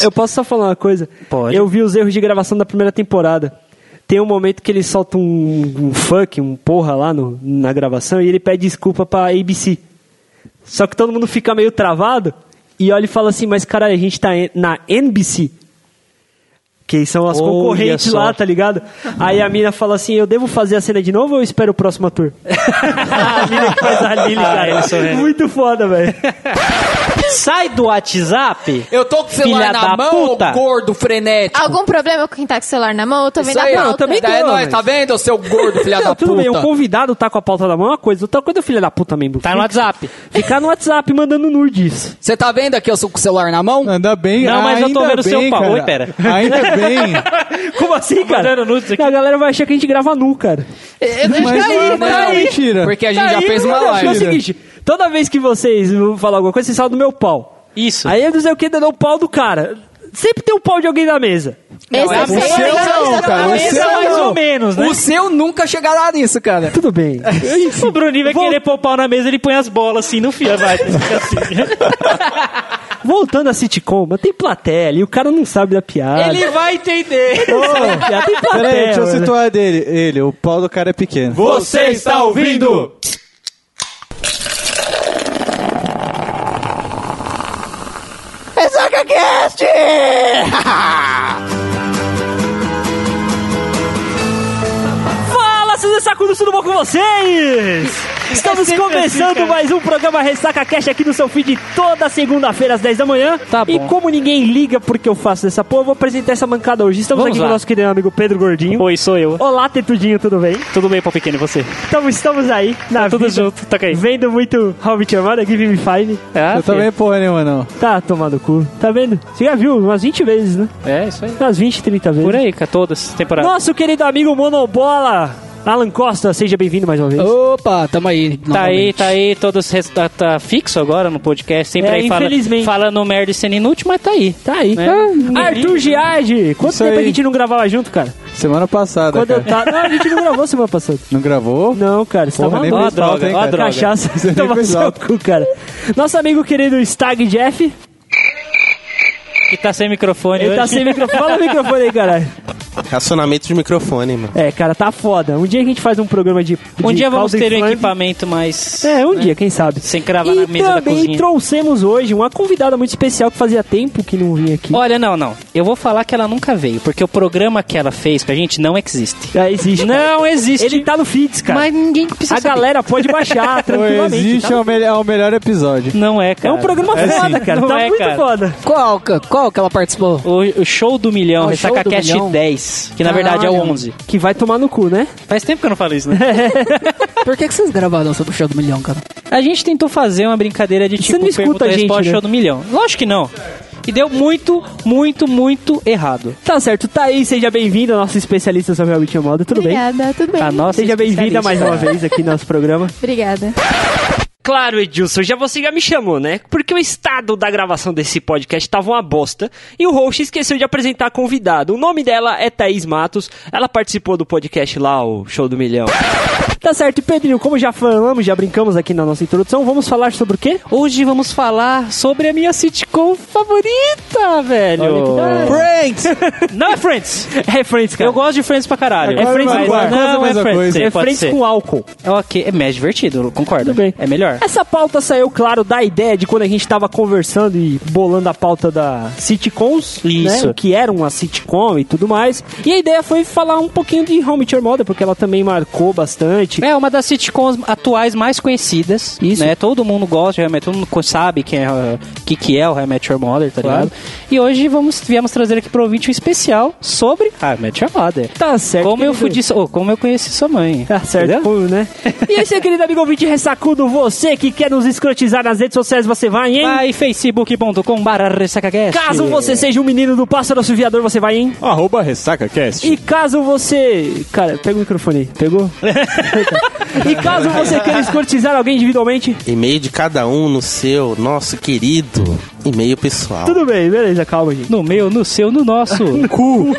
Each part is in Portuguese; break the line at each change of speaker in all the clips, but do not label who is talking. Eu posso só falar uma coisa?
Pode.
Eu vi os erros de gravação da primeira temporada. Tem um momento que ele solta um, um fuck, um porra lá no- na gravação e ele pede desculpa pra ABC. Só que todo mundo fica meio travado e olha e fala assim: Mas caralho, a gente tá en- na NBC. Que são as
Olha
concorrentes
só.
lá, tá ligado? Aí a mina fala assim: Eu devo fazer a cena de novo ou eu espero o próximo ator? a mina que faz a Lily, cara.
isso é-
Muito foda, velho.
Sai do WhatsApp.
Eu tô com o celular
Filha da
na mão,
puta.
gordo frenético.
Algum problema com quem tá com o celular na mão? Eu tô vendo
Isso
a
aí,
pauta.
eu também tô, é nóis,
mas-
tá vendo, seu gordo, filha
Tá
Não,
da
tudo
puta?
bem, o convidado tá com a pauta na mão é uma coisa, outra coisa é o filho da puta mesmo.
Tá no WhatsApp.
Ficar no WhatsApp mandando nude isso.
Você tá vendo aqui eu sou com o celular na mão?
Ainda bem,
Não, mas eu tô
ainda
vendo seu
bem,
pau.
cara.
Oi, pera.
Ainda bem.
Como assim, cara?
Mandando nudes aqui.
A galera vai achar que a gente grava nu, cara.
É,
mas
aí,
não,
tá
não,
aí.
mentira.
Porque a gente
Tá
já
aí,
fez uma
mas É o
live. né?
seguinte, toda vez que vocês vão falar alguma coisa, vocês falam do meu pau.
Isso.
Aí eu não sei o que, dando o pau do cara. Sempre tem o pau de alguém na mesa.
Esse é o
seu
seu,
Ah,
não,
tá.
cara, o
Esse
seu
é mais
não.
ou menos, né?
O seu nunca chegará nisso, cara.
Tudo bem.
O Bruninho vai querer pôr o pau na mesa, ele põe as bolas assim, não fia, vai. Fica assim.
Voltando à sitcom, mas tem plateia ali, o cara não sabe da piada.
Ele vai entender.
Ô, piada, tem plateia.
Peraí, deixa eu
mano.
situar dele. Ele, o pau do cara é pequeno.
Você está ouvindo?
Fala, seus sacudos, tudo bom com vocês? Estamos começando mais um programa Ressaca Cash aqui no seu feed toda segunda-feira às 10 da manhã.
Tá bom.
E como ninguém liga porque eu faço dessa porra, eu vou apresentar essa mancada hoje. Estamos
Vamos
aqui
lá.
com o nosso querido amigo Pedro Gordinho.
Oi, sou eu.
Olá, Tetudinho, tudo bem?
Tudo bem, pau pequeno, e você?
Então estamos aí na
Tudo
vida,
junto, toca aí.
Vendo muito How I Met Your Mother, Give Me Five.
Ah,
Eu também, porra nenhuma, não.
Tá tomando cu. Tá vendo? Você já viu umas 20 vezes, né?
É, isso aí.
Umas 20, 30 vezes.
Por aí, cara, todas, temporadas.
Nosso querido amigo Monobola, Alan Costa, seja bem-vindo mais uma vez.
Opa, tamo aí.
Tá aí, tá aí, todos res- tá, tá fixo agora no podcast, sempre
É,
aí fala,
infelizmente.
falando merda e sendo inútil, mas tá aí.
Tá aí.
Né?
Ah, Arthur Giardi! Quanto
Isso
tempo a
aí.
gente não gravava junto, cara?
tá-
Semana passada,
Quando eu
cara.
tava. Não, a gente não gravou semana passada.
Não gravou?
Não, cara, você
Porra,
tava
nem
Ó a
fez falta,
droga,
hein,
ó a
cara.
droga.
cachaça, você
nem
tava
fez
seu
alto.
cu, cara. Nosso amigo querido Stag Jeff,
Que tá sem microfone
ele
hoje.
tá sem microfone. Fala o microfone aí, caralho.
Racionamento de microfone, mano.
É, cara, tá foda. Um dia que a gente faz um programa de.
Um
de
dia vamos
caldo e
ter um
flango.
equipamento mais...
É, um dia, quem sabe.
Sem cravar na
E
mesa da
também
cozinha.
trouxemos hoje uma convidada muito especial que fazia tempo que não vinha aqui.
Olha, não, não. Eu vou falar que ela nunca veio, porque o programa que ela fez pra gente não existe.
Já É, existe. cara.
Oh, Não existe.
Ele tá no Feeds, cara.
Mas é ninguém precisa
a
saber.
galera pode baixar
O
tranquilamente.
Existe
tá?
é, o melhor, é o melhor episódio.
Não é, cara.
É um programa
É
foda,
sim.
cara.
Não
tá
é,
muito
cara.
foda.
Qual, que- qual que ela participou?
O, o show do milhão,
Ah, o
Ressaca
show do
Cast
milhão.
10, que na verdade é o
Caralho.
11.
Que vai tomar no cu, né?
Faz tempo que eu não falo isso, né?
Por que, que vocês gravaram sobre o show do milhão, cara?
A gente tentou fazer uma brincadeira de
Você
tipo
não escuta
pergunta
a gente,
resposta
né?
show do milhão. Lógico que não. E deu muito, muito, muito errado.
Tá certo. Thaís, seja bem-vinda, nosso especialista sobre Hobbit Moda. Tudo bem? Tá,
Obrigada, tudo bem?
A nossa
Seja bem-vinda
especialista.
mais uma vez aqui no nosso programa.
Obrigada.
Claro, Edilson, já você já me chamou, né? Porque o estado da gravação desse podcast tava uma bosta e o host esqueceu de apresentar a convidada. O nome dela é Thaís Matos, ela participou do podcast lá, o Show do Milhão. Tá certo, e Pedrinho, como já falamos, já brincamos aqui na nossa introdução, vamos falar sobre o quê?
Hoje vamos falar sobre a minha sitcom favorita, velho.
Friends!
Não é Friends.
É Friends, cara.
Eu gosto de Friends pra caralho.
É Friends
mas
com ar.
Quase a
não é
mesma
Friends.
coisa.
Sim,
é
pode
Friends
ser.
com álcool.
É ok, é mais divertido, eu concordo.
Tudo bem.
É melhor.
Essa pauta saiu, claro, da ideia de quando a gente tava conversando e bolando a pauta da sitcoms,
Isso.
né? O que era uma sitcom e tudo mais. E a ideia foi falar um pouquinho de Home Your Mother, porque ela também marcou bastante.
É uma das sitcoms atuais mais conhecidas.
Isso.
Né? Todo mundo gosta, realmente, todo mundo co- sabe quem é, uh, que, que é o How I Met Your Mother, tá
Claro.
ligado? E hoje vamos, viemos trazer aqui pro ouvinte um especial sobre How I Met Your Mother.
Tá certo.
Como eu,
querido.
fudi, oh, como eu conheci sua mãe.
Tá certo,
Entendeu?
como, né? E esse é querido amigo ouvinte ressacudo, você que quer nos escrotizar nas redes sociais, você vai, hein?
Vai facebook.com
Caso você seja um menino do pássaro assoviador, você vai, hein?
Arroba RessacaCast.
E caso você. Cara, pega o microfone aí. Pegou? e caso você queira escortizar alguém individualmente,
E-mail de cada um no seu, nosso querido e-mail pessoal.
tudo bem, beleza, calma, gente.
No meu, no seu, no nosso.
Cu.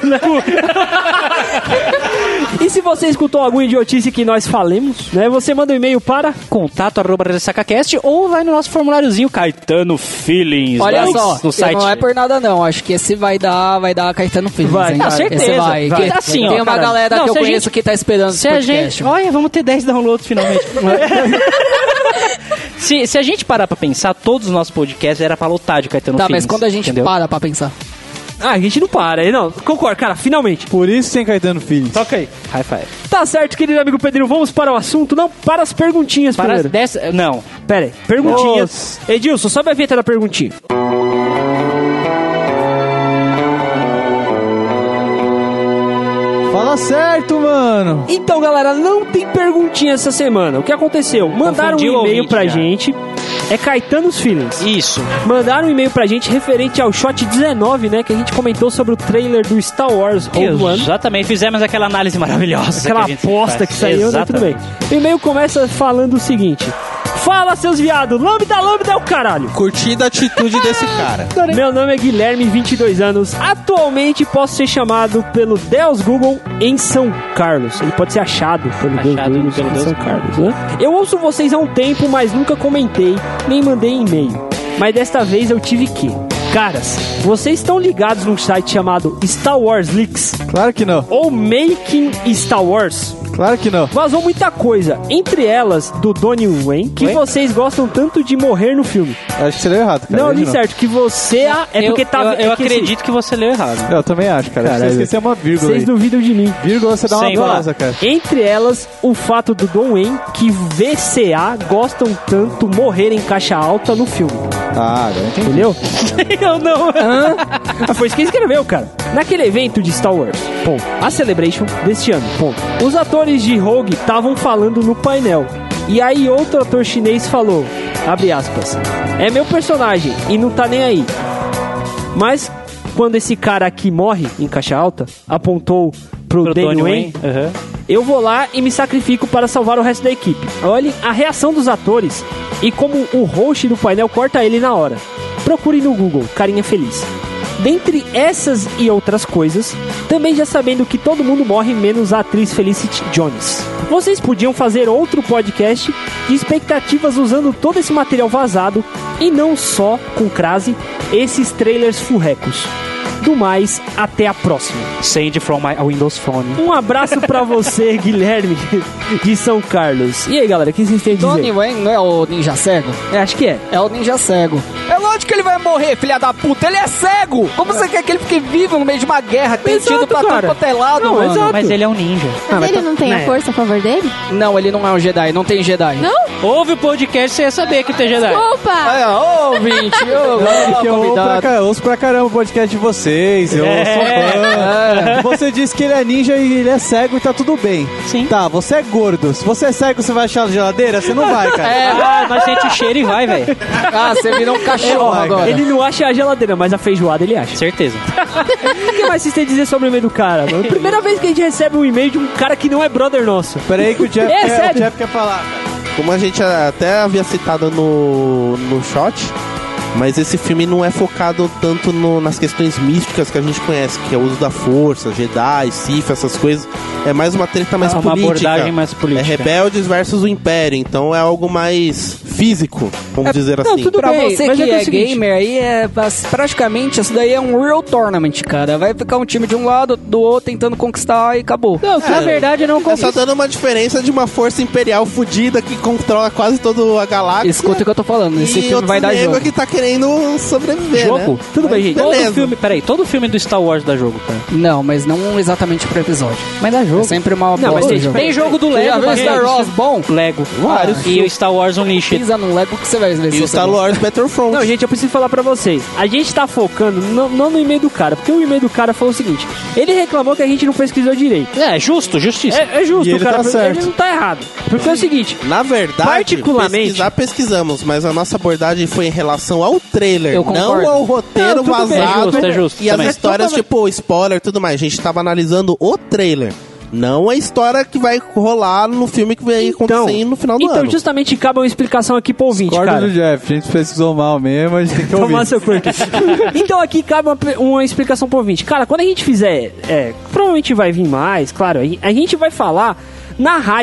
E se você escutou alguma idiotice que nós falemos, né? Você manda um e-mail para
Contato arroba
do SacaCast ou vai no nosso formuláriozinho Caetano Feelings
Olha
lá
só,
no site.
não é por nada não, acho que esse vai dar, vai dar Caetano Filho.
Vai, não, certeza,
Esse vai. Tá
vai.
Que-
Assim, ó,
tem uma
cara,
galera
não,
que eu
se a
conheço
gente-
que tá esperando
Se
esse
a
podcast.
gente. Olha, vamos ter 10 downloads finalmente. se, se a gente parar pra pensar, todos os nossos podcasts era pra lotar de Caetano
Tá,
Feelings.
mas quando a gente
entendeu?
para pra pensar.
Ah, a gente não para. Não, concordo, cara, finalmente.
Por isso tem Caetano Filho.
Toca aí.
High five.
Tá certo, querido amigo Pedrinho, vamos para o assunto? Não, para as perguntinhas
Para as
primeiro.
10. Não.
Pera aí, perguntinhas. Edilson, sobe a vinheta da perguntinha.
Fala certo, mano.
Então, galera, não tem perguntinha essa semana. O que aconteceu? Mandaram
Confundiu
um
o
e-mail
Tá ouvinte
pra
já.
gente. É Caetano's Feelings.
Isso.
Mandaram um e-mail pra gente referente ao Shot 19, né? Que a gente comentou sobre o trailer do Star Wars Rogue One.
Exatamente. Fizemos aquela análise maravilhosa.
Aquela
que a gente
aposta
faz.
que saiu, né? Tudo bem. O e-mail começa falando o seguinte. Fala, seus viados! Lambda, lambda é o caralho!
Curtindo a atitude desse cara.
Meu nome é Guilherme, 22 anos. Atualmente posso ser chamado pelo Deus Google em São Carlos. Ele pode ser achado pelo Deus
Achado
Google
pelo
em
Deus
São Carlos, né? Eu ouço vocês há um tempo, mas nunca comentei, nem mandei e-mail. Mas desta vez eu tive que. Caras, vocês estão ligados num site chamado Star Wars Leaks
Claro que não.
ou Making Star Wars?
Claro que não.
Vazou muita coisa, entre elas do Donnie Wayne, que
Wayne?
vocês gostam tanto de morrer no filme.
Acho que você deu errado, cara.
não,
Tá
é- eu li
de novo.
certo, que você. Ah, é porque tá.
Eu, eu
é que esse-
acredito que você leu errado.
Eu também acho, cara. Acho que
Caralho.
você esqueceu uma vírgula
Vocês
aí.
duvidam de mim.
Vírgula você dá uma
Sem falar.
pausa, cara.
Entre elas, o fato do Don Wayne, que VCA gostam tanto morrer em caixa alta no filme.
Ah, agora entendi.
Entendeu? Eu não. Ah, Foi isso que escreveu, cara. Naquele evento de Star Wars, ponto. A Celebration deste ano, ponto. Os atores de Rogue estavam falando no painel. E aí outro ator chinês falou, abre aspas, é meu personagem e não tá nem aí. Mas quando esse cara aqui morre em caixa alta, apontou pro,
Pro
Daniel
Donnie
Wayne,
Wayne. Aham.
eu vou lá e me sacrifico para salvar o resto da equipe. Olhem a reação dos atores e como o host do painel corta ele na hora. Procure no Google, carinha feliz. Dentre essas e outras coisas, também já sabendo que todo mundo morre menos a atriz Felicity Jones. Vocês podiam fazer outro podcast de expectativas usando todo esse material vazado e não só com crase esses trailers furrecos. Do mais, até a próxima.
Send from my Windows Phone.
Um abraço pra você, Guilherme, de São Carlos. E aí, galera, o que vocês têm a dizer?
Donnie Wayne não é o ninja cego?
É, acho que é.
É o ninja cego. É lógico que ele vai morrer, filha da puta. Ele é cego. Como você quer que ele fique vivo no meio de uma guerra, tem
Exato,
tido pra
cara.
tudo quanto é lado,
Não,
mano?
exato.
Mas ele é um ninja.
Mas ele não tem a força a favor dele?
Não, ele não é um Jedi, não tem Jedi.
Não?
Ouve o podcast, você ia saber que tem Jedi.
Opa!
Olha, ô, ouvinte,
Claro que
ô,
eu ouço pra,
convidado.
ca- eu ouço pra caramba o podcast de vocês, eu
É.
sou fã. Você disse que ele é ninja e ele é cego e tá tudo bem.
Sim.
Tá, você é gordo. Se você é cego, você vai achar na geladeira? Você não vai, cara.
É,
Ah, nós sente o cheiro e vai, velho.
ah, você virou um cachorro
Vai,
agora.
Ele não acha a geladeira, mas a feijoada ele acha.
Certeza.
O que mais vocês têm a dizer sobre o e-mail do cara, mano? Primeira vez que a gente recebe um e-mail de um cara que não é brother nosso.
Pera aí que o Jeff,
É,
quer,
sério.
o Jeff quer falar. cara.
Como a gente até havia citado no, no shot, mas esse filme não é focado tanto no- nas questões místicas que a gente conhece, que é o uso da força, Jedi, Sif, essas coisas. É mais uma treta mais
É uma
política.
abordagem mais política.
É rebeldes versus o império, então é algo mais físico, vamos dizer assim.
tudo pra
bem,
você
mas é
que
que é o
é,
seguinte-
gamer aí, é pra- praticamente isso daí é um real tournament, cara. Vai ficar um time de um lado, do outro, tentando conquistar e acabou.
Não, na verdade eu não
É só dando uma diferença de uma força imperial fudida que controla quase toda a galáxia.
Escuta
é?
o que eu tô falando, esse
e
filme
outro
vai dar
nego
jogo.
que tá querendo sobreviver,
Jogo?
né?
Tudo bem, gente. Todo
Beleza.
filme, peraí, todo filme do Star Wars dá jogo, cara.
Não, mas não exatamente pro episódio.
Mas dá
É
jogo.
sempre uma
Não, mas
bosta o
tem-
jogo.
Tem jogo do
Você já
Lego,
viu
mas
Star Wars bom?
Lego.
Ah.
Vários
E o Star Wars um Unleashed.
Pisa num Lego que você vai ver.
E o Star Wars Battlefront.
Não, gente, eu preciso falar pra vocês. A gente tá focando no- não no e-mail do cara, porque o e-mail do cara falou o seguinte: ele reclamou que a gente não pesquisou direito.
É, justo, justiça.
É, é justo,
E ele
cara.
tá certo.
Ele não tá errado. Porque é o seguinte.
Na verdade,
Particularmente-
pesquisar pesquisamos, mas a nossa abordagem foi em relação ao trailer,
Eu concordo.
não ao roteiro
Não, tudo bem, é
vazado
justo, é justo
e
também.
as histórias tipo spoiler, tudo mais. A gente tava analisando o trailer, não a história que vai rolar no filme que vai acontecer no final do
então
ano.
justamente cabe uma explicação aqui pro ouvinte,
Discordo
cara.
do Jeff. A gente precisou mal mesmo, a gente tem que ouvir.
Tomar seu corpo. então aqui cabe uma, pe- uma explicação pro ouvinte. Cara, quando a gente fizer. é, provavelmente vai vir mais, claro. A a gente vai falar na hype.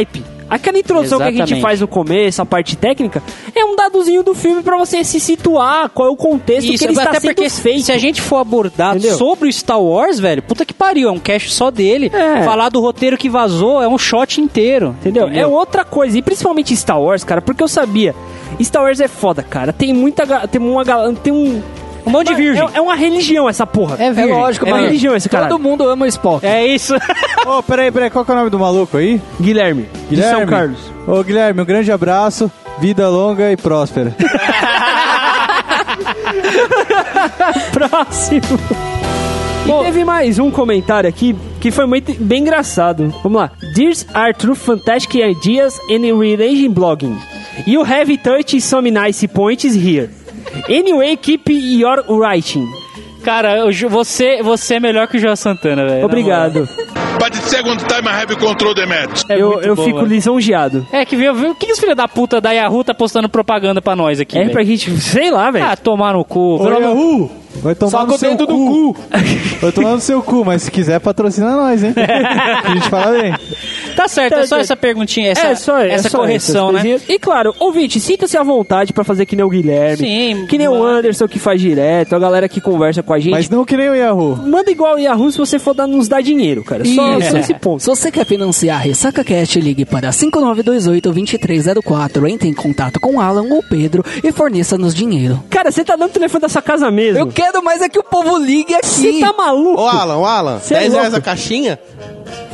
Aquela introdução que a gente
Exatamente.
faz no começo, a parte técnica, é um dadozinho do filme pra você se situar, qual é o contexto que ele está
até
sendo
porque
feito.
se a gente for abordar
Entendeu?
sobre o Star Wars, velho, puta que pariu, é um cast só dele.
É.
Falar do roteiro que vazou é um shot inteiro,
Entendeu? É outra coisa. E principalmente Star Wars, cara, porque eu sabia. Star Wars é foda, cara. Tem muita. ga- Tem uma. ga- Tem um.
um monte de virgem.
É, é uma religião essa porra.
É
É
virgem.
lógico,
É
mano.
religião esse cara.
Todo mundo ama o Spock.
É isso.
Ô, peraí, peraí, qual que é o nome do maluco aí?
Guilherme. De São Carlos.
Ô, Guilherme, um grande abraço, vida longa e próspera.
Próximo. E teve mais um comentário aqui que foi muito bem engraçado. Vamos lá. These are true fantastic ideas and religion blogging. You have touched some nice points here. Anyway, keep your writing.
Cara, eu ju- você, você é melhor que o João Santana, velho. na moral.
É Obrigado.
But the second time I have control the match.
É
eu
muito
eu
bom,
fico
mano.
lisonjeado.
É que viu, viu- o que que os filhos da puta da Yahoo tá postando propaganda pra nós aqui?
é
velho?
pra gente, sei lá, velho.
Ah, tomar no cu.
Ô, Yahoo, Vai tomar no seu cu. Vai tomar no seu cu, mas se quiser patrocina nós, hein? a gente fala bem.
Tá certo, é só essa perguntinha, essa,
é só é
essa
só
correção,
essas
né?
coisinhas. E claro, ouvinte, sinta-se à vontade pra fazer que nem o Guilherme,
Sim,
que nem o
manda.
Anderson que faz direto, a galera que conversa com a gente.
Mas não que nem o Yahoo.
Manda igual o Yahoo se você for dar, nos dar dinheiro, cara. Só,
Isso.
É
É.
só esse ponto.
Se você quer financiar a Ressaca Cash, ligue para 5928-2304, entre em contato com Alan ou Pedro e forneça-nos dinheiro.
Cara, você tá dando o telefone da sua casa mesmo.
Eu quero mais é que o povo ligue
Você
aqui.
tá maluco?
Ô, Alan, ô, Alan,
Cê é
10 reais
louco.
a caixinha?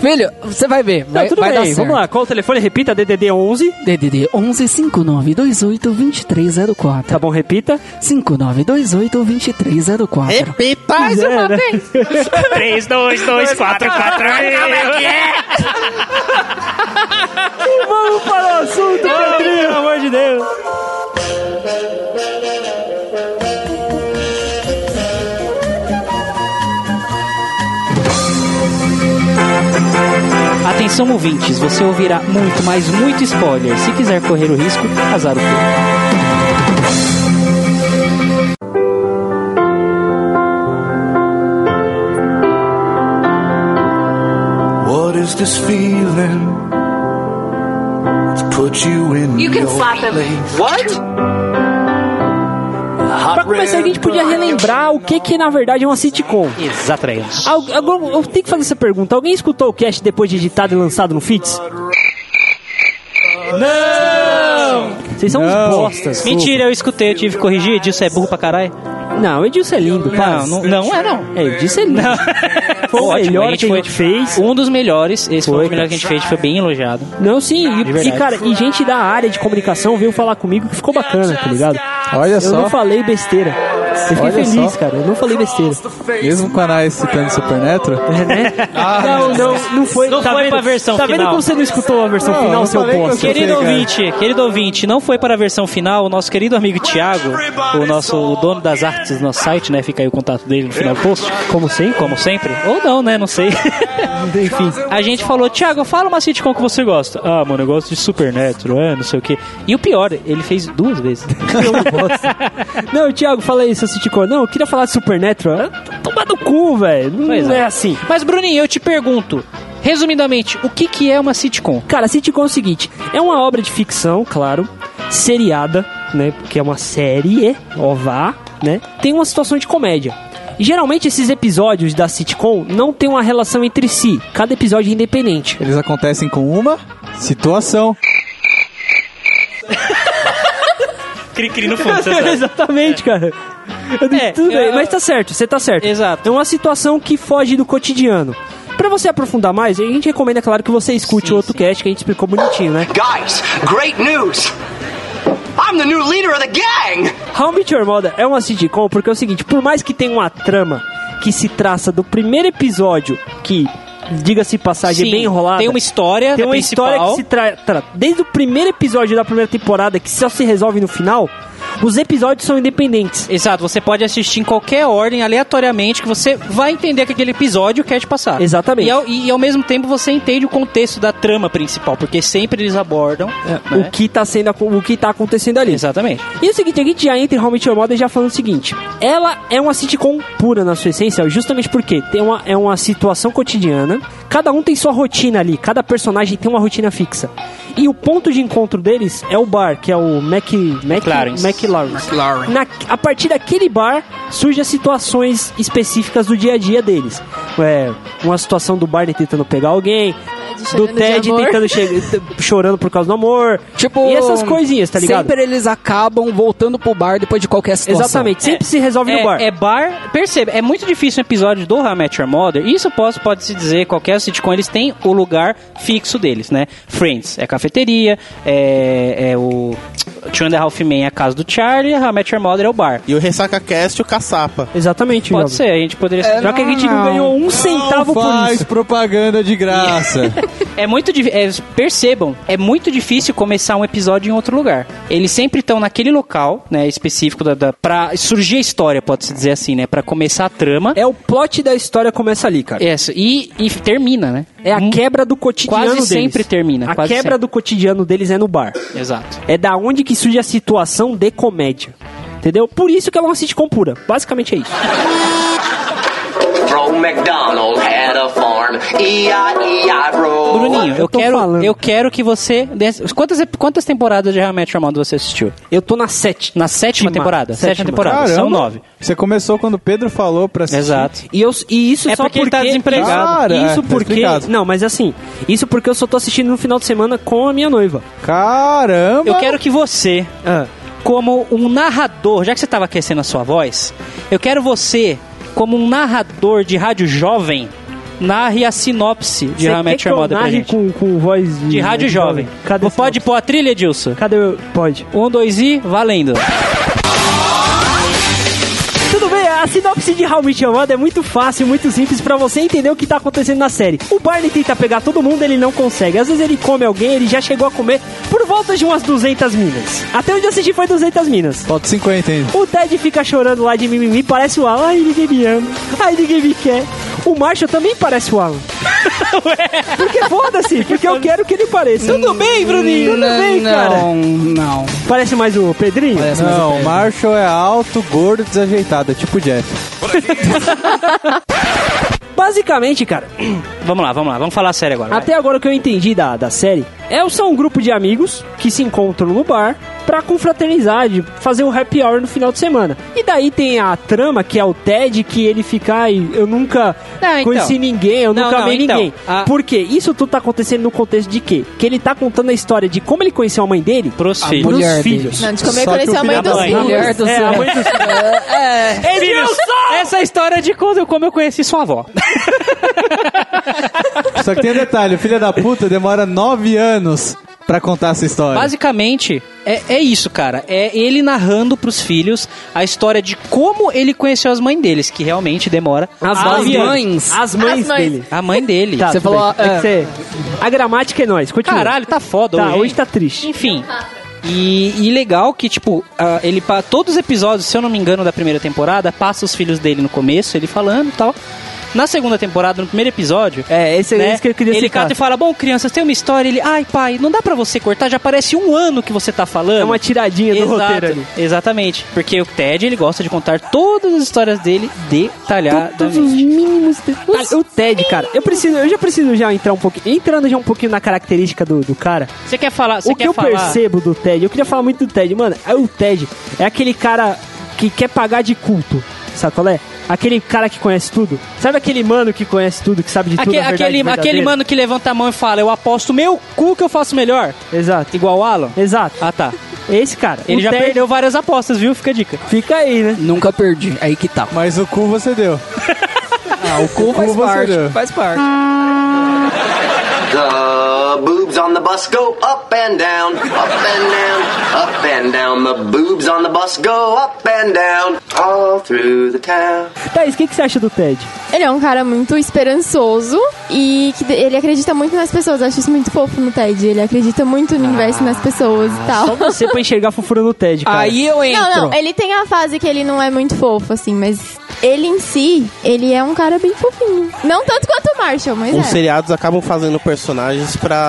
Filho, você vai ver. Vai,
Não, Tá tudo
vai dar
bem,
certo.
vamos lá. Qual o telefone? Repita, DDD 11.
DDD 11 5928 2304.
Tá bom, repita.
5928 2304.
Repita! Mais
uma vez. 3, 2, 2, 4, 4,
é?
Vamos para o assunto, Pedrinho, pelo amor de Deus.
Atenção, ouvintes, você ouvirá muito, mas muito spoiler. Se quiser correr o risco, azar o cu.
What is this feeling that's put you in
You can
your
slap him.
place?
What?
Pra começar, a gente podia relembrar o que que, na verdade, é uma sitcom.
Exatamente.
Algu- algum- eu tenho que fazer essa pergunta. Alguém escutou o cast depois de editado e lançado no Fits? Não! Vocês são uns bostas.
Mentira, eu escutei, eu tive que corrigir, disso é burro pra caralho.
Não, o Edilson é lindo, para.
Não, não, não é não.
É, o Edilson é lindo. Foi o
Ótimo,
melhor que a gente fez.
Um dos melhores, esse foi,
Foi,
o melhor que a gente fez, foi bem elogiado.
Não, sim.
De
E,
verdade.
e, cara, e gente da área de comunicação veio falar comigo que ficou bacana, tá ligado?
Olha
Eu
só,
não falei besteira. Eu fiquei
Olha
feliz,
só.
cara. Eu não falei besteira.
mesmo canais citando Supernatural.
não, não, não foi.
Ah, Não
tá
foi
vendo,
pra versão
tá
final.
vendo como você não escutou a versão
Não,
final,
eu
seu
falei que eu
bosta?
sei,
Querido
cara.
ouvinte, querido ouvinte, não foi para a versão final, o nosso querido amigo Thiago, o nosso o dono das artes do nosso site, né? Fica aí o contato dele no final do post. Como sim, como sempre. Ou não, né? Não sei. Enfim. A gente falou, Thiago, fala uma sitcom que você gosta. Ah, mano, eu gosto de Supernatural, é, não sei o quê. E o pior, ele fez duas vezes.
Não, Thiago, fala aí, seu Citicor. Não, eu queria falar de Supernatural. Toma no cu, velho. Não
Pois
é.
é.
assim.
Mas, Bruninho, eu te pergunto, resumidamente, o que, que é uma sitcom?
Cara, sitcom é o seguinte: é uma obra de ficção, claro, seriada, né? Porque é uma série, ová, né? Tem uma situação de comédia. E, Geralmente esses episódios da sitcom não têm uma relação entre si. Cada episódio é independente.
Eles acontecem com uma situação.
Cri-cri no
Exatamente, cara. Eu disse
É,
tudo
eu-
aí, mas tá certo, você tá certo.
Exato.
É uma situação que foge do cotidiano. Pra você aprofundar mais, a gente recomenda, é claro, que você escute
Sim,
o outro
sim.
cast que a gente explicou bonitinho, né?
Guys, great news! I'm the new leader of the gang!
How I Met Your Mother é uma sitcom porque é o seguinte, por mais que tenha uma trama que se traça do primeiro episódio, que, diga-se de passagem, é bem enrolada.
Tem uma história,
tem uma
principal.
história que se trata desde o primeiro episódio da primeira temporada que só se resolve no final. Os episódios são independentes.
Exato, você pode assistir em qualquer ordem, aleatoriamente, que você vai entender que aquele episódio quer te passar.
Exatamente.
E ao, e ao mesmo tempo você entende o contexto da trama principal, porque sempre eles abordam. né?
O que tá sendo ac- o que tá acontecendo ali.
Exatamente.
E o seguinte, a gente já entra em How I Met Your Mother já falando o seguinte. Ela é uma sitcom pura na sua essência, justamente porque tem uma, é uma situação cotidiana. Cada um tem sua rotina ali, cada personagem tem uma rotina fixa. E o ponto de encontro deles é o bar, que é o Mac, Mac,
McLaren's.
McLaren's.
Lauren.
Na- a partir daquele bar surgem as situações específicas do dia a dia deles. É, uma situação do Barney tentando pegar alguém, do
chorando de
Ted
amor.
tentando che- t- chorando por causa do amor.
Tipo,
e essas coisinhas, tá ligado?
Sempre eles acabam voltando pro bar depois de qualquer situação.
Exatamente, sempre se resolve
É
no bar.
é bar. Perceba, é muito difícil um episódio do How I Met Your Mother. Isso pode, pode se dizer, qualquer sitcom, eles têm o lugar fixo deles, né? Friends é cafeteria, é, é o. Two and a Half Men é a casa do Charlie, How I Met Your Mother é o bar.
E o Ressaca Cast, o Caçapa.
Exatamente,
Pode
jovem.
ser, a gente poderia.
Já que a gente É, não, ganhou um centavo por
Faz
isso.
propaganda de graça.
É muito difí- é, percebam, é muito difícil começar um episódio em outro lugar. Eles sempre estão naquele local, né, específico da, da para surgir a história, pode se dizer assim, né, Pra começar a trama.
É o plot da história começa ali, cara.
Essa, e, e termina, né?
É a
Um-
quebra do cotidiano
Quase
deles.
sempre termina,
A
quase
quebra
sempre.
do cotidiano deles é no bar.
Exato.
É da onde que surge a situação de comédia. Entendeu? Por isso que ela é uma sitcom pura. Basicamente é isso.
Bro McDonald had a farm. E-I-E-I, bro.
Bruninho, eu,
eu tô
quero
falando?
eu quero que você desse- quantas quantas temporadas de How I Met Your Mother você assistiu?
Eu tô na 7.
Na sétima temporada, sétima temporada, são nove.
Você começou quando o Pedro falou pra assistir.
Exato.
E, eu, e isso
É
só
porque ele tá desempregado.
Cara,
isso
é, tá
porque.
explicado.
não, mas assim. Isso porque eu só tô assistindo no final de semana com a minha noiva.
Caramba!
Eu quero que você,
Ah.
como um narrador, já que você estava aquecendo a sua voz, eu quero você, como um narrador de rádio jovem, narre a sinopse de
Você
How I
quer
Met
que
Your
eu
Mother é pra
narre
gente.
Com, com voz de,
De rádio jovem.
Cadê esse
Pode pôr a trilha, Edilson?
Cadê o. Pode.
Um, dois e valendo.
Tudo bem, a sinopse de How Meet Your Mother é muito fácil, muito simples pra você entender o que tá acontecendo na série. O Barney tenta pegar todo mundo, ele não consegue. Às vezes ele come alguém, ele já chegou a comer por volta de umas 200 minas. Até onde eu assisti foi 200 minas.
Falta 50 ainda.
O Ted fica chorando lá de mimimi, parece o Alan. Ai, ninguém me ama. Ai, ninguém me quer. O Marshall também parece o Alan. porque foda-se, porque eu quero que ele pareça. Tudo bem, Bruninho? Tudo bem, cara.
Não, não.
Parece mais o Pedrinho?
Parece mais
Não,
um
o Marshall é alto, gordo, desajeitado. É tipo o Jeff.
Basicamente, cara,
Vamos lá, vamos lá, vamos falar sério agora. vai.
Até agora o que eu entendi da, da série é são um grupo de amigos que se encontram no bar pra confraternizar, de fazer um happy hour no final de semana. E daí tem a trama, que é o Ted, que ele fica, "Ai, eu nunca
Não, então.
conheci ninguém, eu
Não,
nunca
não,
amei
então,
ninguém.
a-
Por quê? Isso tudo tá acontecendo no contexto de quê? Que ele tá contando a história de como ele conheceu a mãe dele
Pros
A
filhos.
mulher
filhos.
Não, de como
Só
eu
que
conheci
o
a mãe
filho
dos
da mãe.
filhos.
do é.
É, a mãe do céu.
Filhos! Essa é a história de quando eu, como eu conheci sua avó.
Só que tem um detalhe, o filho da puta demora 9 anos pra contar essa história.
Basicamente, é, é isso, cara. É ele narrando pros filhos a história de como ele conheceu as mães deles, que realmente demora.
As,
a-
mães. mães.
As mães
As mães.
dele.
A mãe dele.
Tá,
Você
tudo
falou,
bem. É
é.
que você- A gramática é nós. Continua.
ah, Caralho, tá foda
tá,
hoje.
hoje,
hein?
tá triste.
Enfim. E, e legal que, tipo, ah, ele pa- todos os episódios, se eu não me engano, da primeira temporada, passa os filhos dele no começo, ele falando e tal. Na segunda temporada, no primeiro episódio,
É, esse é
né?
isso que eu queria
ele
citar.
cata e fala, bom, crianças, tem uma história. Ele, ai, pai, não dá pra você cortar, já parece um ano que você tá falando.
É uma tiradinha do
Exato,
roteiro ali.
Exatamente. Porque o Ted, ele gosta de contar todas as histórias dele
Todos os
detalhadamente.
mínimos detalhes. Tá, O Ted, cara, eu preciso, eu já preciso já entrar um pouquinho, entrando já um pouquinho na característica do, do cara.
Você quer falar? Você
o que
quer
eu
falar?
percebo do Ted, eu queria falar muito do Ted, mano. é O Ted é aquele cara que quer pagar de culto, sabe qual é? Aquele cara que conhece tudo. Sabe aquele mano que conhece tudo, que sabe de tudo?
Aque-
a verdade
aquele, aquele
verdadeira?
mano que levanta a mão e fala, eu aposto meu cu que eu faço melhor.
Exato.
Igual o Alan.
Exato.
Ah, tá.
Esse cara.
Ele
o
já
Ted
perdeu várias apostas, viu? Fica a dica.
Fica aí, né?
Nunca perdi. Aí que tá.
Mas o cu você deu.
Ah, o cu faz
você deu.
parte. Faz parte.
The boobs on the bus go up and down, up and down, up and down. The boobs on the bus go up and down, all through the town.
Thaís, o que, que você acha do Ted?
Ele é um cara muito esperançoso e que de- ele acredita muito nas pessoas. Eu acho isso muito fofo no Ted. Ele acredita muito no universo, nas pessoas e tal.
Só você é pra enxergar a fofura do Ted, cara.
Aí eu entro.
Não, não, ele tem a fase que ele não é muito fofo, assim, mas ele em si, ele é um cara bem fofinho. Não tanto quanto o Marshall, mas
Os
é.
seriados acabam fazendo personagens pra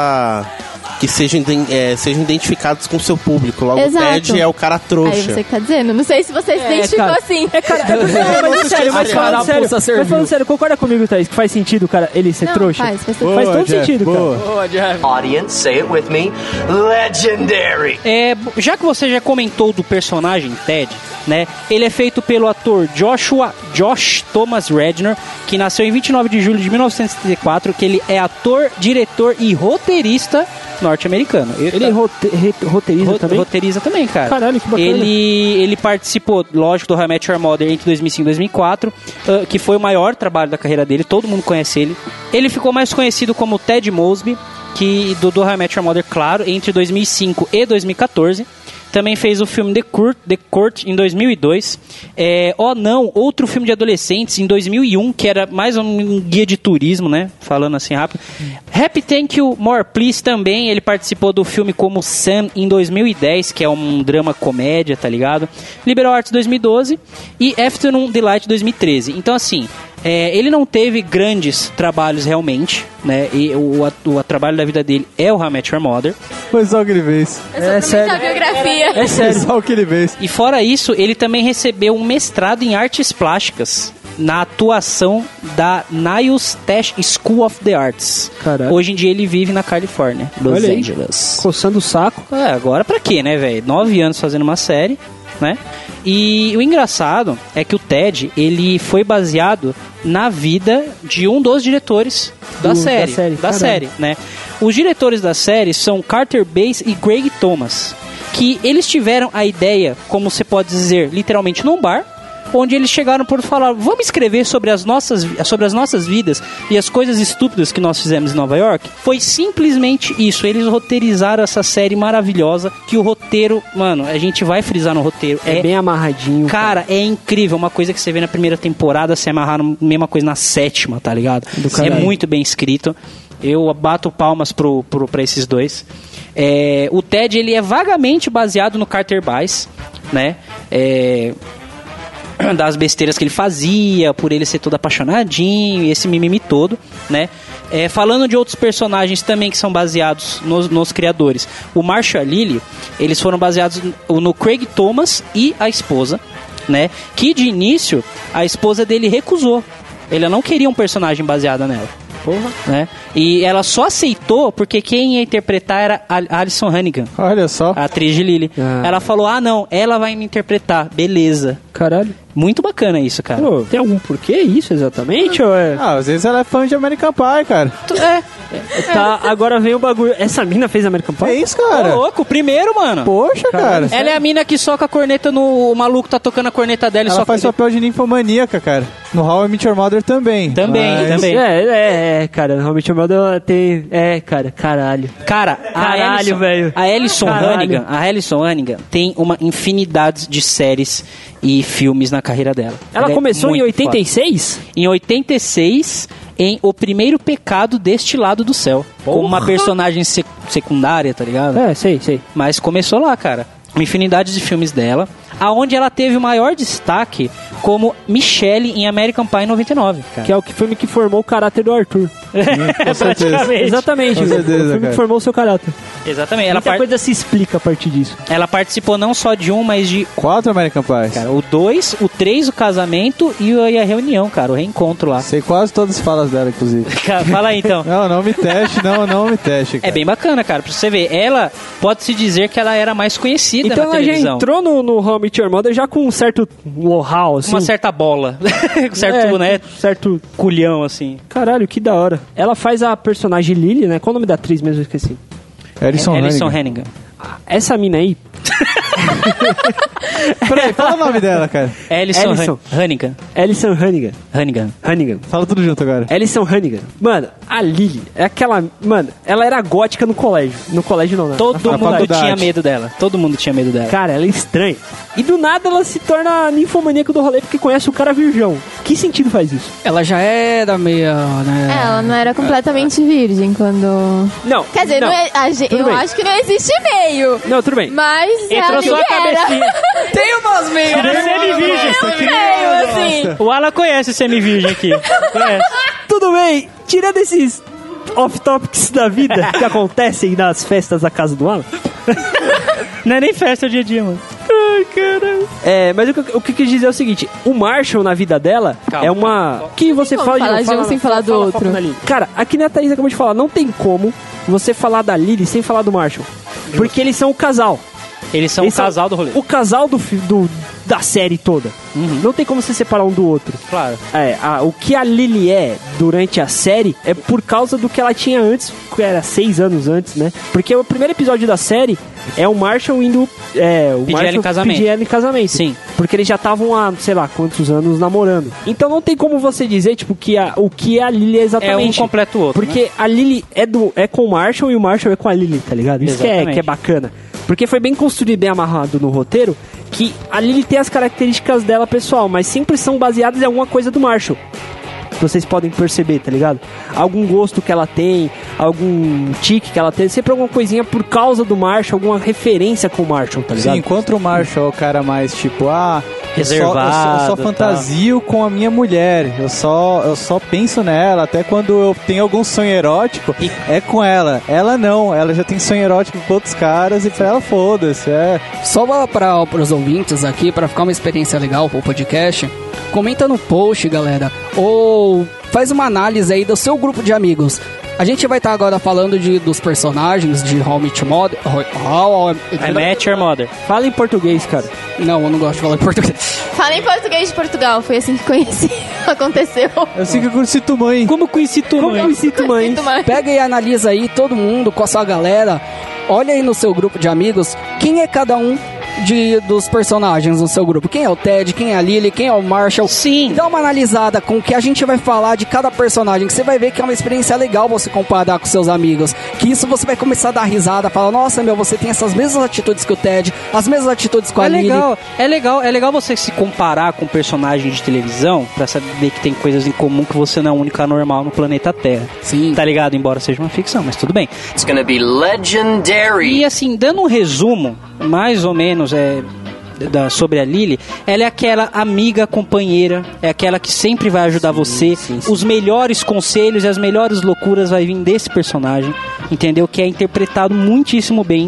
que sejam, iden- é, sejam identificados com seu público. Logo,
Exato.
o Ted é o cara
Aí
trouxa.
você que tá dizendo. Não sei se você se
É,
identificou
cara.
assim.
É, cara, é porque,
Eu não
mas, sério, mas
sei,
cara,
falando
a
sério,
bolsa
mas
serviu.
falando sério, concorda comigo, Thaís, que faz sentido, cara, ele ser
Não,
assim, trouxa?
faz, faz todo
Faz todo
Jeff,
sentido, cara.
boa.
Audience, say it with me. Legendary.
É, b- já que você já comentou do personagem Ted, né? Ele é feito pelo ator Joshua Josh Thomas Redner, que nasceu em 29 de julho de 1974, que ele é ator, diretor e roteirista norte-americano. Eu-
é
tá- Ele rote- re- roteiriza Ro- também?
Roteiriza também,
cara.
Caralho, que bacana.
Ele, ele participou, lógico, do How I Met Your Mother entre 2005 e 2004, ah, que foi o maior trabalho da carreira dele, todo mundo conhece ele. Ele ficou mais conhecido como Ted Mosby, que do, do How I Met Your Mother, claro, entre 2005 e 2014. Também fez o filme The Court, The Court em 2002. É, oh Não, outro filme de adolescentes em 2001, que era mais um guia de turismo, né? Falando assim rápido. Happy Thank You, More Please também. Ele participou do filme como Sam em 2010, que é um drama comédia, tá ligado? Liberal Arts 2012 e Afternoon Delight 2013. Então, assim, é, ele não teve grandes trabalhos realmente, né? E o, a- o a trabalho da vida dele é o How I Met Your Mother.
Foi só o que ele fez.
É sério. A biografia.
É
Foi só o que ele fez.
E fora isso, ele também recebeu um mestrado em artes plásticas na atuação da Niles Tech School of the Arts.
Caralho.
Hoje em dia ele vive na Califórnia, Los
Olha aí.
Angeles.
Coçando o saco.
É, agora pra quê, né, velho? Nove anos fazendo uma série, né? E o engraçado é que o Ted, ele foi baseado na vida de um dos diretores da
Do- da
série. Da
série,
série,
caralho.
né? Os diretores da série são Carter Bass e Greg Thomas. Que eles tiveram a ideia, como você pode dizer, literalmente num bar, onde eles chegaram por falar, vamos escrever sobre as nossas, vi- sobre as nossas vidas e as coisas estúpidas que nós fizemos em Nova York. Foi simplesmente isso. Eles roteirizaram essa série maravilhosa que o roteiro, mano, a gente vai frisar no roteiro, é,
É bem amarradinho.
Cara, é incrível. Uma coisa que você vê na primeira temporada, se amarrar na mesma coisa na sétima, tá ligado? É muito bem escrito. Eu bato palmas pro, pro, pra esses dois. É, o Ted, ele é vagamente baseado no Carter Bass, né? É, das besteiras que ele fazia, por ele ser todo apaixonadinho, e esse mimimi todo, né? É, falando de outros personagens também que são baseados nos, nos criadores, o Marshall e a Lily, eles foram baseados no, no Craig Thomas e a esposa, né? Que de início a esposa dele recusou. Ele não queria um personagem baseado nela. Porra. Né? E ela só aceitou porque quem ia interpretar era a Alison Hannigan,
Olha só.
a atriz de Lily.
Ah.
Ela falou: ah, não, ela vai me interpretar, beleza.
é-
Caralho.
Muito bacana isso, cara.
Pô, tem algum porquê isso exatamente? Ou é...
Ah, às vezes ela é fã de American Pie, cara. É
é,
Tá, agora vem o bagulho. Essa mina fez American Pie?
É isso, cara.
Ô, louco, primeiro, mano.
Poxa, cara.
Ela é a mina que soca a corneta no. O maluco tá tocando a corneta dela e
Ela
soca.
faz papel de ninfomaníaca, cara. No How I Met Your Mother também. Ah,
Também,
Mas-
também.
É, é, é, cara. Realmente o meu tem. É, cara, caralho.
Cara,
Caralho,
a Alison-
velho.
A Alison
Caralho.
Hannigan, a Alison Hannigan tem uma infinidade de séries e filmes na carreira dela.
Ela
é
começou em
muito foda.
86?
Em 86, em O Primeiro Pecado Deste Lado do Céu. Como uma personagem sec- secundária, tá ligado?
É, sei, sei.
Mas começou lá, cara. Uma infinidade de filmes dela. Aonde ela teve o maior destaque como Michelle em American Pie 99, cara.
Que é o que filme que formou o caráter do Arthur.
É
Com certeza.
Exatamente.
Com
velho.
certeza,
o filme
cara.
que formou o seu caráter.
Exatamente. Ela,
é Muita
par-
coisa se explica a partir disso.
ela participou não só de um, mas de
Quatro American Pies.
cara, o dois, o três, o casamento e o- e a reunião, cara. O reencontro lá.
Sei quase todas as falas dela, inclusive.
Cara, Fala aí, então.
Não, não me teste, não, não me teste,
É
cara.
bem bacana, cara. Pra você ver, ela pode-se dizer que ela era mais conhecida
então
na
ela já
televisão.
entrou no, no How I Met Your Mother já com um certo know-how, assim.
Uma certa bola. um certo,
É,
né,
um Certo.
culhão, assim.
Caralho, que da hora. Ela faz a personagem Lily, né? Qual o nome da atriz mesmo? Eu esqueci.
Alison
Alison
Hannigan.
Hannigan.
Essa mina aí.
Peraí, fala o nome dela, cara.
Alison
Alison.
Han- Hannigan.
Alison Hannigan.
Hannigan.
Hannigan.
Fala tudo junto agora.
Alison Hannigan. Mano, a Lily é aquela. Mano, ela era gótica no colégio. No colégio não, né?
Todo
Na
mundo
faculdade.
tinha medo dela. Todo mundo tinha medo dela.
Cara, ela é estranha. E do nada ela se torna a ninfomaníaca do rolê porque conhece o cara virgão. Que sentido faz isso?
Ela já era meio,
É.
né?
Ela não era completamente virgem quando.
Não.
Quer dizer, não. é- a gente-
Tudo
eu
bem.
acho que não existe meio.
Não, tudo bem.
Mas ela
Entrou só
meio
a
que era. É um
cabecinha.
É.
é
Tem umas meias.
Tirou
é
semi-virgem.
meio,
É.
assim.
O Alan conhece o semi-virgem aqui. Conhece.
Tudo bem. Tirando esses off-topics da vida que acontecem nas festas da casa do Alan. Não é nem festa, é o dia a dia, mano. Ai, caralho. É, mas o que, o que eu quis dizer é o seguinte: o Marshall na vida dela é uma. que você
como
fala
falar
de um,
de um sem falar do
fala,
outro.
foca na Lily. Cara, aqui na Thaís acabou de falar: não tem como você falar da Lily sem falar do Marshall. Porque eles são o casal.
Eles são
Eles
o casal do rolê.
Então, O casal do, fi- do- da série toda. Não tem como você separar um do outro.
Claro.
É, a- o que a Lily é durante a série é por causa do que ela tinha antes, que era seis anos antes, né? Porque o primeiro episódio da série é o Marshall indo. É, o
Pedir
Marshall
ela em casamento.
pedir ela em casamento.
Sim.
Porque eles já estavam há, sei lá, quantos anos namorando. Então não tem como você dizer, tipo, que a- o que a Lily é
É um
exatamente.
completa o outro. né?
Porque a Lily é, do, é com o Marshall e o Marshall é com a Lily, tá ligado? Isso que é,
Exatamente.
que é bacana. Porque foi bem construído e bem amarrado no roteiro que a Lily tem as características dela pessoal, mas sempre são baseadas em alguma coisa do Marshall. Vocês podem perceber, tá ligado? Algum gosto que ela tem, algum tique que ela tem, sempre alguma coisinha por causa do Marshall, alguma referência com o Marshall, tá ligado?
Sim, enquanto o Marshall é o cara mais tipo, ah, eu só- eu só, eu
Reservado,
só
tá.
fantasio com a minha mulher, eu só, eu só penso nela, até quando eu tenho algum sonho erótico,
E-
é com ela. Ela não, ela já tem sonho erótico com outros caras e pra ela foda-se, é.
Só para os ouvintes aqui, para ficar uma experiência legal pro podcast, comenta no post, galera, ou faz uma análise aí do seu grupo de amigos. A gente vai estar agora falando de, dos personagens de How I Met Your Mother. How, How
I met your mother.
Fala em português, cara.
Não, eu não gosto de falar em português.
Fala em português de Portugal, foi assim que conheci. Aconteceu.
Eu sei que eu curti tu mãe.
Como conheci tu, Como conheci tu, mãe?
Sinto mais.
Pega e analisa aí todo mundo com a sua galera. Olha aí no seu grupo de amigos quem é cada um de, dos personagens no seu grupo. Quem é o Ted, quem é a Lily, quem é o Marshall.
Sim.
Dá uma analisada com o que a gente vai falar de cada personagem, que você vai ver que é uma experiência legal você comparar com seus amigos. Que isso você vai começar a dar risada, falar, nossa, meu, você tem essas mesmas atitudes que o Ted, as mesmas atitudes com a
É
Lily.
legal, é legal, é legal você se comparar com personagens de televisão pra saber que tem coisas em comum que você não é a única normal no planeta Terra.
Sim.
Tá ligado? Embora seja uma ficção, mas tudo bem.
Hum. It's gonna be legendary.
E assim, dando um resumo, mais ou menos, é. Da, sobre a Lily, ela é aquela amiga companheira, é aquela que sempre vai ajudar você. Os melhores conselhos e as melhores loucuras vai vir desse personagem, entendeu? Que é interpretado muitíssimo bem,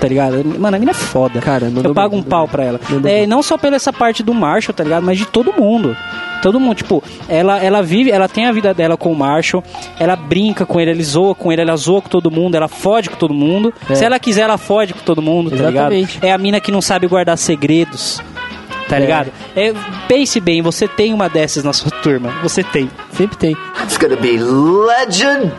tá ligado? Mano, a mina é foda.
Cara, mandou
eu pago
bem,
um
mandou
pau
bem.
pra ela.
Mandou
É,
bem.
não só pela essa parte do Marshall, tá ligado? Mas de todo mundo. Todo mundo, tipo, ela, ela vive, ela tem a vida dela com o Marshall, ela brinca com ele, ela zoa com ele, ela zoa com todo mundo, ela fode com todo mundo. Se ela quiser, ela fode com todo mundo, tá
É. Exatamente.
ligado? É a mina que não sabe guardar segredos, tá ligado? É, pense bem, você tem uma dessas na sua turma, você tem.
Sempre tem.
It's gonna be legend.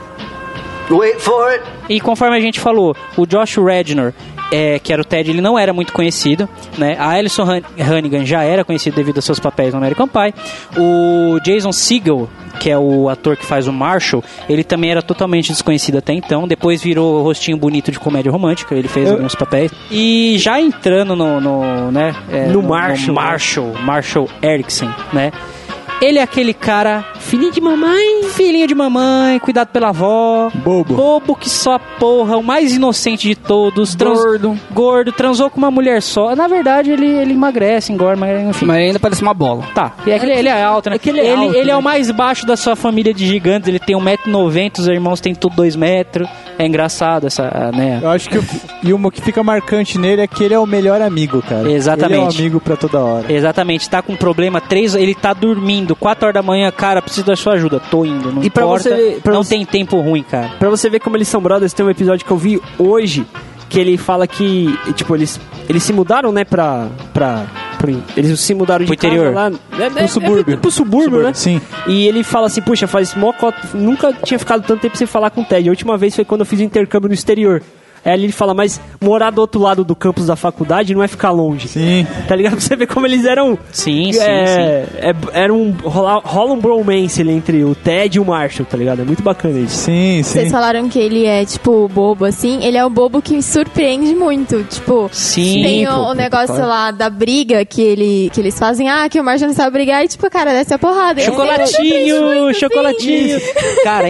Wait for it.
E conforme a gente falou, o Josh Rednor, é, que era o Ted, ele não era muito conhecido, né? A Alison Han- Hannigan já era conhecida devido aos seus papéis no American Pie. O Jason Segel, que é o ator que faz o Marshall, ele também era totalmente desconhecido até então. Depois virou o rostinho bonito de comédia romântica, ele fez alguns papéis. E já entrando no, no, né? é,
No Marshall, né?
Marshall, Marshall Erickson, né? Ele é aquele cara, filhinho de mamãe, filhinho de mamãe, cuidado pela avó,
Bobo.
Bobo que só a porra, o mais inocente de todos. Trans...
Gordo.
Gordo, transou com uma mulher só. Na verdade, ele, ele emagrece, engorda, emagrece, enfim.
Mas ainda parece uma bola.
Tá, E é que ele, ele é alto, né?
É que ele é alto,
ele é
né?
o mais baixo da sua família de gigantes. Ele tem 1,90m, os irmãos têm tudo 2 metros. É engraçado essa, né?
Eu acho que o, e o que fica marcante nele é que ele é o melhor amigo, cara.
Exatamente.
Ele é um amigo pra toda hora.
Exatamente, tá com problema, três, ele tá dormindo, 4 horas da manhã, cara, preciso da sua ajuda, tô indo, não
E pra
importa,
você ver- pra
não
você-
tem tempo ruim, cara.
Pra você ver como eles são brothers, tem um episódio que eu vi hoje que ele fala que, tipo, eles, eles se mudaram, né, pra. pra pro- eles se mudaram
Pro
de casa
interior.
lá. É, é- é-
subúrbio.
pro subúrbio, né?
Sim.
E ele fala assim, puxa, faz mó cota- Nunca tinha ficado tanto tempo sem falar com o Ted. A última vez foi quando eu fiz o intercâmbio no exterior. Aí ele fala, mas morar do outro lado do campus da faculdade não é ficar longe.
Sim.
Tá ligado? Pra você ver como eles eram.
Sim, sim, sim.
é, é- era um. Rola, rola um bromance ali entre o Ted e o Marshall, tá ligado? É muito bacana isso.
Sim, sim.
Vocês falaram que ele é, tipo, bobo, assim. Ele é o bobo que surpreende muito. Tipo,
Sim,
tem
pô,
o, o
pô,
negócio lá da briga que, ele, que eles fazem. Ah, que o Marge não sabe brigar. E, tipo, cara, desce a porrada. Ele surpreende muito,
Chocolatinho,
assim.
chocolatinho. Cara,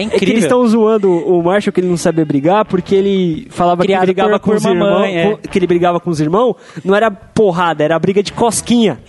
é
É que
incrível.
eles estão zoando o Marshall que ele não sabia brigar porque ele falava
Criado
que ele brigava
por-
com
por
os irmãos,
mamãe, é.
que ele brigava com os irmãos, não era porrada, era briga de cosquinha.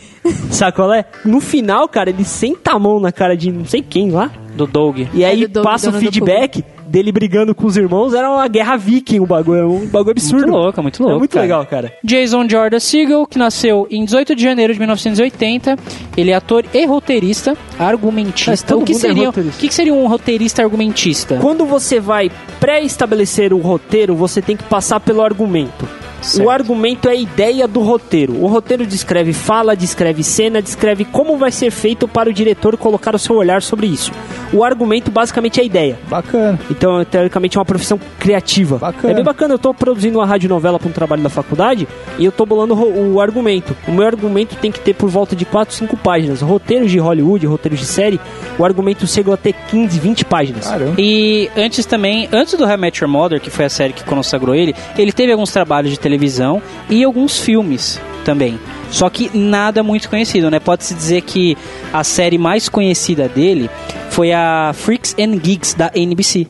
Sabe qual é? No final, cara, ele senta a mão na cara de não sei quem lá.
Do Doug.
E aí
é
do dono-
passa o
dono do
feedback dele brigando com os irmãos era uma guerra viking, um bagulho, um bagulho absurdo.
Muito louco, muito louco.
É muito
cara.
legal, cara.
Jason Jordan Segel, que nasceu em 18 de janeiro de 1980. Ele é ator e roteirista,
Mas
argumentista.
todo
O que,
mundo é
seria,
roteirista.
o que que seria um roteirista argumentista?
Quando você vai pré-estabelecer o roteiro, você tem que passar pelo argumento.
Certo.
O argumento é a ideia do roteiro. O roteiro descreve fala, descreve cena, descreve como vai ser feito para o diretor colocar o seu olhar sobre isso. O argumento basicamente é a ideia.
Bacana.
Então, teoricamente, é uma profissão criativa.
Bacana.
É bem bacana. Eu tô produzindo uma radionovela para um trabalho da faculdade e eu tô bolando o, o argumento. O meu argumento tem que ter por volta de 4, 5 páginas. Roteiros de Hollywood, roteiros de série, o argumento chegou a ter 15, 20 páginas.
Caramba.
E antes também, antes do How I Met Your Mother, que foi a série que consagrou ele, ele teve alguns trabalhos de televisão e alguns filmes também. Só que nada muito conhecido, né? Pode-se dizer que a série mais conhecida dele foi a Freaks and Geeks da NBC.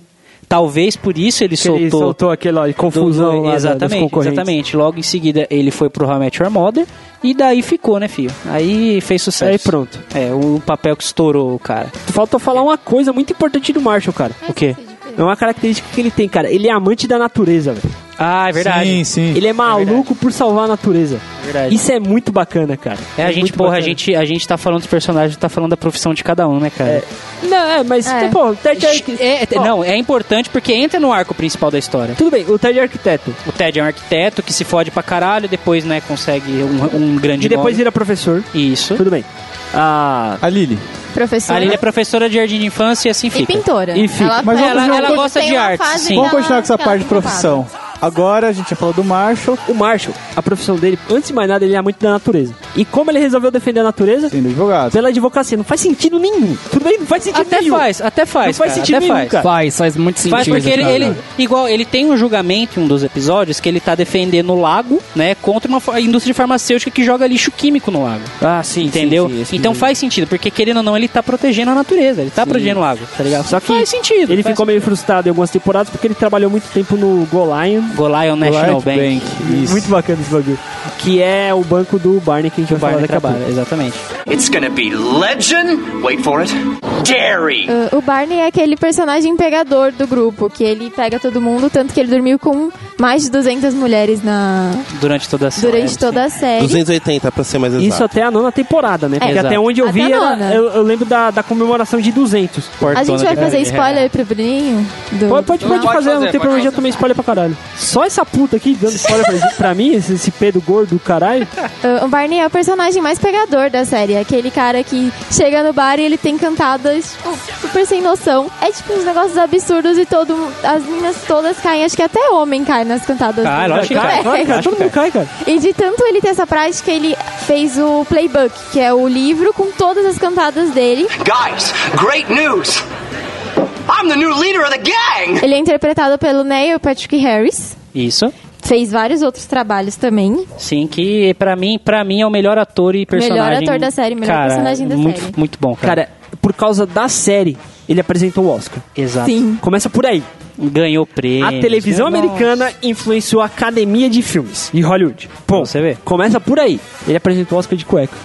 Talvez por isso ele
Ele
soltou
soltou aquela confusão lá
do-
da- dos
exatamente,
concorrentes.
exatamente. Logo em seguida ele foi pro How I Met Your Mother e daí ficou, né, filho? Aí fez sucesso.
Aí pronto.
É, o papel que estourou, cara.
Falta falar uma coisa muito importante do Marshall, cara.
O quê?
É uma característica que ele tem, cara. Ele é amante da natureza, velho.
Ah, é verdade.
Sim, sim.
Ele é maluco por salvar a natureza.
verdade.
Isso é muito bacana, cara.
É, a gente,
muito
porra, a
bacana.
gente, a gente tá falando dos personagens, tá falando da profissão de cada um, né, cara?
Não, é, mas,
É.
pô, o Ted Arquiteto...
É, é- não, é importante porque entra no arco principal da história.
Tudo bem, o Ted Arquiteto.
O Ted é um arquiteto que se fode pra caralho, depois, né, consegue um, um grande
E depois
nome.
vira professor.
Isso.
Tudo bem. Ah,
A Lili.
Professora.
Ali é professora de jardim de infância e assim
E
fica.
pintora.
E fica. Mas
faz-
vamos Ela-
ela gosta
tem
de
uma
arte,
fase
sim.
que
Vamos
ela-
continuar com essa
que ela tá
parte de
ocupada.
profissão. Agora a gente já falou do Marshall.
o Marshall, a profissão dele, antes de mais nada, ele é amante da natureza. E como ele resolveu defender a natureza?
Sendo advogado.
Pela advocacia. Não faz sentido nenhum. Tudo bem? Não faz sentido
Até
nenhum.
faz, até faz.
Não faz
cara,
sentido
até
nenhum,
faz.
cara.
Faz, faz muito sentido.
Tá. Faz porque ele,
cara.
ele- igual ele tem um julgamento em um dos episódios que ele tá defendendo o lago, né, contra uma fa- indústria farmacêutica que joga lixo químico no lago.
Ah, sim,
Entendeu?
sim, sim, esse
então
menino.
faz sentido, porque querendo ou não, ele tá protegendo a natureza, ele tá protegendo o lago, tá ligado?
Só que
faz sentido.
Ele
faz
ficou meio frustrado em algumas temporadas porque ele trabalhou muito tempo no Golion.
sentido. Golion National
Light
Bank.
Isso.
Muito bacana esse bagulho. Que é o banco do Barney que a gente vai falar
Barney
daqui a
trabalha,
pouco.
exatamente.
It's gonna be legend. Wait for it. Dairy.
Uh, o Barney é aquele personagem pegador do grupo, que ele pega todo mundo, tanto que ele dormiu com mais de 200 mulheres na
Durante toda a série.
durante toda a série.
280, pra ser mais exato.
Isso é- até a nona temporada, né? Porque
Exato.
até onde eu vi,
Até a
era-
nona.
eu, eu lembro da, da comemoração de 200.
A gente vai fazer
é.
spoiler pro Bruninho? Do...
Pode, pode, pode
Não, pode
fazer, não
fazer,
tem
pode
problema, já
fazer.
tomei spoiler pra caralho. Só essa puta aqui dando spoiler pra, pra mim, esse, esse Pedro gordo do caralho.
Uh, o Barney é o personagem mais pegador da série. é Aquele cara que chega no bar e ele tem cantadas tipo, super sem noção. É tipo uns negócios absurdos e todo as meninas todas caem. Acho que até homem cai nas cantadas.
Cai,
dele.
Ah, lógico que cai,
Claro, cara, todo mundo cai, cara.
E de tanto ele ter essa prática, ele fez o playbook, que é o livro com todas as cantadas dele.
Guys, great news. I'm the new leader of the gang.
Ele é interpretado pelo Neil Patrick Harris.
Isso.
Fez vários outros trabalhos também.
Sim, que pra mim, pra mim é o melhor ator e personagem.
ator da série, melhor
Cara,
personagem da
muito,
série.
Muito bom, cara.
Cara, por causa da série, ele apresentou o Oscar.
Exato.
Sim.
Começa por aí.
Ganhou prêmio.
A televisão americana influenciou a academia de filmes de Hollywood. Pô,
Você vê.
Começa por aí. Ele apresentou o Oscar de cueca.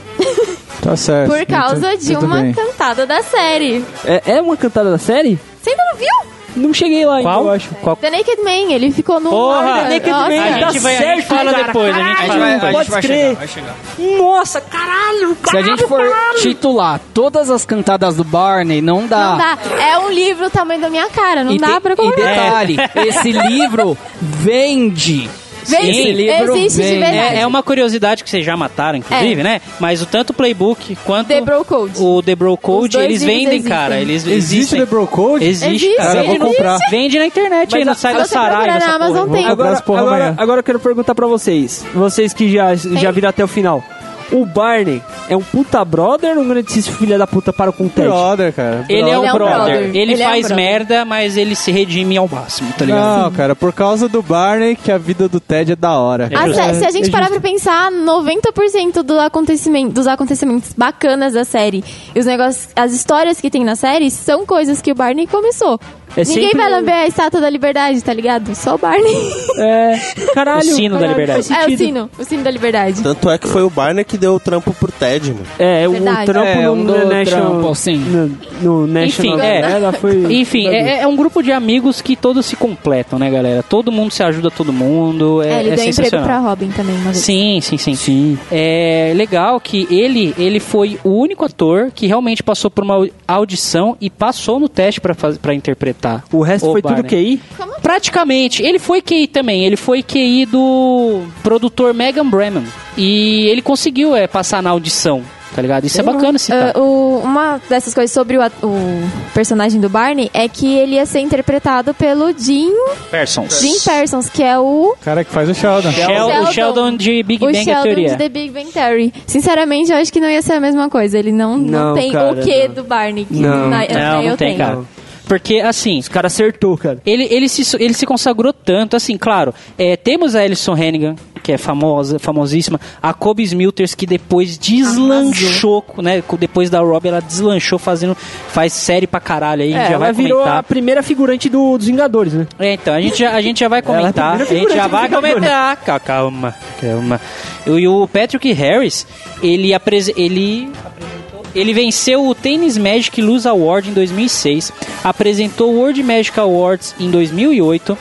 Tá certo.
Por causa
Muito-
de
muito
uma
bem.
cantada da série.
É, é uma cantada da série?
Você ainda não viu?
Não cheguei lá ainda,
Qual?
eu acho.
Qual?
The Naked Man, ele ficou no.
Porra!
Nossa.
Naked Man,
A
Tá
gente vai, a gente
certo,
fala
cara.
depois, a gente
Caralho.
fala.
A gente vai- a gente Pode vai crer.
chegar, vai chegar.
Nossa, caralho,
Se a
caralho,
gente for
caralho.
titular todas as cantadas do Barney, não dá.
Não dá. É um livro o tamanho da minha cara, não
e
dá
tem-
pra
E
comprar.
detalhe, esse livro vende.
Vende,
Esse livro né,
existe de
vende.
verdade.
É, é uma curiosidade que vocês já mataram, inclusive, né? Mas o tanto o Playbook quanto
É. The Bro Code.
o The Bro Code,
dois
eles
livros
vendem,
existem.
cara. Eles
Existe
existem.
The Bro Code?
Existe,
Existe,
Cara, eu vou
Vende, no-
comprar.
vende na internet, aí
Mas
no
a-
site
se
da
você procurar
Saraiva.
na
essa porra.
Amazon, tem.
comprar
Agora,
essa porra
agora,
amanhã.
agora eu quero perguntar pra vocês. Vocês que já, já viram até o final. O Barney é um puta brother ou um grandíssimo filho da puta para com o Ted?
Brother, cara.
Ele é um
Ele é um
brother.
brother.
Ele,
Ele é um
faz
brother.
merda, mas ele se redime ao máximo, tá ligado?
Não, cara, por causa do Barney que a vida do Ted é da hora.
Ah, se, se a gente parar pra pensar, 90% do acontecimento, dos acontecimentos bacanas da série e os negócios, as histórias que tem na série são coisas que o Barney começou.
É
Ninguém
sempre
um
vai
o-
lamber a estátua da liberdade, tá ligado? Só o Barney.
É, caralho.
O sino da
caralho,
liberdade. Então,
faz
É o
sentido.
sino, o sino da liberdade.
Tanto é que foi o Barney que deu o trampo pro Ted, mano.
É, o
Verdade.
trampo
É,
no,
um
no
do
National...
trampo, sim.
No, no National...
Enfim, é.
Ela foi...
Enfim, é, é um grupo de amigos que todos se completam, né, galera? Todo mundo se ajuda todo mundo. É,
É, ele
é
deu emprego
sensacional.
pra Robin também, uma vez.
Sim, sim, sim. É legal que ele, ele foi o único ator que realmente passou por uma au- audição e passou no teste pra faz- pra interpretar.
O resto
o
foi tudo
é, Barney.
QI.
Praticamente, ele foi QI também. Ele foi QI do produtor Megan Bremen. E ele conseguiu é, passar na audição, tá ligado? Isso é bacana citar.
Ah, o- uma dessas coisas sobre o, at- o personagem do Barney é que ele ia ser interpretado pelo Jim,
Persons.
Jim Parsons, que é o
O cara que faz o Sheldon.
Shel-
Sheldon.
o Sheldon de Big
o
Bang é
Sheldon
Theory.
de The Big Bang Theory. Sinceramente, eu acho que não ia ser a mesma coisa. Ele não, não,
Não,
tem
cara,
o quê
não.
do Barney que
Não.
na-
Não,
eu
não tem,
tenho.
cara. Porque, assim,
Os caras acertou, cara.
ele, ele, se, ele se consagrou tanto, assim, claro, é, temos a Alison Hennigan, que é famosa, famosíssima, a Kobe Smilters, que depois deslanchou, né, co- depois da Rob, ela deslanchou fazendo, faz série pra caralho aí, a gente
É,
já vai
ela virou
comentar.
a primeira figurante do, dos Vingadores, né?
É, então, a gente já, a gente já vai
é a
comentar.
primeira
a gente já
figurante
vai
do Vingadores.
comentar. Ca- Calma, calma. E o- E o Patrick Harris, ele, apres- ele apresentou- Ele venceu o Tennis Magic Luz Award em 2006, apresentou o World Magic Awards em 2008,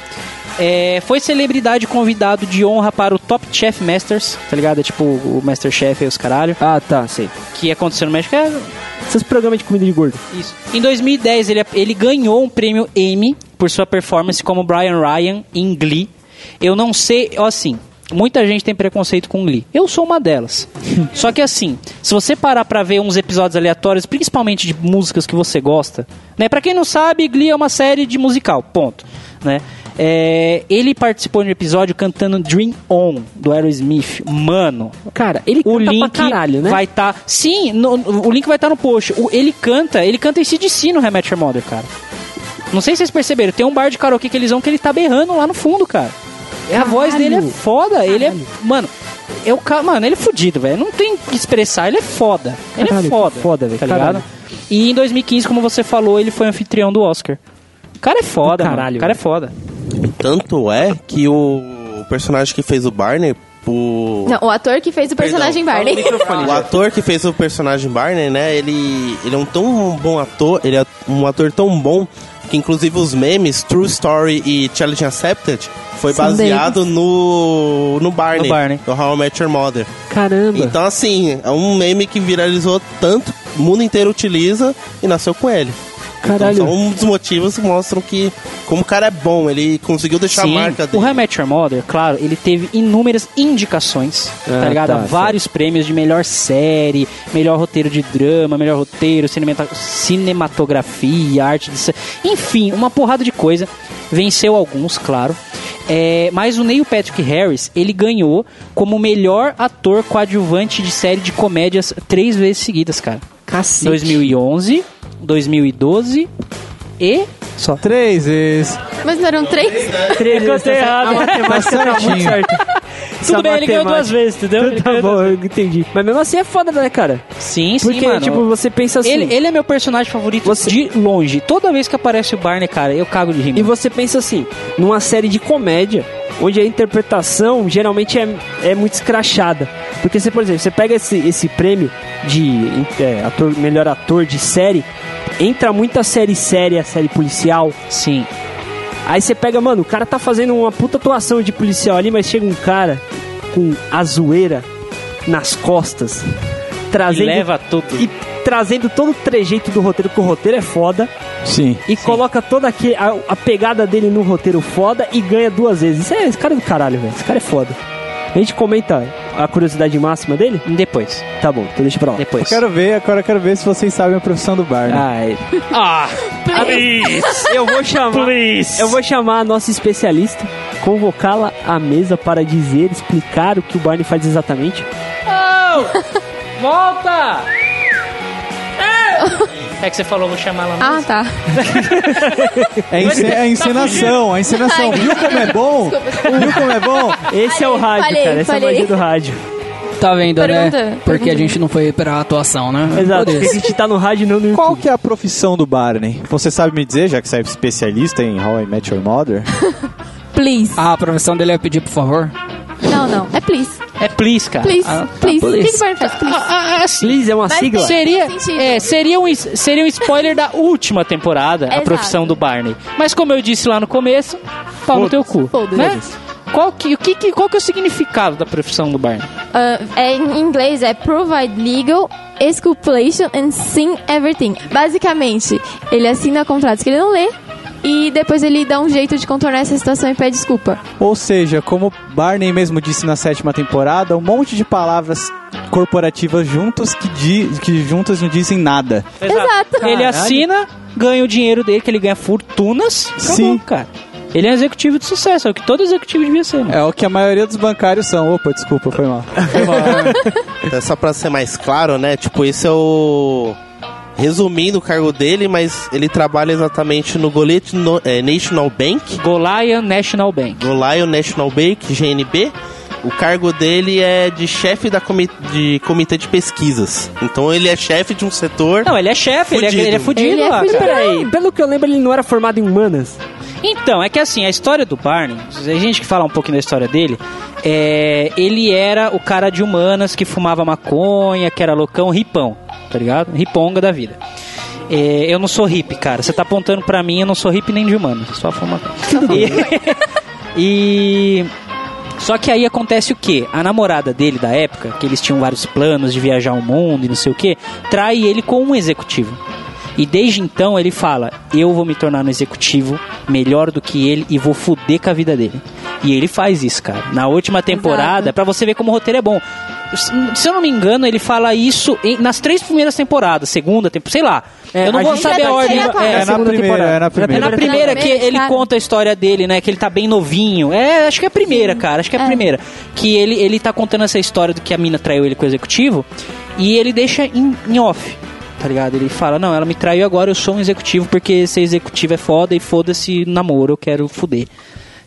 é, foi celebridade convidado de honra para o Top Chef Masters, tá ligado? É tipo o Master Chef e os caralho,
Ah, tá, sei.
que aconteceu no Magic. É,
Esses programas de comida de gordo.
isso. Em 2010, ele, ele ganhou um prêmio Emmy por sua performance como Brian Ryan em Glee. Eu não sei, ó, assim, muita gente tem preconceito com Glee. Eu sou uma delas. Só que assim, se você parar pra ver uns episódios aleatórios, principalmente de músicas que você gosta, né? Pra quem não sabe, Glee é uma série de musical, ponto, né? É, ele participou de um episódio cantando Dream On, do Aerosmith. Mano,
Cara, ele
o
canta
link
pra caralho, né?
vai estar. Sim, no- o link vai estar no post. O- ele canta, ele canta esse DC no Rematch Your Mother, cara. Não sei se vocês perceberam, tem um bar de karaokê que eles vão que ele tá berrando lá no fundo, cara. A voz dele é foda, ele é. Mano, é o cara. Mano, ele é fudido, velho. Não tem o que expressar, ele é foda. Ele
Caralho,
é foda.
foda, velho,
Tá
caralho.
ligado? E em 2015, como você falou, ele foi anfitrião do Oscar. O cara é foda,
Do
Mano.
caralho,
O cara é foda.
Tanto é que o personagem que fez o Barney, o.
Não, o ator que fez o personagem Barney.
O ator que fez o personagem Barney, né? Ele, ele é um tão bom ator, ele é um ator tão bom que inclusive os memes True Story e Challenge Accepted foi
São
baseado no no Barney,
No Barney.
do How I Met Your Mother.
Caramba.
Então assim, é um meme que viralizou tanto, o mundo inteiro utiliza e nasceu com ele.
Caralho.
Então, um dos motivos que mostram que como o cara é bom, ele conseguiu deixar a marca
O
dele.
How I Met Your Mother, claro, ele teve inúmeras indicações,
Ah,
tá ligado?
tá,
Vários prêmios de melhor série, melhor roteiro de drama, melhor roteiro, cinemata- cinematografia, arte de... ce- Enfim, uma porrada de coisa. Venceu alguns, claro. É, mas o Neil Patrick Harris, ele ganhou como melhor ator coadjuvante de série de comédias três vezes seguidas, cara.
Cacete.
2011, 2012 e... Só.
Três vezes.
Mas não eram três?
Eu cantei errado.
Tá certinho.
Tudo bem, ele ganhou duas vezes, entendeu? Ele
Tá
ganhou duas
bom, eu entendi. Mas mesmo assim é foda, né, cara?
Sim, sim,
Porque,
mano.
tipo, você pensa assim...
ele, ele é meu personagem favorito
Você-
de longe. Toda vez que aparece o Barney, cara, eu cago de rir.
E
mano.
você pensa assim, numa série de comédia, onde a interpretação geralmente é, é muito escrachada. Porque você, por exemplo, você pega esse, esse prêmio de é, ator, melhor ator de série, entra muita série séria, série policial.
Sim.
Aí você pega, mano, o cara tá fazendo uma puta atuação de policial ali, mas chega um cara com a zoeira nas costas,
E
trazendo
leva tudo.
e trazendo todo o trejeito do roteiro, porque o roteiro é foda,
Sim.
e coloca toda aque- a, a pegada dele no roteiro foda e ganha duas vezes. Isso é, esse cara é do caralho, velho. Esse cara é foda. A gente comenta a curiosidade máxima dele?
Depois.
Tá bom, então deixa pra lá.
Depois.
Quero ver, agora eu quero ver se vocês sabem a profissão do Barney.
Ai. Ah, please. Eu vou chamar. Eu vou chamar a nossa especialista, convocá-la à mesa para dizer, explicar o que o Barney faz exatamente.
Volta! É que você falou, vou chamar lá.
Ah, tá.
É, ence- é
tá
a encenação, a encenação. Viu como é bom? Viu como é bom?
Esse é o rádio,
falhei,
cara. Essa é a
falhei.
magia do rádio.
Tá vendo, né?
Pergunta.
Porque a
Pergunta.
gente não foi pra atuação, né?
Exato, porque a
Foda-se.
gente tá no rádio e não no YouTube.
Qual que é a profissão do Barney? Você sabe me dizer, já que você é especialista em How I Met Your Mother?
Please.
Ah, a profissão dele é pedir, por favor.
Não, não. É please.
É please, cara.
Please. please. O que
please.
que o Barney faz? Please.
Ah, ah, assim,
Please é uma
Mas
sigla?
tem-
Seria,
Faz sentido.
é, seria, um, es- seria um spoiler da última temporada, a
Exato.
profissão do Barney. Mas como eu disse lá no começo, pau no teu cu.
Foda-se.
Né? Qual, que, o que, que- qual que é o significado da profissão do Barney?
Ah, é, em inglês é Provide Legal Exculpation and Sign Everything. Basicamente, ele assina contratos que ele não lê e depois ele dá um jeito de contornar essa situação e pede desculpa.
Ou seja, como Barney mesmo disse na sétima temporada, um monte de palavras corporativas juntas que, di- que juntas não dizem nada.
Exato.
Ele assina, ganha o dinheiro dele, que ele ganha fortunas. Acabou,
Sim.
cara. Ele é um executivo de sucesso, é o que todo executivo devia ser. né? mano.
É o que a maioria dos bancários são. Opa, desculpa, foi mal.
É Só pra ser mais claro, né? Tipo, esse é o. Resumindo o cargo dele, mas ele trabalha exatamente no Golete no- é, National Bank,
Goliath National Bank.
no Lion National Bank, GNB. O cargo dele é de chefe da comi de comitê de pesquisas. Então ele é chefe de um setor.
Não, ele é chefe, ele é,
Fudido.
ele é fudido
Ele é
lá.
fudido.
Peraí, pelo que eu lembro, ele não era formado em humanas.
Então, é que assim, a história do Barney, a gente que fala um pouquinho da história dele, é, ele era o cara de humanas que fumava maconha, que era loucão, ripão, tá ligado? Riponga da vida. É, eu não sou hippie, cara. Você tá apontando pra mim, eu não sou hippie nem de humano. Só fuma. E... e- Só que aí acontece o quê? A namorada dele da época, que eles tinham vários planos de viajar o mundo e não sei o quê, trai ele com um executivo. E desde então ele fala: Eu vou me tornar um executivo melhor do que ele e vou fuder com a vida dele. E ele faz isso, cara. Na última temporada,
Exato.
pra você ver como o roteiro é bom. Se se eu não me engano, ele fala isso em- nas três primeiras temporadas, segunda, tempo, sei lá. eu não
a
vou
gente-
saber
É, a
a
gente
ordem.
ainda tá-
é,
É na
segunda
primeira,
temporada.
é na primeira.
é na primeira que
primeira,
ele
cara.
conta a história dele, né? Que ele tá bem novinho. É, acho que é a primeira, cara. Acho que é a primeira. Que ele, ele tá contando essa história do que a mina traiu ele com o executivo. E ele deixa em, em off, tá ligado? Ele fala, não, ela me traiu agora, eu sou um executivo, porque ser executivo é foda e foda-se namoro, eu quero fuder.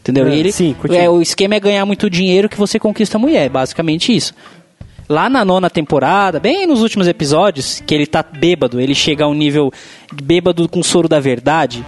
Entendeu?
Ah,
E ele,
sim, continua.
é, o esquema é ganhar muito dinheiro que você conquista a mulher, é basicamente isso. Lá na nona temporada, bem nos últimos episódios, que ele tá bêbado, ele chega a um nível bêbado com soro da verdade,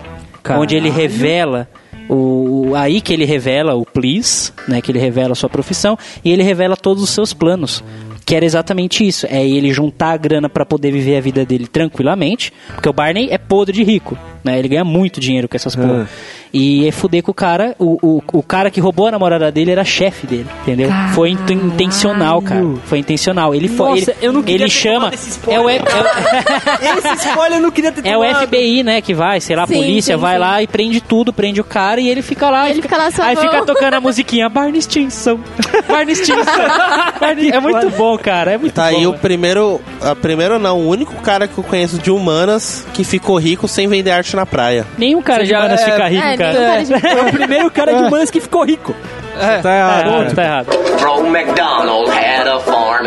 onde ele revela o, o- aí que ele revela o please, né, que ele revela a sua profissão e ele revela todos os seus planos. Que era exatamente isso, é ele juntar a grana pra poder viver a vida dele tranquilamente, porque o Barney é podre de rico, né? Ele ganha muito dinheiro com essas porra.
Ah.
E é fuder com o cara, o, o, o cara que roubou a namorada dele era chefe dele, entendeu? Foi int- intencional, cara. Foi intencional. Ele foi,
Nossa,
ele,
eu não queria
ele
ter
chama
tomado esse
é
spoiler.
o, é, é o-
Esse spoiler eu não queria ter
é o FBI, né, que vai, sei lá, a
Sim,
polícia
sim,
vai
sim.
lá e prende tudo, prende o cara e ele fica lá. e
Ele fica lá só
Aí
vão.
fica tocando a musiquinha Barney Stinson. Barney Stinson. Barney- é muito bom, cara. É muito
Tá
bom.
aí o
velho.
primeiro. A primeiro não, o único cara que eu conheço de humanas que ficou rico sem vender arte na praia.
Nenhum cara
Você
de
já-
humanas
é-
fica rico,
É,
cara.
nenhum cara de-
É o primeiro cara de humanas que ficou rico.
Tá
Tá
errado.
errado, tá errado.
Roe McDonald had a farm.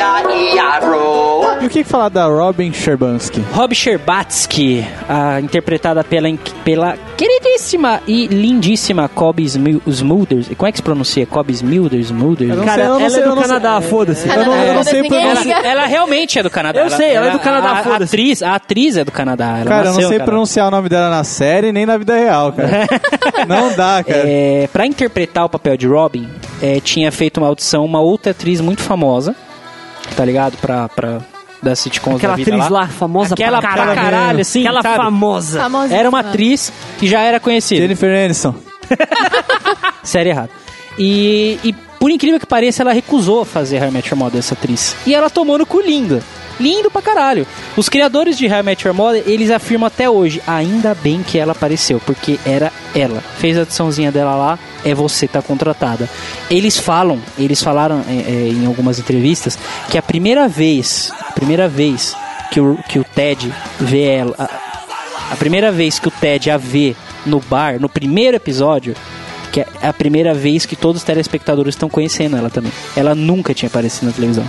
E-I-E-I, Roe.
E o que falar da Robin Sherbansky?
Rob Sherbatsky, a- interpretada pela, in- pela queridíssima e lindíssima Cobb Smu- Smulders. Como é que se pronuncia? Cobb Smulders? Smulders?
não
Cara,
sei, eu não
ela
sei,
é
eu
do
não sei.
Canadá, foda-se.
Eu não, eu não sei
Ninguém
pronunciar.
Ela,
liga.
ela realmente é do Canadá.
Eu sei, ela é do Canadá,
a- A,
foda-se.
atriz, a atriz é do Canadá. Ela
Cara, eu não
nasceu
sei
no Canadá.
pronunciar o nome dela na série nem na vida real, cara. não dá, cara.
É, pra interpretar o papel de Robin, é, tinha feito uma audição uma outra atriz muito famosa, tá ligado? Pra, pra, da sitcom
Aquela
da vida
atriz
lá.
lá, famosa
Aquela
pra
pra
caralho.
caralho, assim,
Aquela
sabe?
famosa.
Famosa.
Era uma atriz que já era conhecida.
Jennifer Aniston.
Série errada. E, e por incrível que pareça, ela recusou fazer How I Met Your Mother, essa atriz. E ela tomou no cu lindo. Lindo pra caralho. Os criadores de How I Met Your Mother, eles afirmam até hoje, ainda bem que ela apareceu, porque era ela. Fez a adiçãozinha dela lá, é você, tá contratada. Eles falam, eles falaram é, é, em algumas entrevistas, que a primeira vez, a primeira vez que o, que o Ted vê ela, a- a primeira vez que o Ted a vê no bar, no primeiro episódio, que é a primeira vez que todos os telespectadores estão conhecendo ela também. Ela nunca tinha aparecido na televisão.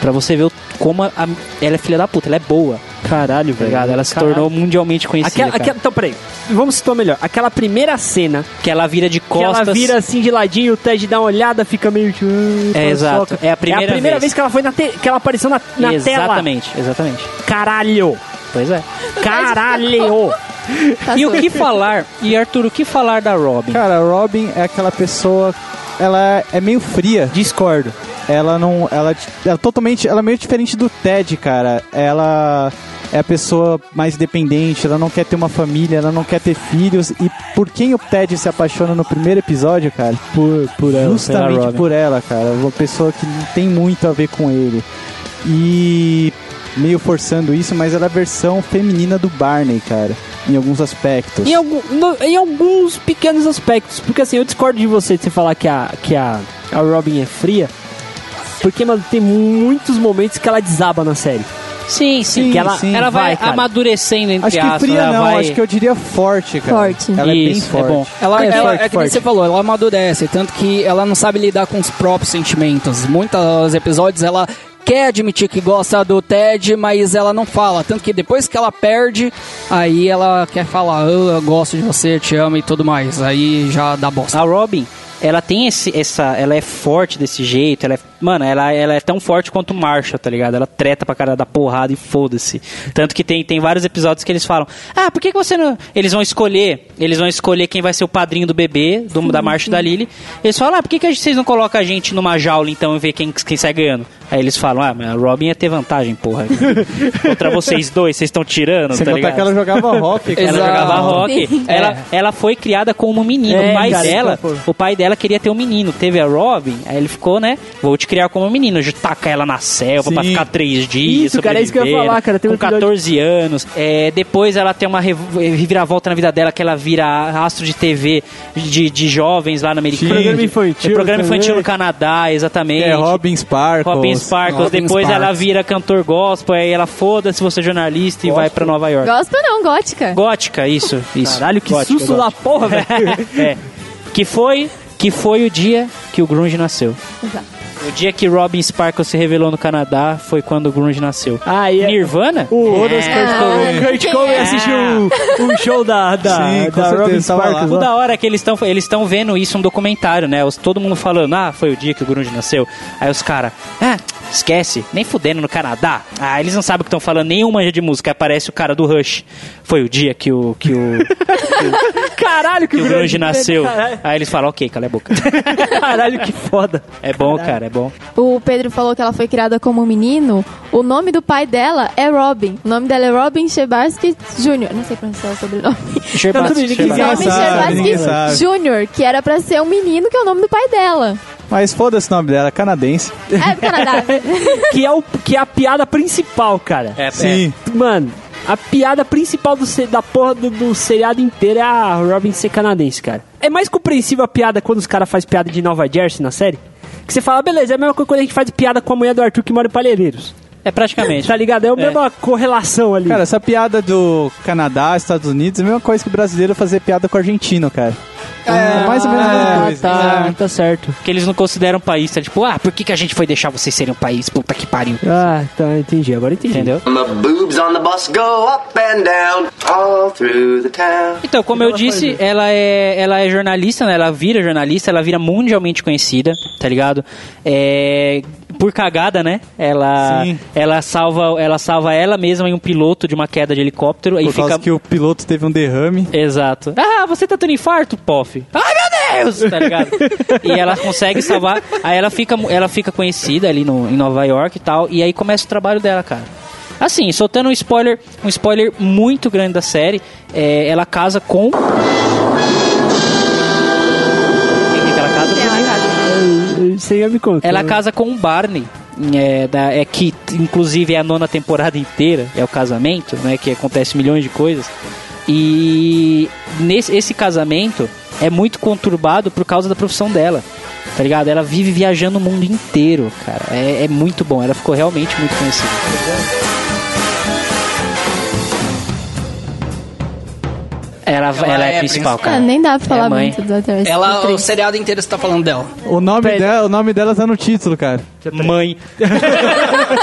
Pra você ver o- como a- a- ela é filha da puta, ela é boa.
Caralho,
Tá
velho.
ligado? Ela se
Caralho.
tornou mundialmente conhecida.
Aquela,
cara.
aquela- então, peraí. Vamos citar melhor. Aquela primeira cena
Que ela vira de
Que
costas.
ela vira assim de ladinho, o Ted dá uma olhada, fica meio. tipo, "Ah,
É,
soca".
exato. É a primeira
vez.
vez.
que ela foi na te... que ela apareceu na, na tela.
exatamente, exatamente.
Caralho!
Pois é.
Caralho!
Tá
E o
certo.
que falar, e Arthur, o que falar da Robin?
Cara, a Robin é aquela pessoa. Ela é meio fria. Discordo. Ela não. Ela, ela totalmente. Ela é meio diferente do Ted, cara. Ela é a pessoa mais dependente. Ela não quer ter uma família. Ela não quer ter filhos. E por quem o Ted se apaixona no primeiro episódio, cara?
Por, por ela, pela
Justamente
Robin.
por ela, cara. Uma pessoa que não tem muito a ver com ele. E meio forçando isso, mas ela é a versão feminina do Barney, cara. Em alguns aspectos.
Em, algum- no- em alguns pequenos aspectos. Porque assim, eu discordo de você de você falar que a, que a, a Robin é fria. Porque, mano, tem muitos momentos que ela desaba na série.
Sim,
sim,
que ela,
sim.
ela vai,
Vai, cara.
amadurecendo entre
Acho que
aspas,
fria
ela
não,
né? vai-
acho que eu diria forte, cara.
Forte.
Ela é bem
Isso,
forte.
é bom.
Ela,
É,
ela-
forte,
é que nem
forte.
você falou, ela amadurece, tanto que ela não sabe lidar com os próprios sentimentos. Muitos episódios ela quer admitir que gosta do Ted, mas ela não fala. Tanto que depois que ela perde, aí ela quer falar, "Eu- eu gosto de você, te amo e tudo mais. Aí já dá bosta.
A Robin, ela tem esse, essa. Ela é forte desse jeito. Ela é, mano, ela, ela é tão forte quanto o Marshall, tá ligado? Ela treta pra cara da porrada e foda-se. Tanto que tem, tem vários episódios que eles falam: Ah, por que, que você não. Eles vão escolher. Eles vão escolher quem vai ser o padrinho do bebê, do, da Marshall e da Lily. Eles falam: Ah, por que, que a gente- vocês não colocam a gente numa jaula então e ver quem, quem sai ganhando? Aí eles falam: Ah, mas a Robin ia ter vantagem, porra. Contra vocês dois, vocês estão tirando,
Sem
tá
contar
ligado?
que ela jogava rock, cara.
Ela
Exato.
jogava rock.
Sim.
Ela, ela foi criada como um menino.
É,
o pai
cara,
dela,
isso que ela
o pai dela queria ter um menino. Teve a Robin, aí ele ficou, né? Vou te criar como um menino. Já Taca ela na selva
Sim.
pra ficar três dias.
Isso, cara, é isso que eu ia
sobrevivendo.
falar, cara, tem um
Com
episódio-
14 anos. É, depois ela tem uma revo- reviravolta na vida dela, que ela vira astro de TV de, de jovens lá no americano.
Sim. Programa
infantil
É, programa infantil
também.
no Canadá, exatamente.
É, Robin Sparkles.
Robin Sparkles,
Robin
depois ela
Sparks.
vira cantor gospel, aí ela foda-se, você é jornalista e vai pra Nova York.
Gospel não, gótica.
Gótica, isso, isso.
Caralho, que
Gótica,
susto da
gótica.
porra, velho.
É. Que foi, que foi o dia que o Grunge nasceu.
Exato.
O dia que Robin Sparkle se revelou no Canadá foi quando o Grunge nasceu.
Ah, e é-
Nirvana?
O Odas Kurt Cobain.
Ah,
O Kurt Cobain
é.
assistiu o, o show da, da,
Sim, com
da
certeza,
Robin
tava lá.
Sparks.
O da hora é que eles estão eles estão vendo isso um documentário, né? Os, todo mundo falando, ah, foi o dia que o Grunge nasceu. Aí os caras, ah, esquece, nem fudendo no Canadá. Ah, eles não sabem o que estão falando, nenhum manja de música. Aí Aparece o cara do Rush. Foi o dia que o, que o,
Caralho, que,
que o Grunge nasceu.
Caralho,
Aí eles falam, ok, cala a boca.
Caralho, que foda.
É bom, cara, é bom.
O Pedro falou que ela foi criada como um menino. O nome do pai dela é Robin. O nome dela é Robin Shebarsky Jr. Não sei pronunciar o sobrenome.
Sherbats,
Então, ninguém
Sherbats.
sabe,
Robin
ninguém
Shebarsky
sabe.
Jr., que era pra ser um menino, que é o nome do pai dela.
Mas foda-se o nome dela, canadense.
É do Canadá.
Que é, o, que é a piada principal, cara.
É,
Sim.
Mano, a piada principal do, se- da porra do, do seriado inteiro é a Robin ser canadense, cara. É mais compreensível a piada quando os caras fazem piada de Nova Jersey na série? Que você fala, beleza, é a mesma coisa quando a gente faz piada com a mulher do Arthur que mora em Palheireiros.
É, é praticamente.
Tá ligado? É a mesma correlação ali.
Cara, essa piada do Canadá, Estados Unidos, é a mesma coisa que o brasileiro fazer piada com o argentino, cara. É, mais ou menos a mesma coisa.
É.
tá, tá certo.
Porque eles não consideram país, tá tipo, ah, por que, que a gente foi deixar vocês serem um país? Puta que pariu.
Ah, tá, entendi. Agora entendi.
Entendeu?
My boobs on the bus go up and down all through the town.
Então, como eu disse, ela é, ela é jornalista, né? Ela vira jornalista, ela vira mundialmente conhecida, tá ligado? É, por cagada, né? Ela,
Sim.
ela salva, ela salva ela mesma em um piloto de uma queda de helicóptero e
Por causa
fica
que o piloto teve um derrame.
Exato. Ah, você tá tendo infarto, Poff? Ai, meu Deus! Tá ligado? e ela consegue salvar. Aí ela fica, ela fica conhecida ali no, em Nova York e tal. E aí começa o trabalho dela, cara. Assim, soltando um spoiler, um spoiler muito grande da série, é, ela casa com. Quem que ela casa?
Você ia me contar.
Ela casa com o Barney. É, da, é que t- inclusive é a nona temporada inteira, é o casamento, né? Que acontece milhões de coisas. E nesse esse casamento é muito conturbado por causa da profissão dela. Tá ligado? Ela vive viajando o mundo inteiro, cara. É, é muito bom. Ela ficou realmente muito conhecida. Ela, ela, é,
é
principal,
principal.
cara.
Ah, nem dá pra falar
É, mãe.
muito da Taylor
Ela, o
Swift.
seriado inteiro você tá falando dela.
O nome, dela, o nome dela tá no título, cara.
Mãe.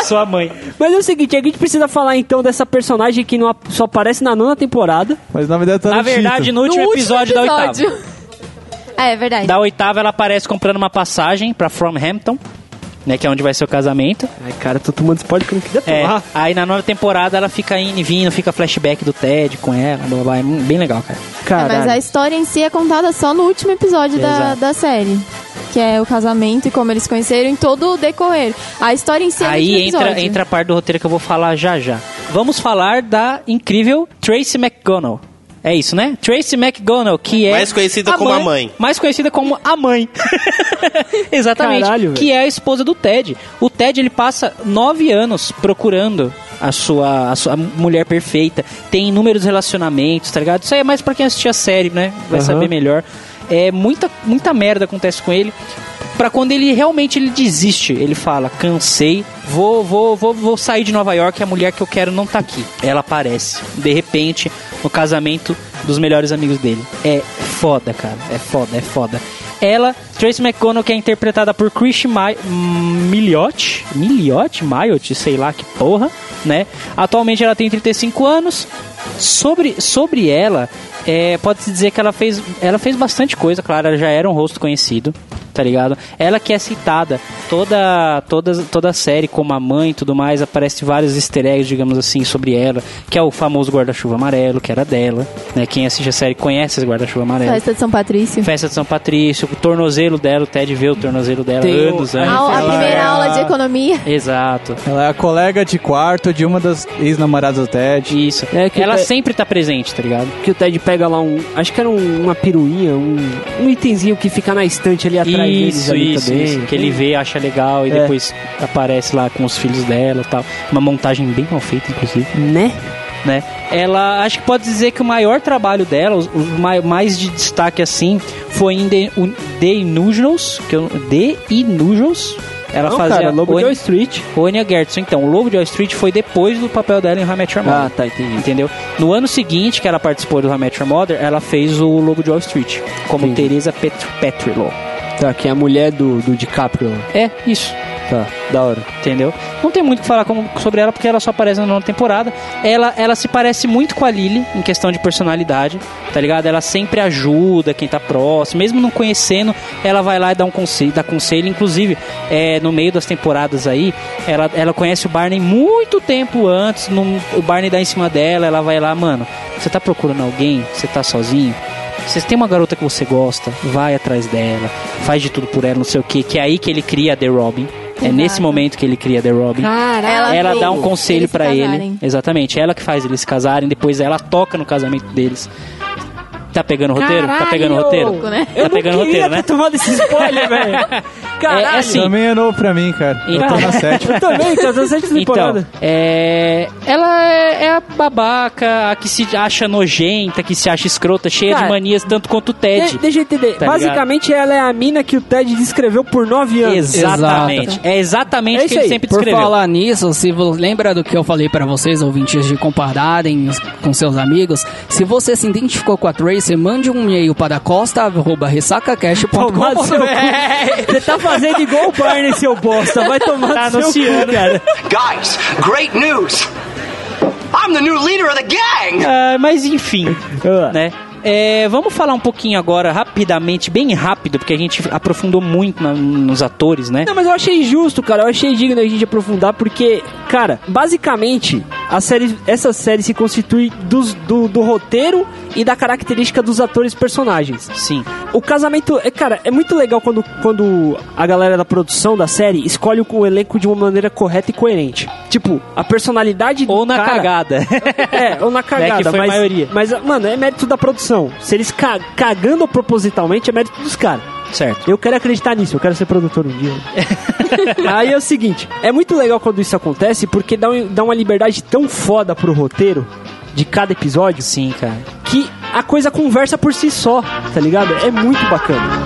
Sua mãe.
Mas é o seguinte, a gente precisa falar então dessa personagem que não, ap- só aparece na nona temporada.
Mas o nome dela tá
Na
no
verdade,
título.
no último, episódio, da oitava.
Ah, é verdade.
Da oitava, ela aparece comprando uma passagem pra From Hampton, né? Que é onde vai ser o casamento.
Ai, cara, tô tomando spoiler que eu não queria
É,
tomar.
aí na nova temporada ela fica indo e vindo, fica flashback do Ted com ela, blá blá blá. É bem legal, cara.
É, mas a história em si é contada só no último episódio da,
Exato.
da série. Que é o casamento e como eles se conheceram em todo o decorrer. A história em si é no
aí
último
entra,
episódio.
entra a parte do roteiro que eu vou falar já já. Vamos falar da incrível Tracy McGonnell. É isso, né? Tracy McGonnell, que é.
Mais conhecida como a mãe.
Mais conhecida como a mãe. Exatamente.
Caralho,
que é a esposa do Ted. O Ted, ele passa nove anos procurando a sua, a sua mulher perfeita. Tem inúmeros relacionamentos, tá ligado? Isso aí é mais pra quem assistir a série, né? Vai saber melhor. É, muita, muita merda acontece com ele. Pra quando ele realmente ele desiste, ele fala: cansei, vou, vou, vou, vou sair de Nova York, a mulher que eu quero não tá aqui. Ela aparece, de repente, no casamento dos melhores amigos dele. É foda, cara. É foda, é foda. Ela, Tracy McConnell, que é interpretada por Chris Mi- Milioti, Milioti, Milioti, sei lá que porra, né? Atualmente ela tem 35 anos. Sobre, sobre ela, é, pode-se dizer que ela fez, ela fez bastante coisa, claro, ela já era um rosto conhecido, tá ligado? Ela que é citada toda, toda, toda a série como a mãe e tudo mais, aparece vários easter eggs, digamos assim, sobre ela, que é o famoso guarda-chuva amarelo, que era dela, né? Quem assiste a série conhece esse guarda-chuva amarelo.
Festa de São Patrício.
Festa de São Patrício, o tornozelo dela, o Ted vê o tornozelo dela
Tem o-
anos,
Ah.
a-
anos.
A, a
Ela-
primeira aula de economia.
Exato.
Ela é a colega de quarto de uma das ex-namoradas do Ted.
Isso.
É que
ela
o Ted-
sempre tá presente, tá ligado?
Que o Ted pega lá um. Acho que era um- uma peruinha, um, um itemzinho que fica na estante ali atrás deles
Isso,
ali
isso,
também.
isso. Que ele vê, acha legal e
É.
depois aparece lá com os filhos dela e tal. Uma montagem bem mal feita, inclusive.
Né?
né? Ela acho que pode dizer que o maior trabalho dela, os- o mai- mais de destaque assim, foi em The, o- The Inusuals, que eu, The Inusuals. Ela
Não,
fazia
cara, Lobo de
Oni-
Wall Street.
Anya Gertson. Então, o Lobo de Wall Street foi depois do papel dela em How I Met Your Mother.
Ah, tá, entendi.
Entendeu? No ano seguinte que ela participou do How I Met Your Mother, ela fez o Lobo de Wall Street, como
Entendi.
Teresa Petr Petrillo.
Tá, que é a mulher do, do DiCaprio lá.
É, isso.
Tá, da hora.
entendeu? Não tem muito o que falar como- sobre ela porque ela só aparece na nona temporada. Ela, ela se parece muito com a Lily em questão de personalidade, tá ligado? Ela sempre ajuda quem tá próximo, mesmo não conhecendo, ela vai lá e dá um conselho, dá conselho. Inclusive, é, no meio das temporadas aí, ela, ela conhece o Barney muito tempo antes. num- o Barney dá em cima dela, ela vai lá, mano. Você tá procurando alguém? Você tá sozinho? Você tem uma garota que você gosta, vai atrás dela, faz de tudo por ela, não sei o que, que é aí que ele cria a The Robin. É
Exato.
nesse momento que ele cria The Robin.
Ela,
Ela
vê
dá um conselho
eles se
pra ele.
casarem.
Exatamente, é ela que faz eles se casarem, depois ela toca no casamento deles. Tá pegando o roteiro? Tá pegando o roteiro?
Pouco, né?
Tá pegando o roteiro, né?
tomado esse spoiler, velho. Caralho.
É, é assim.
Também é novo pra mim, cara. Eu tô
Então.
na sétima.
Eu também, tá na sexta
Então,
temporada.
é... ela é, é a babaca, a que se acha nojenta, que se acha escrota, cheia
Cara,
de manias, tanto quanto o Ted.
De- deixa eu entender.
Tá
Basicamente, ela é a mina que o Ted descreveu por nove anos.
Exatamente. É exatamente
É
o que
isso
ele
aí,
sempre
Por
descreveu.
falar nisso, se vo- lembra do que eu falei pra vocês, ouvintes, de compararem os- com seus amigos? Se você se identificou com a Tracy, mande um e-mail para
Tomar no seu cu.
costa@ressacacash.com.
Você tá fazendo igual o Barney, seu bosta. Vai tomar
Tá
no seu cu,
anunciando.
cara.
Guys, great news! I'm the new leader of the gang!
Ah, mas enfim,
Ah.
né? É, vamos falar um pouquinho agora, rapidamente, bem rápido, porque a gente aprofundou muito na- nos atores, né?
Não, mas eu achei justo, cara. Eu achei digno a gente aprofundar, porque, cara, basicamente, a série, essa série se constitui dos- do, do roteiro e da característica dos atores e personagens.
Sim.
O casamento, é, cara, é muito legal quando, quando a galera da produção da série escolhe o, o elenco de uma maneira correta e coerente. Tipo, a personalidade do
Ou na
cara-
cagada.
É, ou na cagada,
que foi a
mas,
maioria.
mas, mano, é mérito da produção. Se eles ca- cagando propositalmente, é mérito dos caras.
certo.
Eu quero acreditar nisso, eu quero ser produtor um dia. Aí é o seguinte, é muito legal quando isso acontece, porque dá, um- dá uma liberdade tão foda pro roteiro de cada episódio
Sim, cara.
que a coisa conversa por si só, tá ligado? É muito bacana.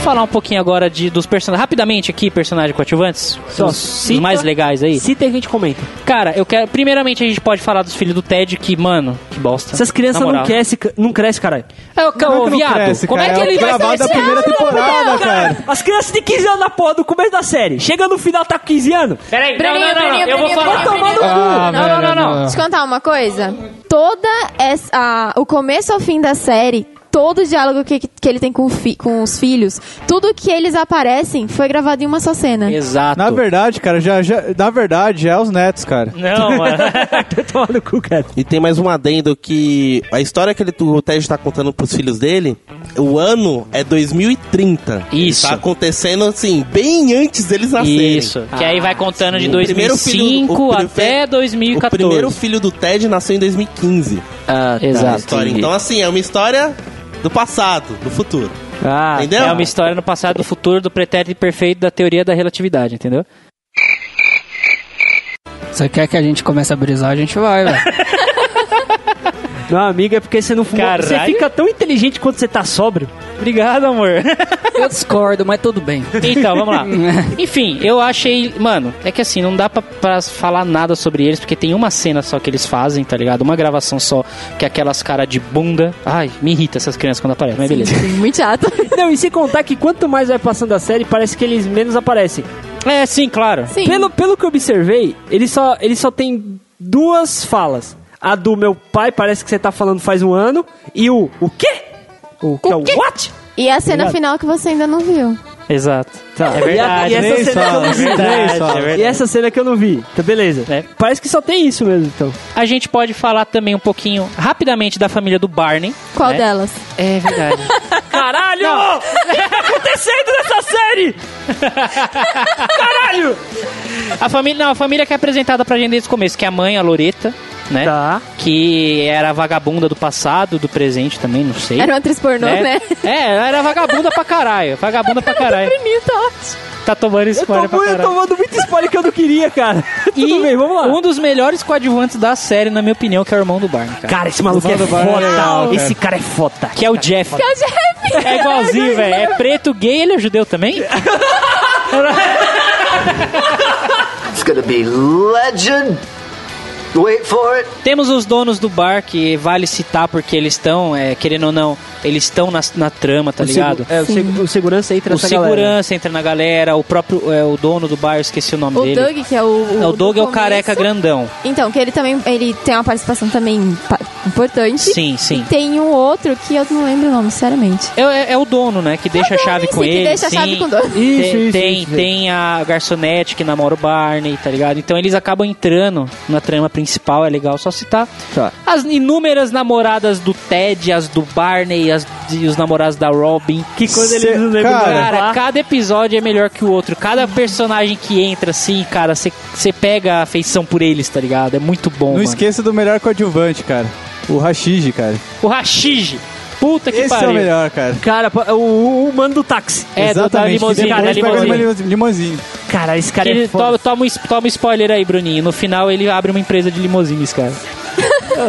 falar um pouquinho agora de, dos personagens. Rapidamente aqui, personagens coativantes. São os, os mais legais aí.
Cita e a gente comenta.
Cara, eu quero. Primeiramente a gente pode falar dos filhos do Ted, que, mano, que bosta.
Essas crianças
Na
não
moral.
crescem, não cresce, caralho.
É o ca-
Não
ô,
que não
viado.
cresce,
como
cara,
é que
é o
ele vai
gravado
crescer?
da primeira temporada, cara.
As crianças de 15 anos na porra do começo da série. Chega no final, tá com 15 anos.
Peraí, não,
Breninho,
não, não, não.
Breninho,
Eu vou
Breninho,
falar.
Breninho, Breninho.
Ah,
Não, não, não, não.
Deixa eu contar uma coisa. Toda essa. a- o começo ao fim da série, todo o diálogo que, que ele tem com, o fi- com os filhos, tudo que eles aparecem foi gravado em uma só cena.
Exato.
Na verdade, cara, já, já, na verdade, já é os netos, cara.
Não, mano.
Toma no cu, cara.
E tem mais um adendo que a história que ele, o Ted tá contando pros filhos dele, o ano é 2030.
Isso.
Tá acontecendo assim, bem antes deles nascerem.
Isso. Que aí vai contando de
Ah, O primeiro filho-
2005
o pri-
até
O
2014.
primeiro filho do Ted nasceu em 2015.
Ah,
A
Exato.
história. Então, assim, é uma história do passado, do futuro.
Ah,
Entendeu?
É uma história no passado, do futuro, do pretérito perfeito da teoria da relatividade, entendeu?
Você quer que a gente comece a brisar? A gente vai, velho.
Não, amiga, é porque você não fumou.
Caralho.
Você fica tão inteligente quando você tá sóbrio.
Obrigado, amor.
Eu discordo, mas tudo bem. É um
Então, vamos lá. Enfim, eu achei. Mano, é que assim, não dá pra, pra falar nada sobre eles, porque tem uma cena só que eles fazem, tá ligado? Uma gravação só, que é aquelas caras de bunda. Ai, me irrita essas crianças quando aparecem, mas beleza.
Muito chato.
Não, e se contar que quanto mais vai passando a série, parece que eles menos aparecem.
É, sim, claro.
Sim.
Pelo, pelo que eu observei, ele só, ele só tem duas falas. A do meu pai, parece que você tá falando faz um ano, e o o quê? O, que é o
quê?
what?
E a cena final que você ainda não viu.
Exato.
Tá,
verdade,
e, a, e
nem
essa cena que eu
fala,
não vi.
nem
Verdade,
fala.
é verdade. E essa cena que eu não vi. Tá, beleza.
É.
Parece que só tem isso mesmo, então.
A gente pode falar também um pouquinho rapidamente da família do Barney.
Qual
né?
delas?
É verdade.
Caralho! O que tá acontecendo nessa série? Caralho!
a família, não, a família que é apresentada pra gente desde o começo, que é a mãe, a Loreta, né?
Tá.
Que era a vagabunda do passado, do presente também, não sei.
Era uma atriz
um
pornô, né?
É, ela era vagabunda pra caralho. Vagabunda pra caralho.
Breninho tá ótimo.
Tá tomando
Eu tô,
spoiler pra
muito-
caralho.
tomando muito spoiler que eu não queria, cara. Tudo bem, vamos lá.
um dos melhores coadjuvantes da série, na minha opinião, que é o irmão do Barney, cara.
Cara, esse maluco é
Osvaldo Barnes é
foda.
legal, cara.
Esse cara é foda.
Que é o Jeff.
Que é o Jeff.
É igualzinho, velho. É preto, gay, ele é judeu também?
It's gonna be legend. Wait for it.
Temos os donos do bar, que vale citar, porque eles estão, é, querendo ou não, eles estão na, na trama, tá
O segu-
ligado?
é, o, segu- o segurança entra
O
nessa galera.
segurança entra na galera, o próprio é, o dono do bar, eu esqueci o nome
O
dele.
Doug, que é o. O,
é, o Doug
do
é o careca
começo.
grandão.
Então, que ele também. Ele tem uma participação também pa- importante.
Sim, sim.
Tem um outro que eu não lembro o nome, sinceramente.
É, é- é o dono, né? Que deixa a chave
Sim,
com
que
ele.
deixa a
sim.
chave com o dono.
Isso,
tem,
isso,
tem,
isso.
tem a garçonete que namora o Barney, tá ligado? Então eles acabam entrando na trama principal, é legal só citar.
Tá.
As inúmeras namoradas do Ted, as do Barney, as de- os namorados da Robin.
Que quando ele
Cê-
não lembra
né? cara,
Cara,
cara,
cada episódio é melhor que o outro. Cada personagem que entra, assim, cara, você pega a afeição por eles, tá ligado? É muito bom,
Não
mano.
esqueça do melhor coadjuvante, cara. O Rashid, cara.
O Rashid. Puta que
Esse
pariu.
é o melhor, cara.
cara, pa- o, o mano do táxi.
É, do, da
Exatamente.
limousine,
que
da
depois pega
limousine.
uma limousine.
Cara, esse
Que
cara é
ele
foda.
toma, toma, um, sp- toma um spoiler aí, Bruninho. No final ele abre uma empresa de limousines, cara.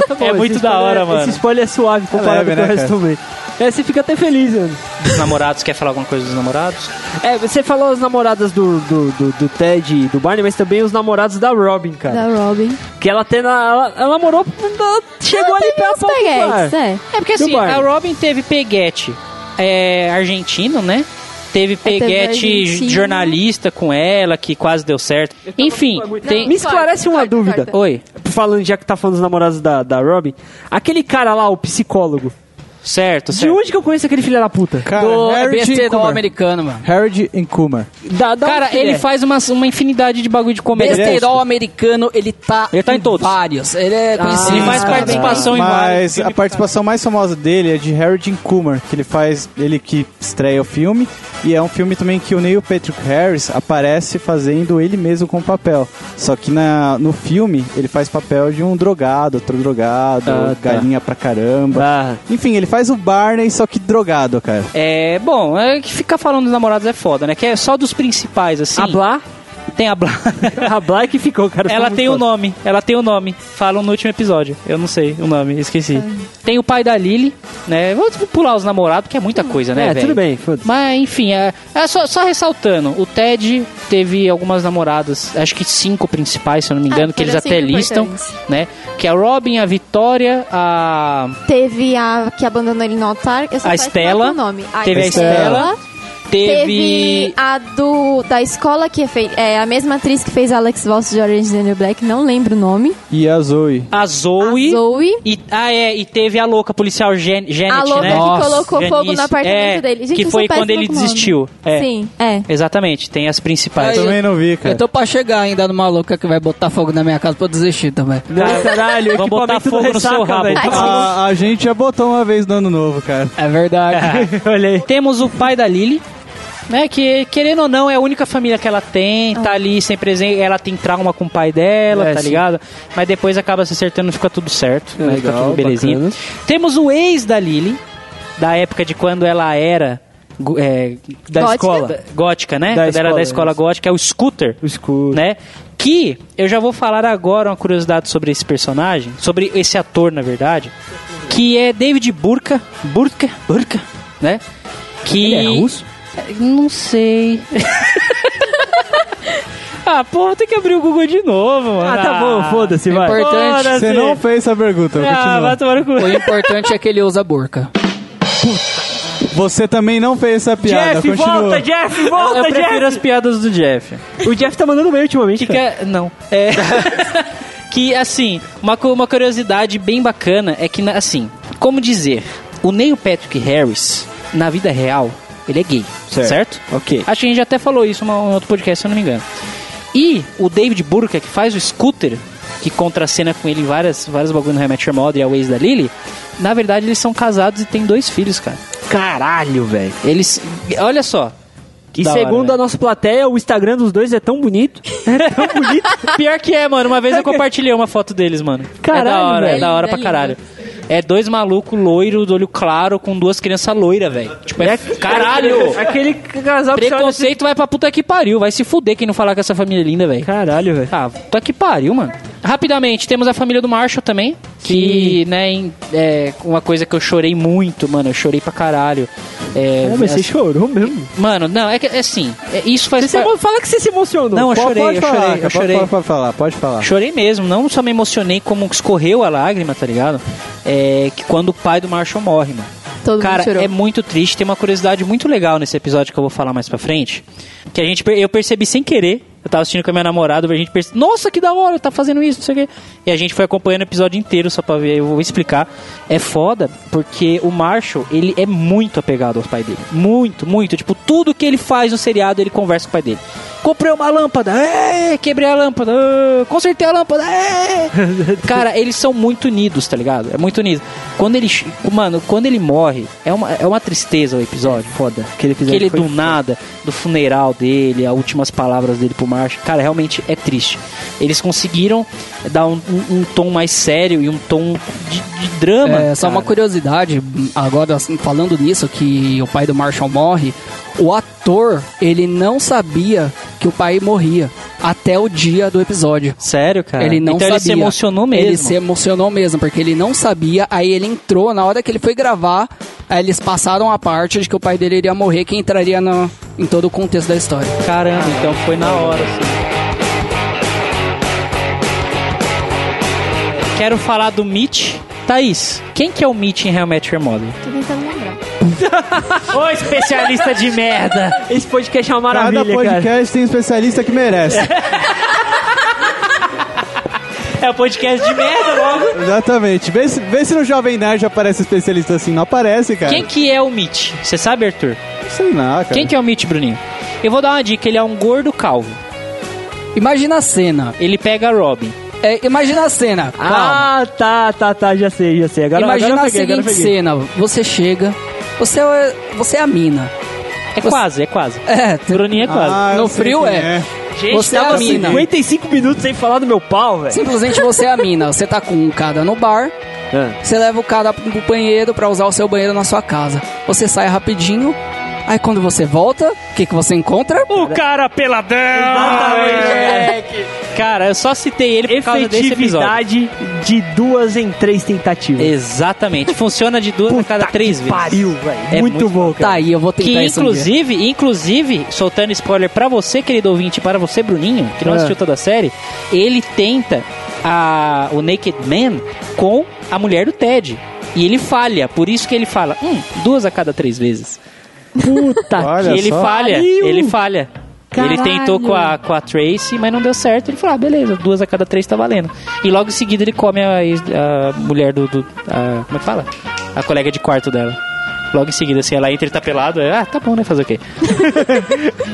Tá bom,
é
esse
muito
spoiler-
da hora, mano.
Esse spoiler é suave comparado
leve,
com o
né,
resto do meio. É, você fica até feliz, mano.
Os namorados, quer falar alguma coisa dos namorados?
É, você falou as namoradas do, do, do, do Ted e do Barney, mas também os namorados da Robin, cara.
Da Robin.
Que ela até. na- Ela, ela namorou. ela chegou ali
Tem
pela
uns
porta do bar.
peguetes, é.
É porque
Do
assim,
Barney.
a Robin teve peguete é, argentino, né? Teve
teve
peguete
argentino.
jornalista com ela, que quase deu certo. Enfim, tem...
Me esclarece uma
Corta,
dúvida.
corta.
Oi,
Falando, já que tá falando dos namorados da, da Robin, aquele cara lá, o psicólogo,
certo,
de
certo.
onde que eu conheço aquele filho da puta?
Cara,
é
Do
Harold
BT do
Kumar.
americano, mano.
Harold Kumar.
Da, da
Cara,
onde que
ele
é?
faz uma, uma infinidade de bagulho de comédia.
um Besterol americano, ele tá,
Ele tá em todos. Ah,
vários. Ele é conhecido.
ele faz
cara.
participação em vários
Mas
filmes
a participação mais famosa dele é de Harold Kumar, que ele faz, ele que estreia o filme, e é um filme também que o Neil Patrick Harris aparece fazendo ele mesmo com o papel. Só que na, no filme ele faz papel de um drogado, outro drogado,
Ah, tá.
galinha pra caramba.
Ah,
Enfim, ele faz o Barney, só que drogado, cara.
É, bom, é que ficar falando dos namorados é foda, né? Que é só dos principais, assim.
Hablar?
Tem a Bla...
A Black ficou, cara.
Ela tem
o
o nome, ela tem o nome. Falam no último episódio. Eu não sei o nome, esqueci. Tem o pai da Lily, né? Vou pular os namorados, que é muita coisa, né,
É,
velho?
tudo bem, foda-se.
Mas, enfim, é, é só, só ressaltando, o Ted teve algumas namoradas, acho que cinco principais, se eu não me engano,
Ah,
que eles
foram
até
cinco
listam,
importantes.
né? Que é a Robin, a Vitória, a...
Teve a que abandonou ele no altar. Eu só
A
faço
Estela.
quatro nome.
Teve a Estela.
Teve
Teve...
a do da escola que é, fei- é a mesma atriz que fez Alex Voss de Orange is the New Black, não lembro o nome.
E a Zoe.
A Zoe...
A Zoe.
E, ah, é, e teve a louca policial Jan Janet,
a louca
né?
que
Nossa,
colocou
Jan-
fogo
isso,
no apartamento
é,
dele. Gente,
que
eu sou
foi quando
péssima
ele
com nome.
desistiu. É,
Sim, é.
Exatamente, tem as principais.
Aí,
Também não vi, cara.
Eu
Então,
tô pra chegar ainda no maluco que vai botar fogo na minha casa pra eu desistir também.
Não, caralho,
Vamos botar
equipamento do
fogo no seu
ressaca,
rabo.
velho.
Ai,
A, a gente já botou uma vez no ano novo, cara.
É verdade.
Olha aí.
Temos o pai da Lily, né? Que, querendo ou não, é a única família que ela tem, tá ali sem presente. Ela tem trauma com o pai dela,
É,
tá
sim.
ligado? Mas depois acaba se acertando e fica tudo certo. né, fica
legal,
tudo belezinha.
bacana.
Temos o ex da Lily, da época de quando ela era. go- é, da
Gótica?
escola gótica, né?
Da
quando era
escola,
da escola
isso.
gótica, é o Scooter.
O escuro.
né? Que eu já vou falar agora uma curiosidade sobre esse personagem, sobre esse ator, na verdade, que é David Burka, Burka, Burka, né? Que
Ele é russo?
Não sei. ah, porra, tem que abrir o Google de novo, mano.
Ah, tá bom, foda-se, vai.
Importante.
Foda-se.
Você não fez essa pergunta,
Ah, vai
continua.
tomar no cu.
o importante é que ele usa burca.
Você também não fez essa piada,
Jeff,
continua.
volta, Jeff, volta,
Eu
Jeff.
prefiro as piadas do Jeff.
O Jeff tá mandando bem ultimamente, cara.
Fica- Não. É. que, assim, uma, cu- uma curiosidade bem bacana é que, na- assim, como dizer, o Neil Patrick Harris, na vida real, ele é gay, certo?
Ok.
Acho que a gente até falou isso em um outro podcast, se eu não me engano. E o David Burka, que faz o Scooter, que contracena com ele em várias, vários bagulho no Rematch Mod e a Ways da Lily, na verdade eles são casados e têm dois filhos, cara.
Caralho, velho.
Eles. Olha só.
E
Da hora,
segundo
né?
a nossa plateia, o Instagram dos dois é tão bonito. É tão bonito.
Pior que é, mano. Uma vez eu compartilhei uma foto deles, mano.
Caralho,
é da hora,
velho.
é da hora
É
pra
lindo.
caralho. É dois malucos loiro, do olho claro, com duas crianças loiras, velho. Tipo, é. Caralho!
Aquele casal que você olha assim-
Preconceito vai pra puta que pariu. Vai se fuder quem não falar que essa família é linda, velho.
Caralho, velho.
Ah, puta que pariu, mano. Rapidamente, temos a família do Marshall também. Que, né, em- é uma coisa que eu chorei muito, mano. Eu chorei pra caralho. É,
Ah, mas você
as-
chorou mesmo.
Mano, não, é que é assim. é- isso faz
Você se
par-
emo- Fala que você se emocionou.
Não, eu
Pode-
chorei,
pode
eu
falar,
chorei,
cara,
eu chorei.
Pode, pode falar, pode falar.
Chorei mesmo, não só me emocionei, como escorreu a lágrima, tá ligado? É que quando o pai do Marshall morre, mano.
Todo
Cara,
mundo chorou.
é muito triste. Tem uma curiosidade muito legal nesse episódio que eu vou falar mais pra frente. Que a gente, per- eu percebi sem querer. Eu tava assistindo com a minha namorada, a gente percebeu, nossa, que da hora, tá fazendo isso, não sei o quê. E a gente foi acompanhando o episódio inteiro só pra ver, eu vou explicar. É foda, porque o Marshall, ele é muito apegado ao pai dele. Muito, muito. Tipo, tudo que ele faz no seriado, ele conversa com o pai dele. Comprei uma lâmpada, é, quebrei a lâmpada, é, consertei a lâmpada, é. Cara, eles são muito unidos, tá ligado? É muito unido. Quando ele. ch- Mano, quando ele morre, é uma, é uma tristeza o episódio. Foda.
Aquele episódio
Aquele
foi
do nada, do funeral dele, as últimas palavras dele pro Marshall. Cara, realmente é triste. Eles conseguiram dar um, um- um tom mais sério e um tom de, de drama.
É, só uma
cara.
curiosidade, agora assim, falando nisso, que o pai do Marshall morre, o ator, ele não sabia que o pai morria até o dia do episódio.
Sério,
É.
cara.
Ele não
então
sabia.
ele se emocionou mesmo.
Ele se emocionou mesmo, porque ele não sabia, aí ele entrou, na hora que ele foi gravar, aí eles passaram a parte de que o pai dele iria morrer, que entraria na- em todo o contexto da história.
Caramba, então foi na hora. Assim. Quero falar do Mitch. Thaís, quem que é o Mitch em Real Match Your Model?
Tô tentando lembrar.
Ô, especialista de merda!
Esse podcast é uma
Cada
maravilha,
podcast
cara.
tem um especialista que merece.
É o podcast de merda logo.
Exatamente. Vê se, vê se no Jovem Nerd aparece especialista assim. Não aparece, cara.
Quem que é o Mitch? Você sabe, Arthur?
Sei lá, cara.
Quem que é o Mitch, Bruninho? Eu vou dar uma dica, ele é um gordo calvo.
Imagina a cena,
Ele pega a Robin.
é, imagina a cena, calma.
Ah, tá, tá, tá, já sei, já sei. Agora,
Imagina
agora eu
a
peguei, agora eu
seguinte
peguei.
cena: você chega, você é, você é a mina.
É
Você-
quase, é quase.
É, t-
Bruninho é quase.
Ah, eu
No
sei
frio
quem
é.
Gente, tá
você é a mina.
55 minutos sem falar do meu pau, velho.
Simplesmente você é a mina. Você tá com um cara no bar,
Ah.
você leva o cara pro banheiro pra usar o seu banheiro na sua casa. Você sai rapidinho, Aí quando você volta, o que, que você encontra?
O cara peladão! É.
Cara, eu só citei ele por causa desse episódio.
Efetividade de duas em três tentativas.
Exatamente. Funciona de duas a cada três vezes.
Pariu, velho.
É
muito,
muito
bom,
Tá
cara.
aí, eu vou
Que
tentar isso um dia.
inclusive, inclusive, soltando spoiler pra você, querido ouvinte, para você, Bruninho, que não
Ah.
assistiu toda a série, ele tenta a, o Naked Man com a mulher do Ted. E ele falha, por isso que ele fala, hum, duas a cada três vezes.
Puta
Olha
e ele
só.
falha,
Pariu!
ele falha. Ele
Caralho!
tentou com a, com a Tracy, mas não deu certo. Ele falou, ah, beleza, duas a cada três tá valendo. E logo em seguida ele come a, ex- a mulher do... do- a- como é que fala? A colega de quarto dela. Logo em seguida, assim, ela entra e tá pelado. é, Ah, tá bom, né? Fazer o quê?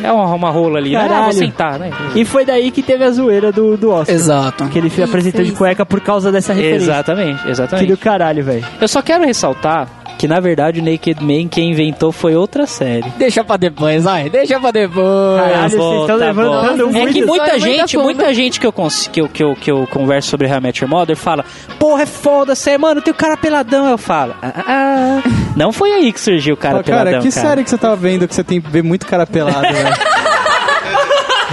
é uma, uma rola ali, né? Ah, vou
Caralho.
sentar, né?
E foi daí que teve a zoeira do, do Oscar.
Exato.
Que ele
Isso,
apresentou de
isso.
cueca por causa dessa referência.
Exatamente,
Que do
exatamente.
caralho, velho.
Eu só quero ressaltar que, na verdade, o Naked Man quem inventou foi outra série.
Deixa pra depois, vai. Deixa pra depois.
Caralho, vocês
bom,
estão
tá
levantando
bom.
muito.
É que muita
Vai muito
gente,
a fundo.
muita gente que eu, cons- que eu, que eu, que eu converso sobre How I Met Your Mother fala, porra, é foda, sério, mano, tem o cara peladão. Eu falo, ah, ah, ah. não foi aí que surgiu o cara
Fala,
peladão.
cara, que série que você tava vendo que você tem que ver muito cara pelado, velho?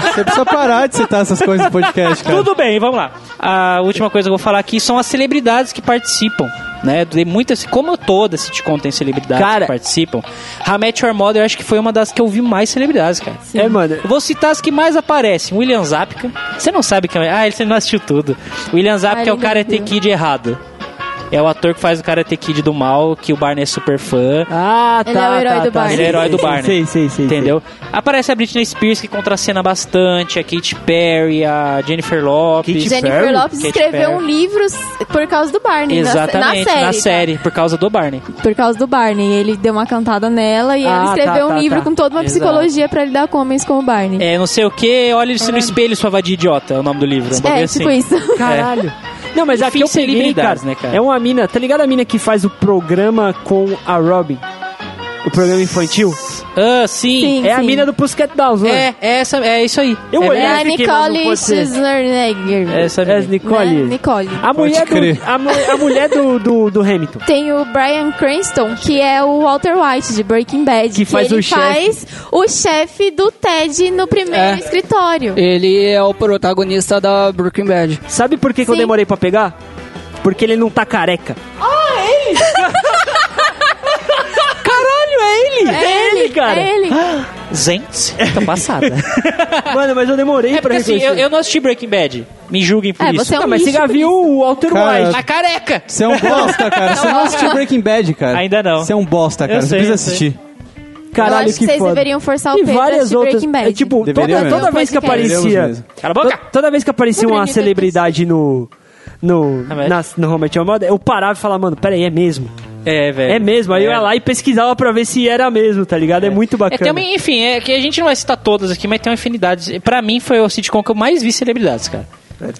Você precisa parar de citar essas coisas no podcast, cara.
Tudo bem, vamos lá. A última coisa que eu vou falar aqui são as celebridades que participam. Né, tem muitas, como toda sitcom tem celebridades
Cara-
que participam. How I Met Your Mother, eu acho que foi uma das que eu vi mais celebridades, cara.
É, mano.
Eu Vou citar as que mais aparecem. William Zapka. Você não sabe quem é. Ah, ele você não assistiu tudo. William Zapka
Ah, ele
é o
não
Karate
viu.
Kid errado. É o ator que faz o Karate Kid do mal, que o Barney é super fã.
Ah,
Ele é o herói do Barney.
Ele é o herói do Barney.
Sei, sei, sei.
Entendeu? Aparece a Britney Spears, que contracena bastante, a Katy Perry, a Jennifer Lopes.
Katy
Jennifer
Perry?
Lopes
Katy
escreveu
Perry.
um livro s- por causa do Barney. na se-
Exatamente,
na, série. tá?
por causa do Barney.
Por causa do Barney. Ele deu uma cantada nela e
Ah,
ela
tá,
escreveu um
tá,
livro
tá.
com toda uma
Exato.
psicologia pra lidar com homens como o Barney.
É, não sei o que, olha-se no espelho, sua vadia idiota, é o nome do livro. um
É,
bagulho
tipo
assim. É.
isso.
Caralho. Não, mas aqui é
Enfim,
eu peguei, cara,
celebridades, né, cara?
É uma mina, tá ligado a mina que faz o programa com a Robin? O programa infantil?
Ah, sim.
Sim.
É a mina do Pusquet Downs, né?
É, é, essa, é isso aí.
Eu
é
olhei-
É
verdade.
a
Esse aqui, mano, não
Nicole
pode ser.
Scherzinger.
Essa
É a
mesmo.
Nicole.
Né? Nicole.
A mulher, do,
crer.
a, mu- a mulher do, do, do Hamilton.
Tem o Brian Cranston, que é o Walter White de Breaking Bad.
Que faz
ele
o chefe.
faz o chefe do Ted no primeiro
É.
escritório.
Ele é o protagonista da Breaking Bad.
Sabe por que, que eu
Sim.
demorei pra pegar? Porque ele não tá careca.
Ah, é
Caralho, é ele! É ele, cara!
É ele.
Gente, tô passada.
Mano, mas eu demorei
é
pra
porque assim,
reconhecer.
eu, eu não assisti Breaking Bad. Me julguem por
É,
isso.
você é um
Não, mas você já
lixo,
viu o Walter
Cara,
White.
Tá careca!
Você é um bosta, cara. Você não assistiu Breaking Bad, cara.
Ainda não.
Você é um bosta, cara.
Eu
Você
sei,
precisa
eu sei.
assistir.
Caralho,
eu acho que, vocês
foda.
deveriam forçar o
E
Pedro a
várias
assistir
outras.
Breaking Bad.
É, tipo,
Deveria
toda,
mesmo.
toda vez que
Podcast.
aparecia.
Deveríamos
Cala a boca!
to- Toda vez que aparecia
Não
uma
acredito
celebridade no. No.
Ah, mas-
Na, no Home at Your Mother, eu parava e falava, mano, peraí, é mesmo.
É, velho.
É, mesmo. Aí eu ia lá e pesquisava pra ver se era mesmo, tá ligado? É, muito
É,
bacana.
tem uma, enfim, é que a gente não vai citar todas aqui, mas tem uma infinidade. Pra mim foi o sitcom que eu mais vi celebridades, cara.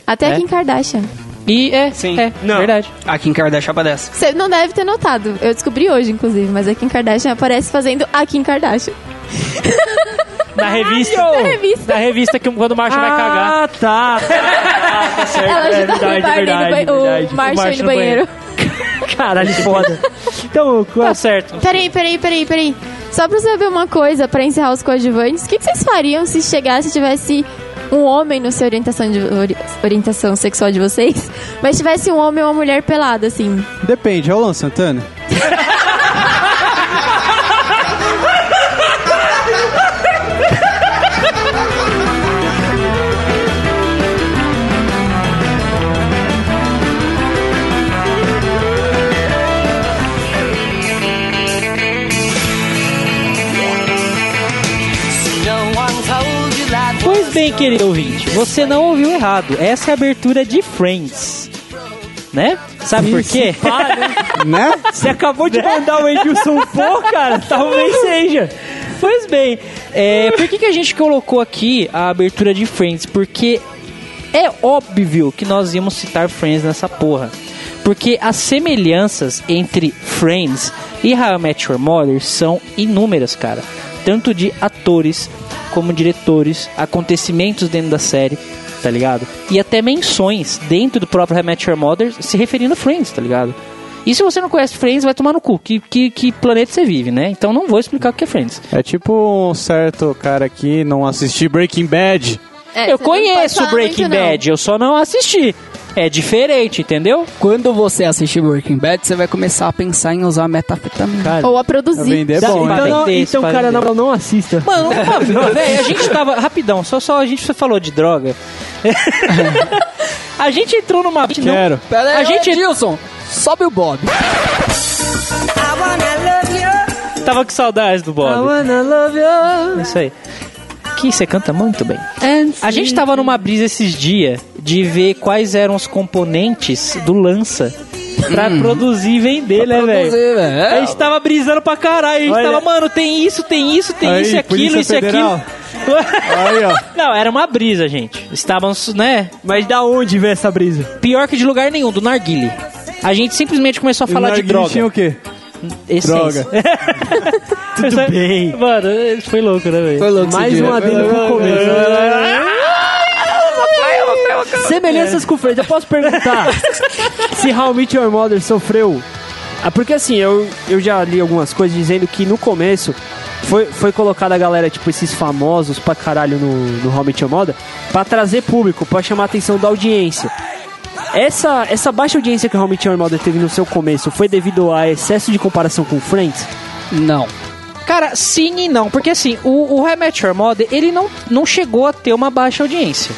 Até
É.
a Kim Kardashian.
E é,
Sim.
é,
Não.
verdade.
A Kim Kardashian aparece.
Você não deve ter notado. Eu descobri hoje, inclusive. Mas a Kim Kardashian aparece fazendo a Kim Kardashian.
Na revista.
Na revista.
Na revista que quando o Marshall vai cagar.
Ah, tá. Ah, tá certo.
Ela
é
ajuda
verdade,
o Barney
verdade, é
no banheiro.
verdade.
O Marshall
é Marshall
no banheiro.
Caralho, foda. Então,
Tá
qual-
certo.
Peraí, peraí, peraí, peraí. Só pra saber uma coisa, pra encerrar os coadjuvantes, o que, que vocês fariam se chegasse e tivesse um homem no seu orientação, de, ori- orientação sexual de vocês, mas tivesse um homem ou uma mulher pelada, assim?
Depende, é o Luan Santana?
Pois bem, querido ouvinte, você não ouviu errado. Essa é a abertura de Friends. Né? Sabe por quê?
né?
Você acabou de mandar o Edilson pô, cara? Talvez seja.
Pois bem, é, por que, que a gente colocou aqui a abertura de Friends? Porque é óbvio que nós íamos citar Friends nessa porra. Porque as semelhanças entre Friends e How I Met Your Mother são inúmeras, cara. Tanto de atores, como diretores, acontecimentos dentro da série, tá ligado? E até menções dentro do próprio How I Met Your Mother se referindo a Friends, tá ligado? E E se você não conhece Friends, vai tomar no cu. Que, que, que planeta você vive, né? Então não vou explicar o que é Friends.
É tipo um certo cara que não assistiu Breaking Bad.
É,
eu
você não pode
conheço
falar
Breaking
muito, não.
Bad, eu só não assisti. É diferente, entendeu?
Quando você assistir Breaking Bad, você vai começar a pensar em usar metafetamina.
Cara,
Ou a produzir.
vender é
Dá-
bom,
dá-
né?
Para
Então, não,
vender,
então
para
cara,
vender.
não, não assista.
Mano, nunca vi, velho. A gente tava. Rapidão, só, só a gente só falou de droga. a gente entrou numa.
Quero.
Pera aí,
A gente-
Edilson, sobe o Bob.
Não, tava com saudades do Bob. Isso aí. Que você canta muito bem. A gente tava numa brisa esses dias de ver quais eram os componentes do lança pra produzir e vender,
tá
né, velho?
Produzir, velho.
A
É,
gente tava brisando pra caralho. A gente
Olha.
tava, mano, tem isso, tem isso, tem
Aí,
isso, e aquilo,
Polícia
isso, e aquilo.
Federal. Aí, ó.
Não, era uma brisa, gente. Estávamos, né?
Mas da onde vem essa brisa?
Pior que de lugar nenhum, do narguile. A gente simplesmente começou a falar de
Narguilé
droga.
tinha o quê?
Essência.
Tudo bem.
Mano, foi louco, né, velho?
Foi louco
Mais
esse
um
dia.
adendo pro começo. Semelhanças com Friends. Eu posso perguntar se How I Met Your Mother sofreu? Ah, porque assim, eu, eu já li algumas coisas dizendo que no começo foi, foi colocada a galera, tipo, esses famosos pra caralho no, no How I Met Your Mother pra trazer público, pra chamar a atenção da audiência. Essa, essa baixa audiência que o How I Met Your Mother teve no seu começo foi devido a excesso de comparação com Friends?
Não.
Cara, sim e não. Porque assim, o, o High Match Your Mother, ele não, não chegou a ter uma baixa audiência.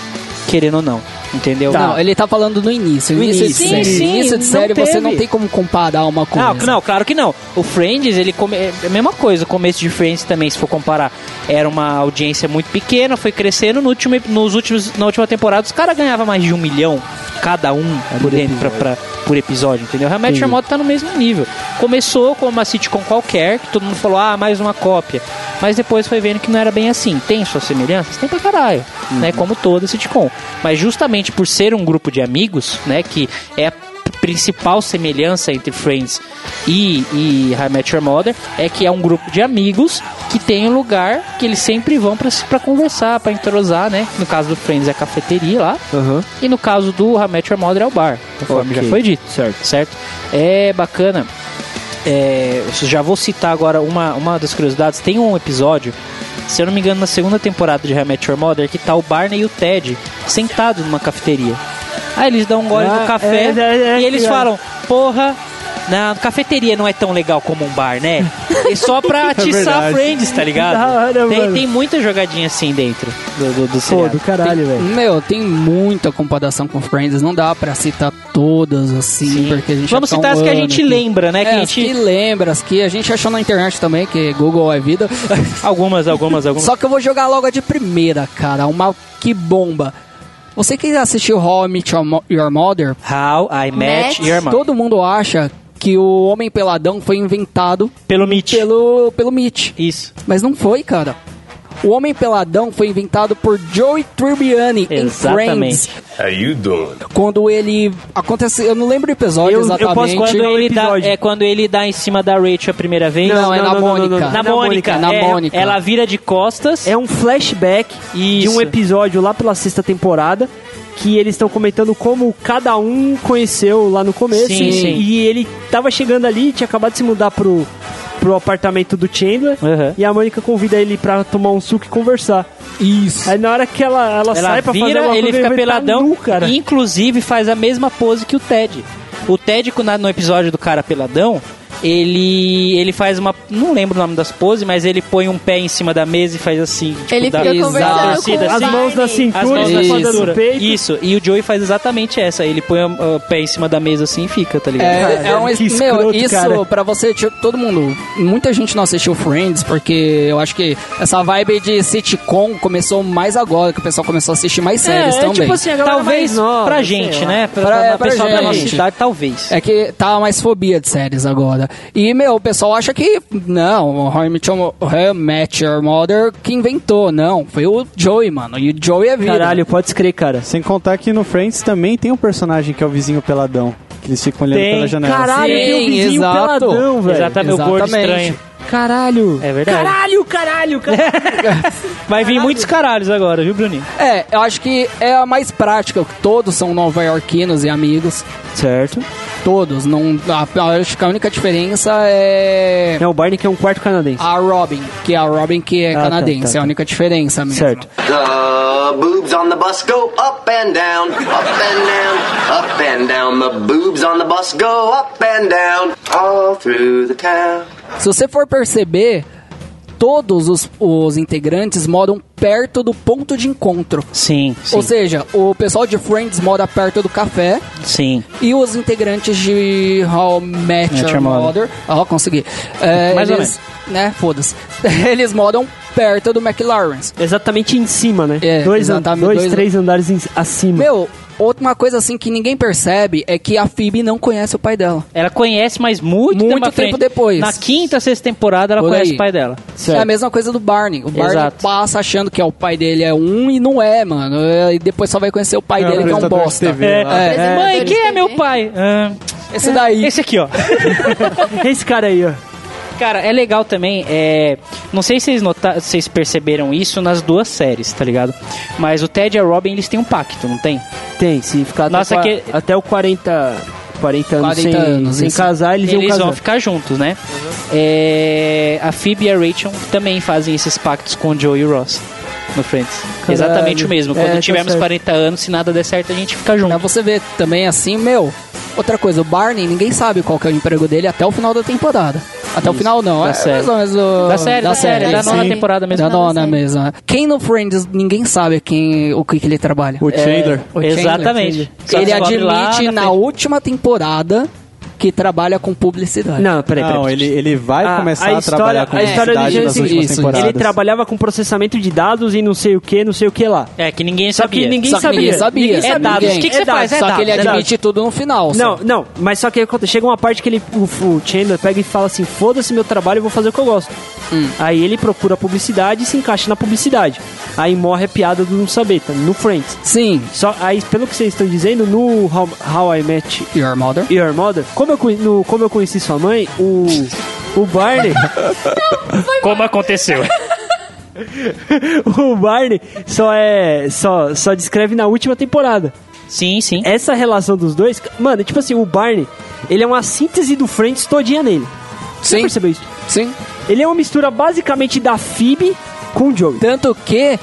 Querendo ou não. Entendeu?
Não, ele tá falando no início. No
No
início,
início.
de série.
Sim, sim,
início de
não
série você
teve.
não tem como comparar uma com
Não,
outra.
não, claro que não. O Friends, ele come... é a mesma coisa. O começo de Friends também, se for comparar, era uma audiência muito pequena, foi crescendo. No último, nos últimos, na última temporada, os caras ganhavam mais de um milhão cada um por, dentro, pra, pra- por episódio, entendeu? Realmente, a moto tá no mesmo nível. Começou com uma sitcom qualquer, que todo mundo falou, ah, mais uma cópia. Mas depois foi vendo que não era bem assim. Tem suas semelhanças? Tem pra caralho, né? Como toda sitcom. Mas justamente por ser um grupo de amigos, né, que é a principal semelhança entre Friends e, e How I Met Your Mother é que é um grupo de amigos que tem um lugar que eles sempre vão pra se- pra conversar, pra entrosar, né? No caso do Friends é a cafeteria lá
Aham.
e no caso do How I Met Your Mother é o bar, conforme
Ok.
já foi dito,
Certo.
certo? É bacana. É, eu já vou citar agora uma, uma das curiosidades. Tem um episódio, se eu não me engano, na segunda temporada de How I Met Your Mother, que tá o Barney e o Ted sentados numa cafeteria. Aí eles dão um gole
Ah,
no café
é, é, é,
e eles
é.
falam, porra, na cafeteria não é tão legal como um bar, né? É só pra atiçar
verdade.
friends, tá
Da
ligado?
hora,
tem,
mano.
tem muita jogadinha assim dentro do, do, do
Pô,
seriado.
do caralho, velho.
Meu, tem muita comparação com Friends. Não dá pra citar todas assim,
Sim.
porque a gente
Vamos
já tá
citar
um
as que a
ano
gente
aqui.
lembra, né?
É,
que a
as
gente.
que lembra, as que a gente achou na internet também, que Google é vida.
Algumas, algumas, algumas.
Só que eu vou jogar logo a de primeira, cara. Uma que bomba. Você que assistiu How I Met Your Mo- Your Mother,
How I Met
Met
Your Mother.
todo mundo acha que o Homem Peladão foi inventado
Pelo Mitch.
pelo, pelo Mitch.
Isso.
Mas não foi, cara. O Homem Peladão foi inventado por Joey Tribbiani em
Exatamente.
Friends. Quando ele... Acontece... Eu não lembro o episódio
Eu- eu
exatamente.
posso- quando
Quando
Não,
ele dá,
episódio.
é quando ele dá em cima da Rachel a primeira vez.
Não, é na Mônica.
Na Mônica.
Na
é,
Mônica.
Ela vira de costas.
É um flashback de
Isso.
um episódio lá pela sexta temporada que eles estão comentando como cada um conheceu lá no começo.
Sim,
e,
sim.
e ele tava chegando ali, tinha acabado de se mudar pro, pro apartamento do Chandler.
Aham.
E a Mônica convida ele pra tomar um suco e conversar.
Isso.
Aí na hora que ela, ela,
Ela
sai pra fazer
vira,
uma
ele
coisa,
fica
vai tá
peladão.
nu, cara.
e Inclusive faz a mesma pose que o Ted. O Ted, quando- no episódio do cara peladão, ele ele faz uma... Não lembro o nome das poses, mas ele põe um pé em cima da mesa e faz assim. Tipo,
Ele
dá-
Tá
fica
Exato.
conversando com
Torcida,
o
As mãos na
Barney.
cintura,
As mãos
e
na
espalhando
cintura.
o peito.
Isso, e o Joey faz exatamente essa. Ele põe o, o pé em cima da mesa assim e fica, tá ligado?
É, é um
que
es-
escroto,
meu, isso
cara.
pra você, tipo, todo mundo. Muita gente não assistiu Friends, porque eu acho que essa vibe de sitcom começou mais agora, que o pessoal começou a assistir mais séries também.
É, tipo assim, a galera
Talvez
mais nova,
pra
sei
gente,
lá.
né? Pra,
Pra-
é,
pra
pra
pessoal da nossa
gente.
idade, talvez.
É que tá mais fobia de séries agora. E, meu, o pessoal acha que. Não, o How I Met Your- How I Met Your Mother que inventou. Não, foi o Joey, mano. E o Joey é vida.
Caralho, pode crer, cara.
Sem contar que no Friends também tem um personagem que é o vizinho peladão. Que eles ficam olhando
Tem.
pela janela.
Caralho,
Sim,
tem um vizinho
exato.
peladão, velho.
Exatamente, o gordo
Exatamente.
estranho.
Caralho.
É verdade.
Caralho, caralho, caralho.
Vai vir muitos caralhos agora, viu, Bruninho?
É, eu acho que é a mais prática. Todos são nova-iorquinos e amigos.
certo.
todos. Não, a- a- acho que a única diferença é
É o Barney que é um quarto
Ah,
canadense.
a Robin, que é a Robin que é
Ah, tá,
canadense.
tá,
É a
tá.
única diferença mesmo.
Certo.
The boobs on the bus go up and down, up and down, up and down. The boobs on the bus go up and down, all through the town.
Se você for perceber, todos os, os integrantes moram perto do ponto de encontro.
Sim, sim,
Ou seja, o pessoal de Friends mora perto do café
sim.
e os integrantes de How I Met
Met
Your
Your Mother.
Mother... Ah, Ó, consegui. É,
É, Mais ou
eles, Né, foda-se. Eles moram perto do McLaren's.
Exatamente em cima, né?
É,
dois, an-
exatamente,
dois,
dois-
três andares em- acima.
Meu, outra uma coisa assim que ninguém percebe é que a Phoebe não conhece o pai dela.
Ela conhece, mas muito,
Muito
à
tempo
frente.
depois.
Na quinta, sexta temporada, ela
Por
conhece
aí.
o pai dela.
É a mesma coisa do Barney. O Barney
Exato.
passa achando que é o pai dele é um e não é, mano. É, E depois só vai conhecer o pai
É,
dele, que é um
apresentador de
bosta.
TV
é,
lá.
é.
Apresentador
Mãe,
de
quem é
TV.
meu pai? Ah,
esse daí.
esse aqui, ó.
Esse cara aí, ó.
Cara, é legal também, é... Não sei se vocês, nota... se vocês perceberam isso nas duas séries, tá ligado? Mas o Ted e a Robin, eles têm um pacto, não tem?
Tem, se ficar até,
Nossa,
qua-
que-
até o 40, 40 anos
40
sem,
anos,
sem
isso.
casar, eles, iam
Eles
casar.
vão ficar juntos, né? É... A Phoebe e a Rachel também fazem esses pactos com o Joe e o Ross no Friends.
Caralho.
Exatamente o mesmo.
É,
Quando
tá
tivermos
certo.
40 anos, se nada der certo, a gente fica
Pra
junto.
né, você ver também assim, meu. Outra coisa, o Barney, ninguém sabe qual que é o emprego dele até o final da temporada. Até o final não,
da
é
série.
mais ou menos o-
Da série,
É,
da série, Tá é da
sim.
nona temporada mesmo. assim.
Da
Não, da
nona
série.
mesmo. é. Quem no Friends, ninguém sabe quem, o que, que ele trabalha. É,
O Chandler.
O Chandler,
Exatamente. Só
Ele
descobre
admite
lá
na,
frente.
última temporada que trabalha com publicidade.
Não, peraí, peraí.
Não, ele, ele vai
A-
começar
a
a,
história-
trabalhar com
a história
publicidade
do
nas
Jason
últimas
Isso,
temporadas.
Ele trabalhava com processamento de dados e não sei o que, não sei o que lá.
É, que ninguém
Só
sabia.
que ninguém
Só que
sabia.
ninguém sabia.
Ninguém
É dados.
ninguém.
O que
que você
dados.
faz? É
Só que ele
dados.
admite tudo no final. só.
Não, não, mas só que aí acontece- chega uma parte que ele, o, o Chandler pega e fala assim: foda-se meu trabalho, eu vou fazer o que eu gosto. Aí ele procura a publicidade e se encaixa na publicidade. Aí morre a piada do não saber, tá? no Friends.
Sim.
Só, aí, pelo que vocês estão dizendo, no How, How I Met
Your Mother.
Your Mother, como eu, conhe- no, como eu conheci sua mãe, o. O Barney.
Como aconteceu?
o Barney só é. Só, só descreve na última temporada.
sim, sim.
Essa relação dos dois. Mano, tipo assim, o Barney, ele é uma síntese do Friends todinha nele. Você
Sim.
percebeu isso?
Sim.
Ele é uma mistura basicamente da Phoebe com o Joey.
Tanto que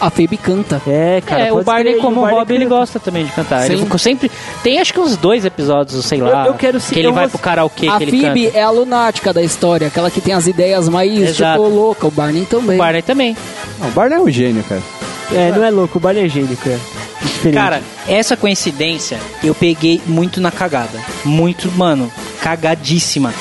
a Phoebe canta.
É, cara.
é, o
pode
Barney,
escrever,
como
o Barney
hobby, ele
canta.
gosta também de cantar. Ele
Sim.
ficou sempre. Tem acho que uns dois episódios, sei lá.
Eu- eu quero se-
Que ele
eu
vai
vou-
pro karaokê
a
que ele
Phoebe
canta.
é a lunática da história, aquela que tem as ideias mais,
Exato.
tipo, louca. O Barney também.
O Barney também.
Não, o Barney é um gênio, cara.
É, não é louco, o Barney é gênio, cara. Diferente.
Cara, essa coincidência eu peguei muito na cagada. Muito, mano, cagadíssima.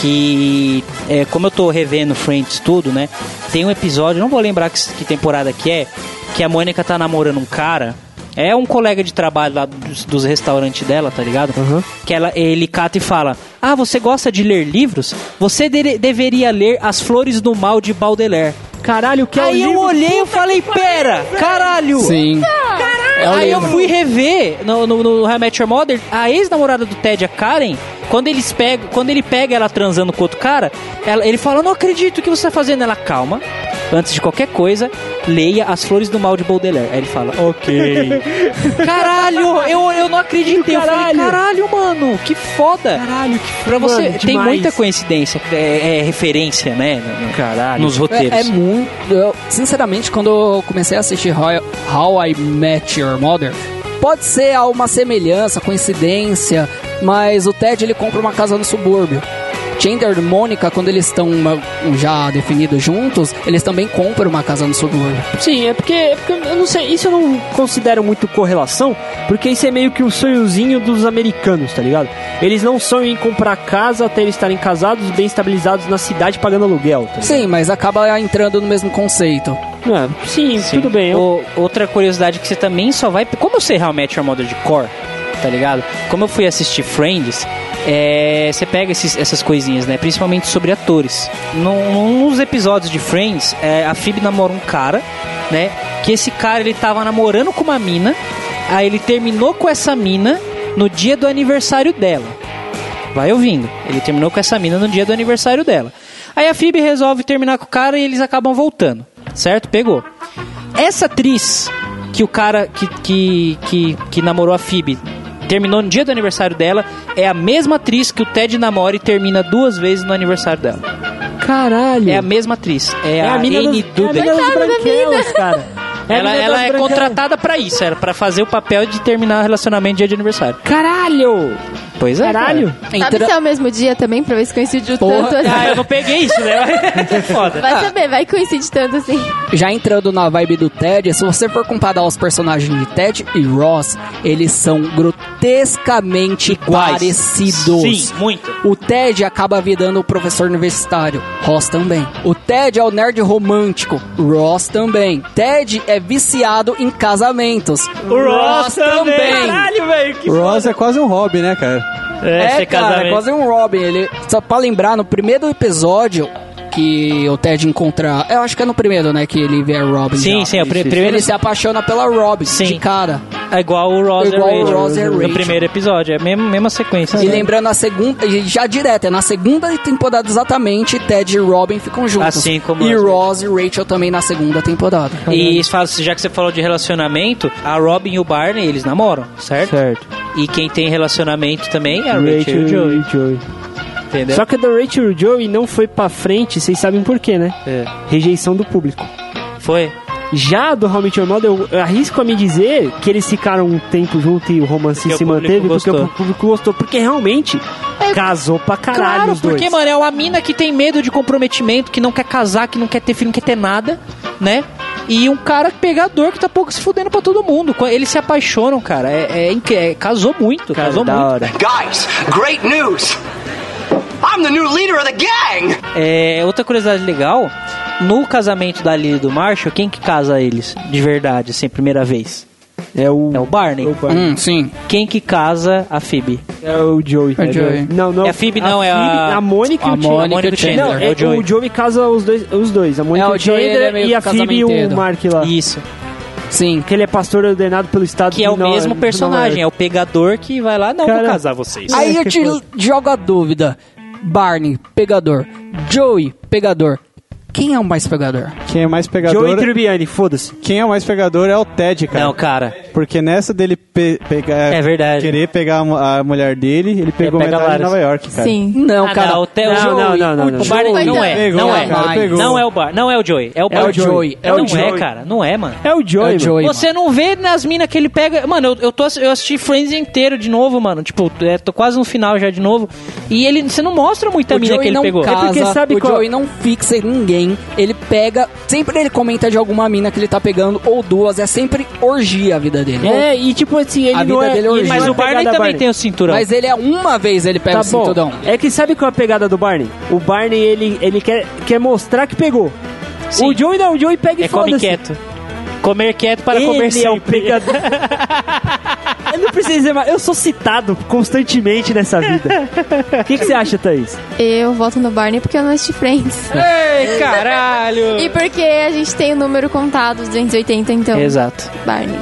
Que, é, como eu tô revendo Friends tudo, né? Tem um episódio, não vou lembrar que, que temporada que é, que a Mônica tá namorando um cara. É um colega de trabalho lá dos, dos restaurantes dela, tá ligado? Que ela, ele cata e fala: Ah, você gosta de ler livros? Você dere- deveria ler As Flores do Mal de Baudelaire.
caralho, o que é o
Aí eu
livro?
olhei e falei: Pera, caralho!
Sim. É o
Aí eu
livro.
fui rever no, no, no How I Met Your Mother, a ex-namorada do Ted, a Karen, quando eles pegam, quando ele pega ela transando com outro cara, ela- ele fala: "Não acredito o que você tá fazendo". Ela calma. Antes de qualquer coisa, leia As Flores do Mal de Baudelaire. Aí ele fala:
Ok.
"Caralho, eu, eu não acreditei".
Caralho.
Eu falei: "Caralho, mano, que foda".
Caralho, que
Pra você,
Mano,
tem
demais.
muita coincidência, é, é referência, né? no- no-
Caralho.
Nos roteiros.
É, é muito. eu- sinceramente, quando eu comecei a assistir How, How I Met Your Mother, pode ser uma semelhança, coincidência, mas o Ted ele compra uma casa no subúrbio. Chandler e Mônica, quando eles estão uh, já definidos juntos, eles também compram uma casa no subúrbio.
Sim, é porque, é porque eu não sei, isso eu não considero muito correlação, porque isso é meio que o sonhozinho dos americanos, tá ligado? Eles não sonham em comprar casa até eles estarem casados, bem estabilizados na cidade, pagando aluguel. Tá
Sim, mas acaba entrando no mesmo conceito.
ligado? É, sim,
Sim.
tudo bem. Eu...
O- outra curiosidade que você também só vai. Como eu sei realmente a moda de core, tá ligado? Como eu fui assistir Friends, é, você pega esses- essas coisinhas, né? Principalmente sobre atores. Num, nos episódios de Friends, é, a Phoebe namora um cara, né? Que esse cara ele tava namorando com uma mina, aí ele terminou com essa mina no dia do aniversário dela. Vai ouvindo. Ele terminou com essa mina no dia do aniversário dela. Aí a Phoebe resolve terminar com o cara e eles acabam voltando. Certo? Pegou. Essa atriz que o cara que, que, que, que namorou a Phoebe Terminou no dia do aniversário dela. É a mesma atriz que o Ted namora e termina duas vezes no aniversário dela.
Caralho.
É a mesma atriz. É,
É
a,
a mina dos-
Anne
é a
Dudek.
mina das branquelas, cara. É a
ela
mina
ela
das
é
branquelas.
contratada pra isso, era pra fazer o papel de terminar o relacionamento dia de aniversário.
Caralho!
Pois é.
Caralho!
Sabe se é o mesmo dia também, pra ver se coincidiu tanto
cara. Ah, eu
assim.
não peguei isso, né? É foda.
Vai saber, vai que coincide tanto assim.
Já entrando na vibe do Ted, se você for comparar os personagens de Ted e Ross, eles são grotescamente
Iguais.
parecidos.
Sim, muito.
O Ted acaba virando o professor universitário. Ross também. O Ted é o nerd romântico. Ross também. Ted é viciado em casamentos.
Caralho, velho! Que...
Ross é quase um hobby, né, cara?
É,
É,
ser
cara, é
casamento.
quase um Robin. Ele, só pra lembrar, no primeiro episódio que o Ted encontra... Eu acho que é no primeiro, né, que ele vê a Robin
Sim,
já.
sim, é o pri- primeiro
Ele se apaixona pela Robin,
Sim.
de cara.
É igual o Ross
Igual
e
o Ross and
Rachel,
Rachel.
no primeiro episódio, é a mesma, mesma sequência.
E
né?
lembrando a segunda, e já direto, é na segunda temporada exatamente, Ted e Robin ficam juntos.
Assim como
e
as-
Ross e Rachel também na segunda temporada.
E fala- já que você falou de relacionamento, a Robin e o Barney, eles namoram, certo?
Certo.
E quem tem relacionamento também é a Rachel,
Rachel
e o Joey,
e Joey.
entendeu?
Só que a da Rachel e o Joey não foi pra frente, vocês sabem por quê, né?
É.
Rejeição do público.
Foi.
Já do How I Met Your Mother, eu arrisco a me dizer que eles ficaram um tempo junto e o romance
Porque
se
o público
manteve
gostou.
porque o público gostou. Porque realmente casou pra caralho
É Claro,
os dois.
porque, mano, é uma mina que tem medo de comprometimento, que não quer casar, que não quer ter filho, não quer ter nada, né? E um cara pegador que tá pouco se fudendo pra todo mundo. Co- Eles se apaixonam, cara. É, é incri- é- casou muito,
Cara,
casou
da
muito.
hora.
Guys, great news! I'm the new leader of the gang!
É, outra curiosidade legal, no casamento da Lily e do Marshall, quem que casa eles de verdade, assim, primeira vez?
É o...
É o Barney.
É o Barney.
Hum, sim.
Quem que casa a Phoebe?
É o Joey.
É o Joey.
Não, não.
É a Phoebe, não, é a-
A Mônica e
a
o Chandler.
Mônica e o Chandler.
Não, é,
É o Joey.
o Joey casa os dois. Os dois a Mônica
É,
e
o
o
Joey, ele é
Chandler
meio
e a Phoebe e o
casamenteiro.
Mark lá.
Isso.
Sim.
Que ele é pastor ordenado pelo Estado
Que é
de
o
Nova-
mesmo
de Nova
personagem, é
York.
o pegador que vai lá, não,
Cara,
vou casar vocês.
Aí eu
que
te
coisa.
jogo a dúvida. Barney, pegador. Joey, pegador. Quem é o mais pegador?
Quem é mais
Joey
pegador...
Tribbiani, foda-se.
Quem é mais pegador é o Ted, cara.
Não, cara.
Porque nessa dele pe- pegar...
É verdade. É
Querer pegar a mu- a mulher dele, ele pegou
pega
metade de
vários.
Nova York, cara.
Sim.
Não,
Ah,
cara.
não, o Theo-
o
não,
Joey,
não, não, não, não.
O
O Barney
Joey,
não é,
Pegou,
não é.
cara,
Mas-
pegou.
Não é o Bar, não é o Joey, é o Barney.
Joey, é o
não
Joey.
é, cara, não é, mano.
É o Joey.
É o Joey.
Você não vê nas minas que ele pega. Mano, eu, eu, tô, ass- eu assisti Friends inteiro de novo, mano. Tipo, é, tô quase no final já de novo. E ele, você não mostra muita
O
mina que
Joey
ele
não
pegou.
casa,
É porque sabe
o
qual-
Joey não fixa em ninguém. Ele pega... Sempre ele comenta de alguma mina que ele tá pegando, ou duas. É sempre orgia a vida dele.
É, e tipo assim, ele
A
não é...
vida dele é
ele
horrível.
Mas
não é
o Barney
pegada
também
Barney.
tem um o cinturão.
Mas ele é uma vez ele pega
Tá
o cinturão.
bom. É que sabe qual é a pegada do Barney? O Barney, ele, ele quer, quer mostrar que pegou.
Sim.
O Joey não, o Joey pega e
é come
foda-se.
quieto. Comer quieto para
Ele
comer
é o
sempre.
pegador. Eu não preciso dizer mais. Eu sou citado constantemente nessa vida. O que, que você acha, Thaís?
Eu voto no Barney porque eu não assisti Friends.
Ei, caralho!
E porque a gente tem o número contado, 280, então,
Exato.
Barney.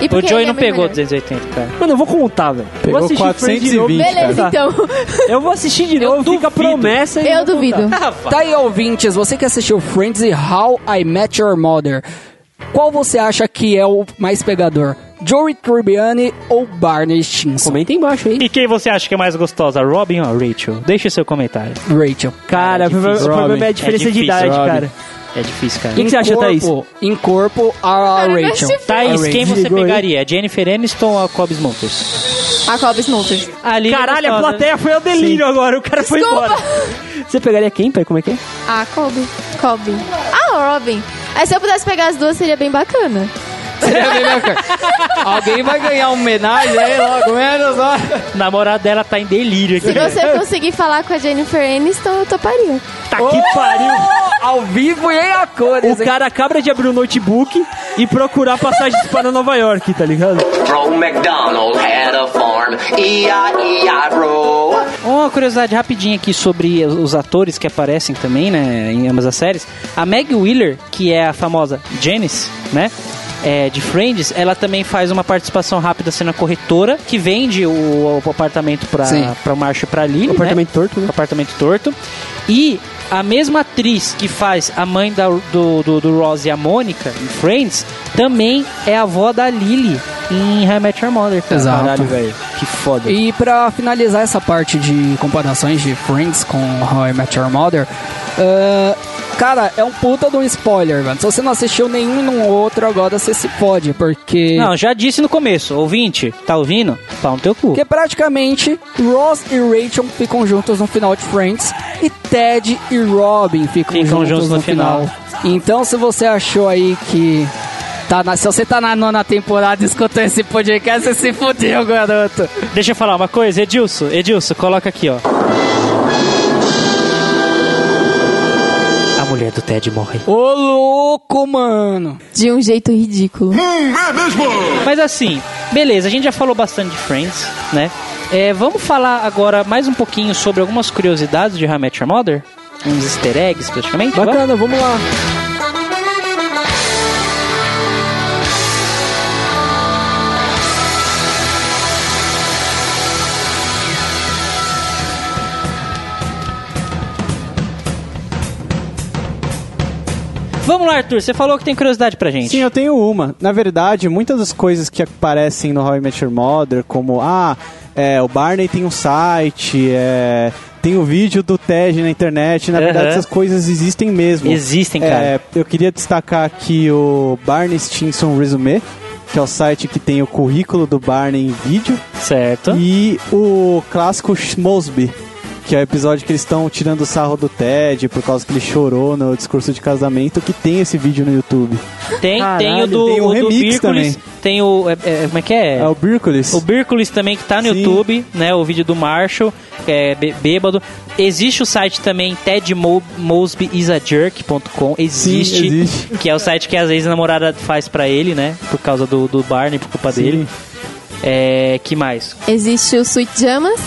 E
O
porque
Joey
ele é
não
muito
pegou
melhor.
280, cara.
Mano, eu vou contar, velho. Eu vou
Pegou
assistir Friends de novo.
420, cara.
Beleza,
Tá.
então.
Eu vou assistir de novo, fica a promessa. e
Eu
vou contar.
duvido.
Ah,
Tá aí, ouvintes, você que assistiu Friends e How I Met Your Mother, qual você acha que é o mais pegador? Joey Tribbiani ou Barney Stinson?
Comenta embaixo aí.
E quem você acha que é mais gostosa, Robin ou Rachel? Deixa o seu comentário.
Rachel.
Cara,
É
o problema-
difícil.
o problema é a diferença
difícil,
de idade,
Robin.
cara.
É difícil, cara.
Que que você acha, Thaís?
corpo- Em corpo, a
Cara, eu
Rachel.
assisti
Thaís,
Alright.
quem você
Desligou, hein?
pegaria? Jennifer Aniston ou a Cobb Smulders?
A Cobb Smulders.
Ali
Caralho, a plateia foi ao delírio agora, o cara foi embora. Você pegaria quem, pai? Como é que é?
A Cobb. Cobb. Ah, Robin. Aí se eu pudesse pegar as duas, seria bem bacana.
Alguém vai ganhar uma homenagem aí logo menos, ó.
namorada dela tá em delírio
Se
aqui.
você conseguir falar com a Jennifer Aniston, eu toparia.
Tá que pariu!
Ao vivo e a cores,
O
hein?
cara acaba de abrir o notebook e procurar passagens para Nova York, tá ligado?
Bro McDonald had a farm, E E-I-E-I, bro.
Uma curiosidade rapidinha aqui sobre os atores que aparecem também, né, em ambas as séries. A Meg Wheeler, que é a famosa Janice, né, é, de Friends, ela também faz uma participação rápida sendo a corretora, que vende o, o apartamento pra,
Sim.
pra Marcia e pra Lily, né?
Apartamento torto, né?
Apartamento Torto. E a mesma atriz que faz a mãe da- do, do, do Ross e a Mônica em Friends também é a avó da Lily em How I Met Your Mother, cara.
Exato.
Caralho.
Caralho, velho. Que foda.
E pra finalizar essa parte de comparações de Friends com How I Met Your Mother, ah, cara, é um puta de um spoiler, mano. Se você não assistiu nenhum no outro, agora você se fode, porque...
Não, já disse no começo, ouvinte, tá ouvindo? Pau no teu cu.
Porque praticamente Ross e Rachel ficam juntos no final de Friends e Ted e Robin ficam,
Ficam
juntos,
juntos
no,
no
final. Então se você achou aí que tá na, se você tá na nona temporada e escutou esse podcast, você se fudeu, garoto.
Deixa eu falar uma coisa, Edilson, Edilson, coloca aqui, ó. A mulher do Ted morre.
Ô louco, mano.
De um jeito ridículo.
Mas assim, beleza, a gente já falou bastante de Friends, né? É, vamos falar agora mais um pouquinho sobre algumas curiosidades de How I Met Your Mother? Uns easter eggs, praticamente. Vamos?
Bacana, vamos lá.
Vamos lá, Arthur, você falou que tem curiosidade pra gente.
Sim, eu tenho uma. Na verdade, muitas das coisas que aparecem no How I Met Your Mother, como, ah, é, o Barney tem um site, é, tem o vídeo do Ted na internet, na verdade
Aham.
essas coisas existem mesmo.
Existem, cara.
É, eu queria destacar aqui o Barney Stinson Resume, que é o site que tem o currículo do Barney em vídeo,
Certo.
e o clássico Schmosby. Que é o episódio que eles estão tirando o sarro do Ted por causa que ele chorou no discurso de casamento, que tem esse vídeo no YouTube.
Tem,
Caralho,
tem o do,
tem o
o do
remix
Bírculis, tem o... é, é, como é que é?
É, o Bírculis.
O Bírculis também que tá no
Sim.
YouTube, né? O vídeo do Marshall, é, bê- bêbado. Existe o site também tedmosbyisajerk.com. Existe,
Sim, existe.
Que é o site que às vezes a namorada faz pra ele, né? Por causa do, do Barney, por culpa
Sim.
dele. É, que mais?
Existe o Sweet Jamas,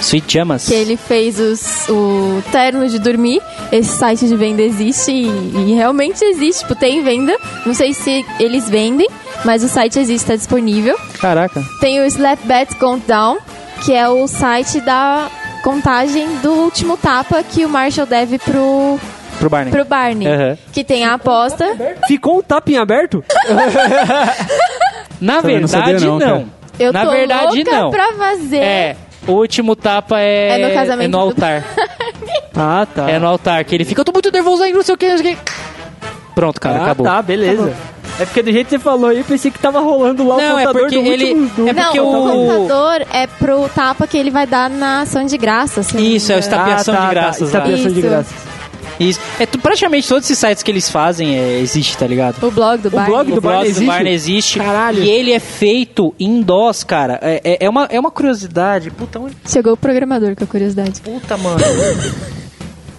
Sweet Jamas.
que ele fez os- o terno de dormir. Esse site de venda existe e, e realmente existe. Tipo, tem venda. Não sei se eles vendem, mas o site existe, tá disponível.
Caraca.
Tem o Slapbat Countdown, que é o site da contagem do último tapa que o Marshall deve pro,
Pro Barney.
pro Barney.
Aham.
Que tem a aposta.
Ficou um tapa em aberto?
Na
Também não sabia
verdade, não.
não,
Eu
Na
tô
verdade,
louca
não.
pra fazer.
É. O último tapa é,
É no casamento
no
do-
altar.
Ah, tá.
É no altar que ele fica, eu tô muito nervoso ainda, não sei o que, não sei o que. Pronto, cara,
ah,
acabou.
tá, beleza. É porque do jeito que você falou aí, eu pensei que tava rolando lá
Não,
o
é
contador
porque
do
ele-
último...
é porque
não,
o-
o computador é pro tapa que ele vai dar na ação de graça. se não me
Isso, é o
engano.
estapeação
Ah, tá,
de
tá.
graças. lá.
Estapeação de
Isso.
graças.
Isso. É tu- praticamente todos esses sites que eles fazem é, existe, tá ligado?
O blog do Barney.
blog
O
do Barney
blog
existe?
Barney existe.
Caralho.
E ele é feito em DOS, cara. É, é- é uma, é uma curiosidade. Puta, onde-
Chegou o programador com a curiosidade.
puta, mano.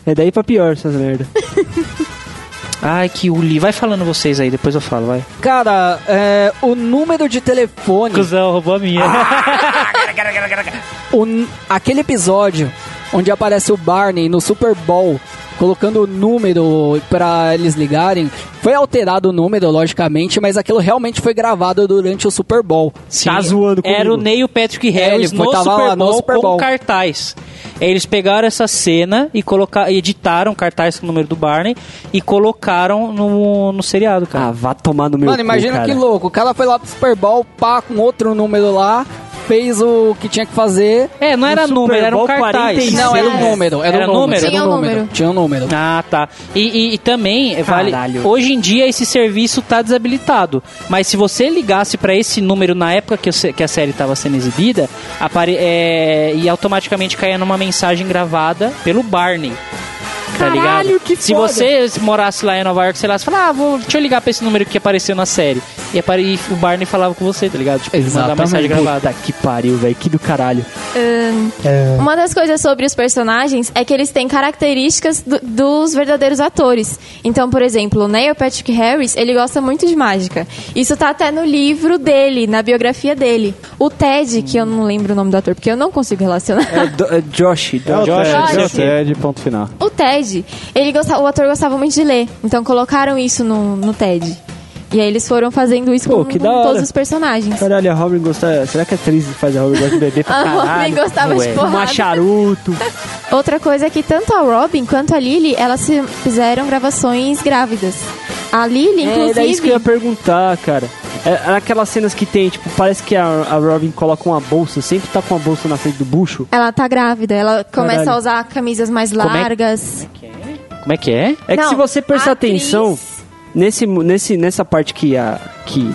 É daí pra pior essas merda.
Ai, que uli. Vai falando vocês aí, depois eu falo, vai.
Cara, é, o número de telefone
Cusão, roubou a minha.
O n- aquele episódio onde aparece o Barney no Super Bowl colocando o número pra eles ligarem, foi alterado o número, logicamente, mas aquilo realmente foi gravado durante o Super Bowl.
Tá zoando comigo. É,
Era o Neil Patrick Harris
ele foi-
no,
tava lá
Super
no
Bowl
Super
com
Bowl.
cartaz. Eles pegaram essa cena e colocaram, editaram cartaz com o número do Barney e colocaram no, no seriado, cara.
Ah, vá tomar no meu
Mano, imagina que louco, o cara foi lá pro Super Bowl, pá, com outro número lá, fez o que tinha que fazer.
É, não era
Super
número, era um
Bowl
cartaz.
46.
Não, era um número, era,
Era
um número.
número?
era
É. Tinha
um
um
número.
número.
Tinha um número.
Ah, tá. E, e- e também, eh, vale,
Caralho.
hoje em dia esse serviço tá desabilitado. Mas se você ligasse pra esse número na época que, o se- que a série tava sendo exibida, apare, é, e automaticamente caía numa mensagem gravada pelo Barney. Tá
Caralho,
ligado?
que
se
foda.
você morasse lá em Nova York, sei lá, você falava, ah, vou, deixa eu ligar pra esse número que apareceu na série. E, apare, e o Barney falava com você, tá ligado? Tipo, mandar mensagem gravada.
Puta que pariu, velho. Que do caralho.
Uma das coisas sobre os personagens é que eles têm características do- dos verdadeiros atores. Então, por exemplo, o Neil Patrick Harris, ele gosta muito de mágica. Isso tá até no livro dele, na biografia dele. O Ted, que eu não lembro o nome do ator, porque eu não consigo relacionar.
É, do- é Josh.
É o
Josh.
Ted, é o
Josh.
Ted, ponto final.
O Ted, ele gostava, o ator gostava muito de ler. Então colocaram isso no, no Ted. E aí eles foram fazendo isso
Pô,
com,
que
com
da hora.
todos os personagens.
Caralho, a Robin gostava... Será que a atriz que faz a Robin gosta de beber pra
A Ah, Robin
caralho?
gostava de
Ué,
porrada.
Fumar charuto.
Outra coisa é que tanto a Robin quanto a Lily, elas se- fizeram gravações grávidas. A Lily,
É, era isso que eu ia
inclusive,
perguntar, cara. É, é aquelas cenas que tem, tipo, parece que a, a Robin coloca uma bolsa, sempre tá com uma bolsa na frente do bucho.
Ela tá grávida, ela começa
Caralho.
a usar camisas mais
é que-
largas.
Como é que é?
É que
Não,
se você prestar
a atriz-
atenção nesse, nesse, nessa parte que a que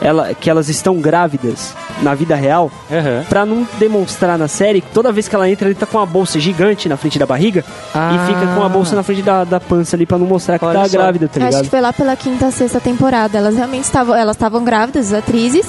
ela que elas estão grávidas na vida real,
Aham.
pra não demonstrar na série, que toda vez que ela entra, ele tá com uma bolsa gigante na frente da barriga
Ah.
e fica com a bolsa na frente da, da pança ali pra não mostrar que
Olha
tá
só.
grávida, tá
Acho que
ligado?
foi lá pela quinta, sexta temporada. Elas realmente estavam, elas estavam grávidas, as atrizes,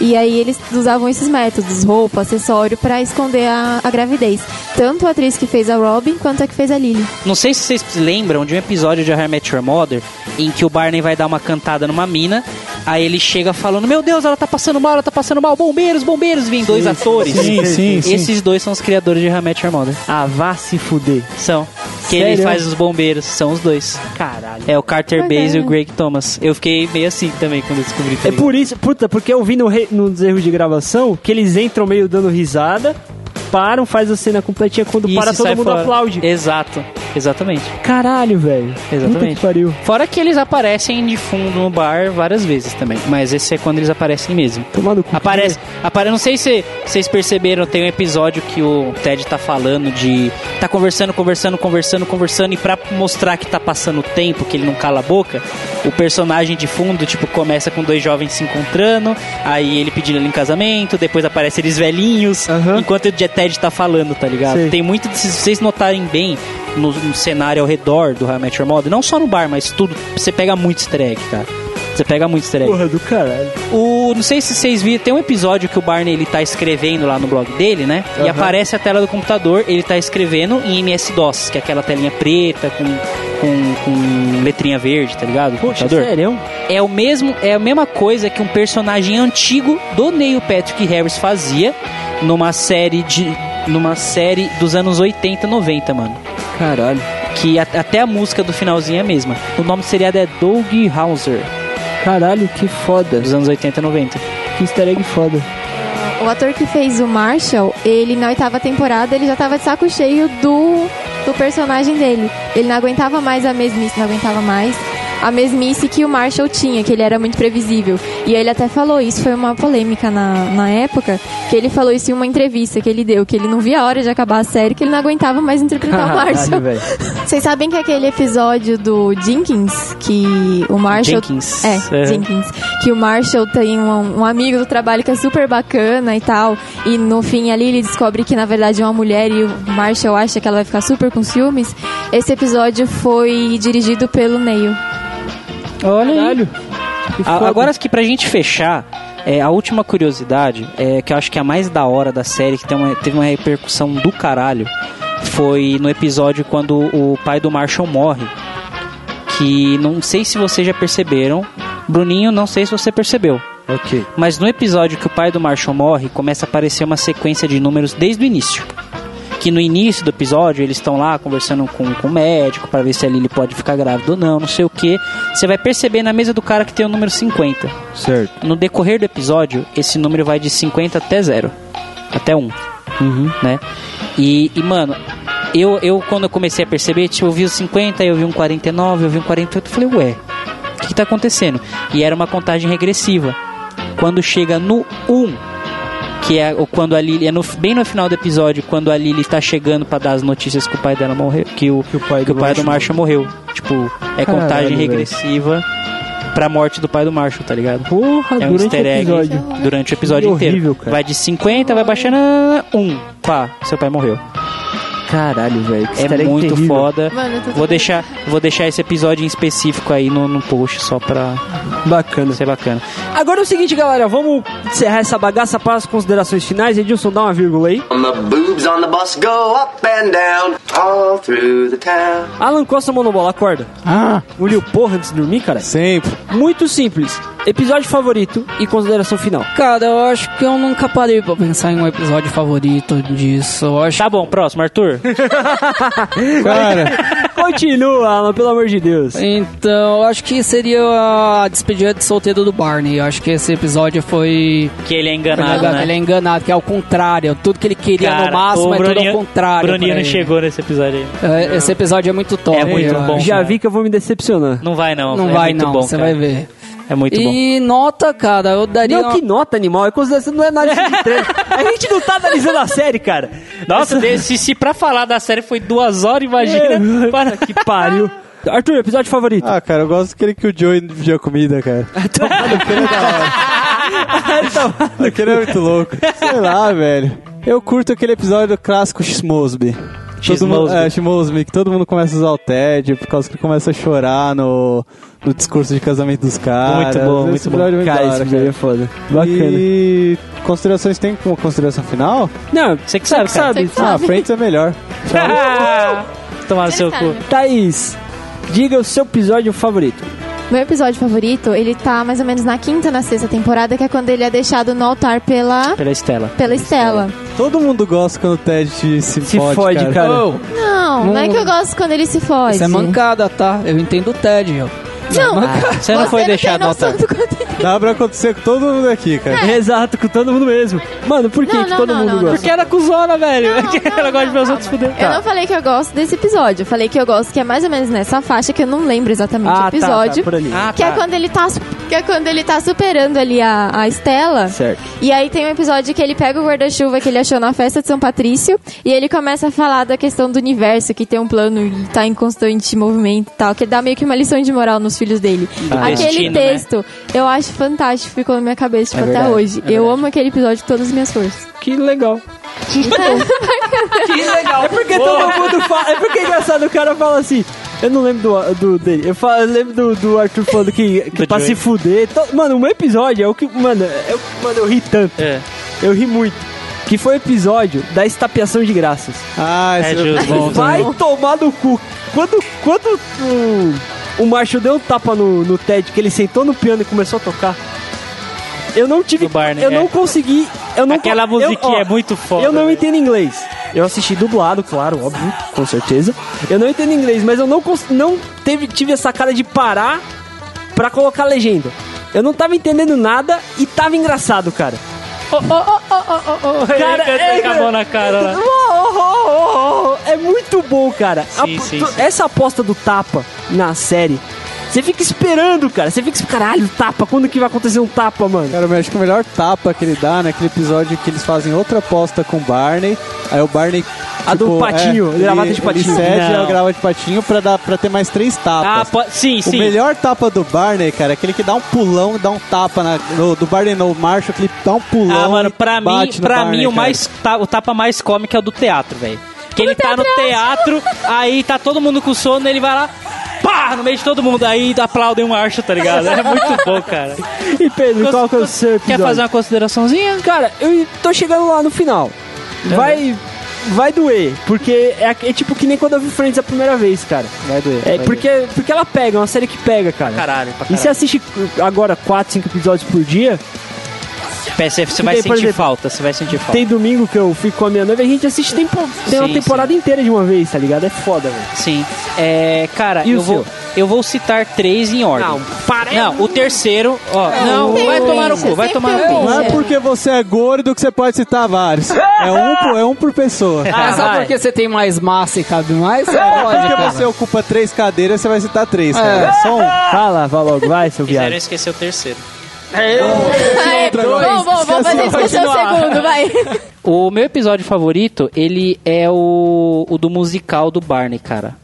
e aí eles usavam esses métodos, roupa, acessório, pra esconder a, a gravidez. Tanto a atriz que fez a Robin quanto a que fez a Lily.
Não sei se vocês lembram de um episódio de How I Met Your Mother em que o Barney vai dar uma cantada numa mina, aí ele chega falando: Meu Deus, ela tá passando mal, ela tá passando mal, bombeiros, bombeiros, vêm dois atores.
Sim, sim, sim.
Esses dois são os criadores de How I Met Your Mother.
Ah, vá se fuder.
São. Que ele
Sério?
faz os bombeiros, são os dois.
Caralho.
É o Carter
Mas
Bass
é.
e o Greg Thomas. Eu fiquei meio assim também quando eu descobri. tá
É
ligado?
por isso, puta, porque eu vi no, re, no erro de gravação que eles entram meio dando risada, param, faz a cena completinha quando
E
para
se
todo
sai
mundo
fora.
aplaude.
Exato, exatamente.
Caralho, velho. Puta que
Exatamente.
pariu.
Fora que eles aparecem de fundo no bar várias vezes também. Mas esse é quando eles aparecem mesmo.
Tomar no cu.
Aparece, apare... não sei se vocês perceberam, tem um episódio que o Ted tá falando de. tá conversando, conversando, conversando, conversando, e pra mostrar que tá passando o tempo, que ele não cala a boca, o personagem de fundo, tipo, começa com dois jovens se encontrando, aí ele pedindo ele em casamento, depois aparece eles velhinhos,
Aham.
enquanto o Ted tá falando, tá ligado?
Sei.
Tem muito. Se vocês notarem bem no, no cenário ao redor do How I Met Your Mother, não só no bar, mas tudo, você pega muito easter egg, cara. Você pega muito easter egg.
Porra do caralho.
O, não sei se vocês viram, tem um episódio que o Barney ele tá escrevendo lá no blog dele, né? E aparece a tela do computador, ele tá escrevendo em MS-DOS, que é aquela telinha preta com, com, com letrinha verde, tá ligado? Do
Poxa,
computador.
sério?
É, o mesmo, é a mesma coisa que um personagem antigo do Neil Patrick Harris fazia numa série de numa série dos anos 80, 90, mano.
Caralho.
Que a- até a música do finalzinho é a mesma. O nome do seriado é Doug Hauser,
Caralho, que foda.
dos anos 80, 90.
Que easter egg foda.
O ator que fez o Marshall, ele na oitava temporada, ele já tava de saco cheio do, do personagem dele. Ele não aguentava mais a mesmice, não aguentava mais a mesmice que o Marshall tinha, que ele era muito previsível. E ele até falou isso, foi uma polêmica na, na época, que ele falou isso em uma entrevista que ele deu, que ele não via a hora de acabar a série, que ele não aguentava mais interpretar o
Caralho,
Marshall.
velho.
Vocês sabem que aquele episódio do Jenkins, que o Marshall
Jenkins.
é, Jenkins. Que o Marshall tem um, um amigo do trabalho que é super bacana e tal. E no fim ali ele descobre que na verdade é uma mulher e o Marshall acha que ela vai ficar super com ciúmes. Esse episódio foi dirigido pelo Neil.
Olha aí.
Caralho. Que
A-
foda.
agora acho que pra gente fechar, é, a última curiosidade, é, que eu acho que é a mais da hora da série, que tem uma- teve uma repercussão do caralho, foi no episódio quando o pai do Marshall morre. Que não sei se vocês já perceberam. Bruninho, não sei se você percebeu.
Ok.
Mas no episódio que o pai do Marshall morre, começa a aparecer uma sequência de números desde o início. Que no início do episódio eles estão lá conversando com, com o médico para ver se a Lily pode ficar grávida ou não, não sei o que. Você vai perceber na mesa do cara que tem o número 50.
Certo.
No decorrer do episódio, esse número vai de 50 até 0. Até 1 né? E, e, mano, eu, eu quando eu comecei a perceber, tipo, eu vi os 50, eu vi um 49, eu vi um 48, eu falei, ué, o que, que tá acontecendo? E era uma contagem regressiva. Quando chega no 1, que é o- quando a Lily, é no- bem no final do episódio, quando a Lily tá chegando pra dar as notícias que o pai dela morreu, que o,
Que o pai
que
do
o pai do Marshall
Marshall-
morreu. Tipo, é
Caralho,
contagem
velho.
regressiva pra morte do pai do Marshall, tá ligado?
Porra,
É um
durante
easter
o
egg
episódio.
durante o episódio
Que
inteiro.
horrível, cara.
Vai de 50, vai baixando. Um. Pá, seu pai morreu.
Caralho, velho. que easter
é
egg
muito
terrível.
foda.
Mano, eu tô
Vou deixar, vou deixar esse episódio em específico aí no, no post só pra
Bacana.
ser bacana.
Agora é o seguinte, galera. Vamos encerrar essa bagaça para as considerações finais. Edilson, dá uma vírgula aí.
And the boobs on the bus go up and down all through the town.
Alan Costa Monobola, acorda.
Ah,
Engoliu porra antes de dormir, cara?
sempre.
Muito simples. Episódio favorito e consideração final.
Cara, eu acho que eu nunca parei pra pensar em um episódio favorito disso. Eu acho
Tá bom, próximo, Arthur.
Cara,
Continua, Alan, pelo amor de Deus.
Então, eu acho que seria a despedida de solteiro do Barney. Eu acho que esse episódio foi.
que ele é
Ele
enganado,
é- Ele
né?
é enganado, que é ao contrário. Tudo que ele queria
Cara,
no máximo
o
é tudo
Bruninho-
ao contrário.
Bruninho
pra
não
ele.
chegou nesse episódio aí.
É, Esse episódio é muito top.
É muito
eu
bom.
acho.
Já vi que eu vou me decepcionar.
Não vai, não.
Não
é
vai,
muito
não.
Bom,
Você
cara.
vai ver.
É muito bom.
E nota, cara, eu daria.
Não,
uma-
que nota animal. É consideração, não é análise de treino. A gente não tá analisando a série, cara.
Nossa, se, se pra falar da série foi duas horas, imagina. Para
Que pariu. Arthur, episódio favorito?
Ah, cara, eu gosto daquele que o Joey dividiu a comida, cara. é Aquele é muito louco. Sei lá, velho. Eu curto aquele episódio clássico X-Mosby. Todo mundo-
X-Mosby.
É, X-Mosby, que todo mundo começa a usar o TED, por causa que começa a chorar no, no discurso de casamento dos caras.
Muito bom, muito bom.
episódio é
Cara,
da
esse
hora,
episódio é foda.
E considerações tem uma consideração final?
Não,
Você que sabe, cara.
Você que
Ah,
sabe.
Friends é melhor.
Tomar no seu cu.
Thaís, diga o seu episódio favorito.
Meu episódio favorito, ele tá mais ou menos na quinta, na sexta temporada, que é quando ele é deixado no altar pela,
Pela Estela.
pela Estela.
Todo mundo gosta quando o Ted se, se
Se
fode,
fode,
cara.
cara.
Ô,
Não, não é que eu gosto quando ele se foge.
isso é mancada, tá? Eu entendo o Ted, eu.
Não,
Você não foi
tem
deixado no
noção
altar.
do quanto-
Dá pra acontecer com todo mundo aqui, cara.
Exato, com todo mundo mesmo. Mano, por que,
Não,
que
não,
todo
não,
mundo
não,
gosta?
não.
Porque
é
era cuzona, velho.
Não, não,
Ela gosta de ver os
não,
outros fuder.
Eu
Tá.
não falei que eu gosto desse episódio. Eu falei que eu gosto que é mais ou menos nessa faixa, que eu não lembro exatamente o
Ah, tá, tá,
episódio.
por ali.
Ah,
Que é, quando ele tá, que é quando ele tá superando ali a, a Estela.
Certo.
E aí tem um episódio que ele pega o guarda-chuva que ele achou na festa de São Patrício e ele começa a falar da questão do universo, que tem um plano e tá em constante movimento e tal, que dá meio que uma lição de moral nos filhos dele. aquele
destino, né?
texto, eu acho fantástico, ficou na minha cabeça tipo, até hoje. eu amo aquele episódio com todas as minhas forças.
Que legal. que legal. É porque todo mundo fala. É porque é engraçado, o cara fala assim. Eu não lembro do, do dele. Eu, falo, eu lembro do, do Arthur falando que, que
Do
pra se
Joey.
fuder. To- mano, um episódio é o que. Mano, eu, mano, eu ri tanto.
É.
Eu ri muito. Que foi o episódio da estapeação de graças.
Ah,
É
esse
justo. Bom,
Vai tomar no cu. Quando, quando o, o Marshall deu um tapa no, no Ted, que ele sentou no piano e começou a tocar, eu não tive.
Do Barney,
eu
é.
não consegui. Eu não
Aquela
co- eu-
musiquinha
ó,
é muito foda.
Eu não
velho.
entendo inglês. Eu assisti dublado, claro, óbvio, com certeza. Eu não entendo inglês, mas eu não, cons- não teve, tive essa cara de parar pra colocar a legenda. Eu não tava entendendo nada e tava engraçado, cara. Cara,
Ele
é,
canta com a mão na cara lá.
Uou, uou, uou, uou. É muito bom, cara.
Sim, sim,
tu-
sim.
Essa aposta do tapa na série. Você fica esperando, cara. Você fica, assim, caralho, tapa. Quando que vai acontecer um tapa, mano?
Cara, eu acho que o melhor tapa que ele dá naquele episódio que eles fazem outra aposta com o Barney. Aí o Barney. tipo, é,
A do patinho, gravata de patinho.
Ele cede
Não.
a gravata de patinho pra, dar, pra ter mais três
Ah,
tapas.
po- sim,
o
sim.
melhor tapa do Barney, cara, é aquele que dá um pulão, dá um tapa na, no- do Barney no Marshall, que ele dá um pulão.
Ah, mano, pra
e
mim,
bate no
pra
Barney,
mim o,
cara.
mais, ta- o tapa mais cômico é o do teatro, velho. Que ele tá no
é
teatro, aí tá todo mundo com sono, ele vai lá, pá, no meio de todo mundo, aí aplaudem o Archo, tá ligado? É muito bom, cara.
E Pedro, qual que é o
Cons-
seu
Quer
episódio?
fazer uma consideraçãozinha?
Cara, eu tô chegando lá no final. Vai. Vai doer, porque é, é tipo que nem quando eu vi Friends a primeira vez, cara.
Vai doer.
É
vai
porque, porque ela pega, é uma série que pega, cara.
Caralho, pra
E você
caralho.
assiste uh, agora 4, 5 episódios por dia,
Percebe, você vai
Tem, por
sentir
exemplo,
falta, você vai sentir falta.
Tem domingo que eu fico com a minha noiva e a gente assiste tempo, tem uma
Sim,
temporada inteira de uma vez, tá ligado? É foda, velho.
Sim. É, cara,
E o
eu vou,
seu?
eu vou citar três em ordem.
Não, para-
Não, o terceiro, ó. Não,
tem
vai
um
tomar no
lixo,
cu, vai
sempre
tomar
tem
no
um
cu.
lixo.
Não é porque você é gordo que você pode citar vários. É um por, é um por pessoa. É
Ah,
é só
vai.
porque você tem mais massa e cabe mais? É Você pode,
Porque
cara.
você ocupa três cadeiras, você vai citar três, cara. É só um.
Fala, vai logo, vai, seu
Fizeram
viado.
esquecer o terceiro.
É, bom, bom, vamos fazer isso com o seu segundo, vai.
O meu episódio favorito, ele é o, o do musical do Barney, cara.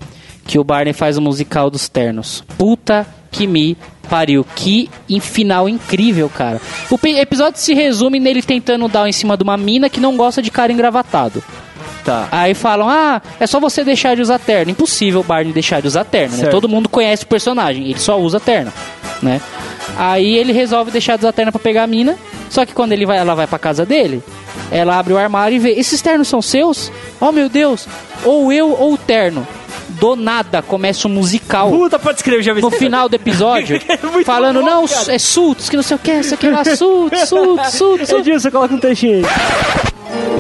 Que o Barney faz o musical dos ternos. Puta que me pariu. Que em final incrível, cara. O pe- episódio se resume nele tentando dar em cima de uma mina que não gosta de cara engravatado.
Tá.
Aí falam, ah, é só você deixar de usar terno. Impossível o Barney deixar de usar terno, né?
Certo.
Todo mundo conhece o personagem, ele só usa terno, né? Aí ele resolve deixar de usar terno pra pegar a mina, só que quando ele vai, ela vai pra casa dele, ela abre o armário e vê, esses ternos são seus? Oh, meu Deus, ou eu ou o terno. Do nada começa um musical
Puta, pode escrever, já vi
no
esse
final do episódio,
Muito
falando,
bom,
não,
cara.
é Sultz, que não sei o que, isso aqui é lá, Sultz, Sultz, Sultz, Sultz.
Edilson, coloca um trechinho aí.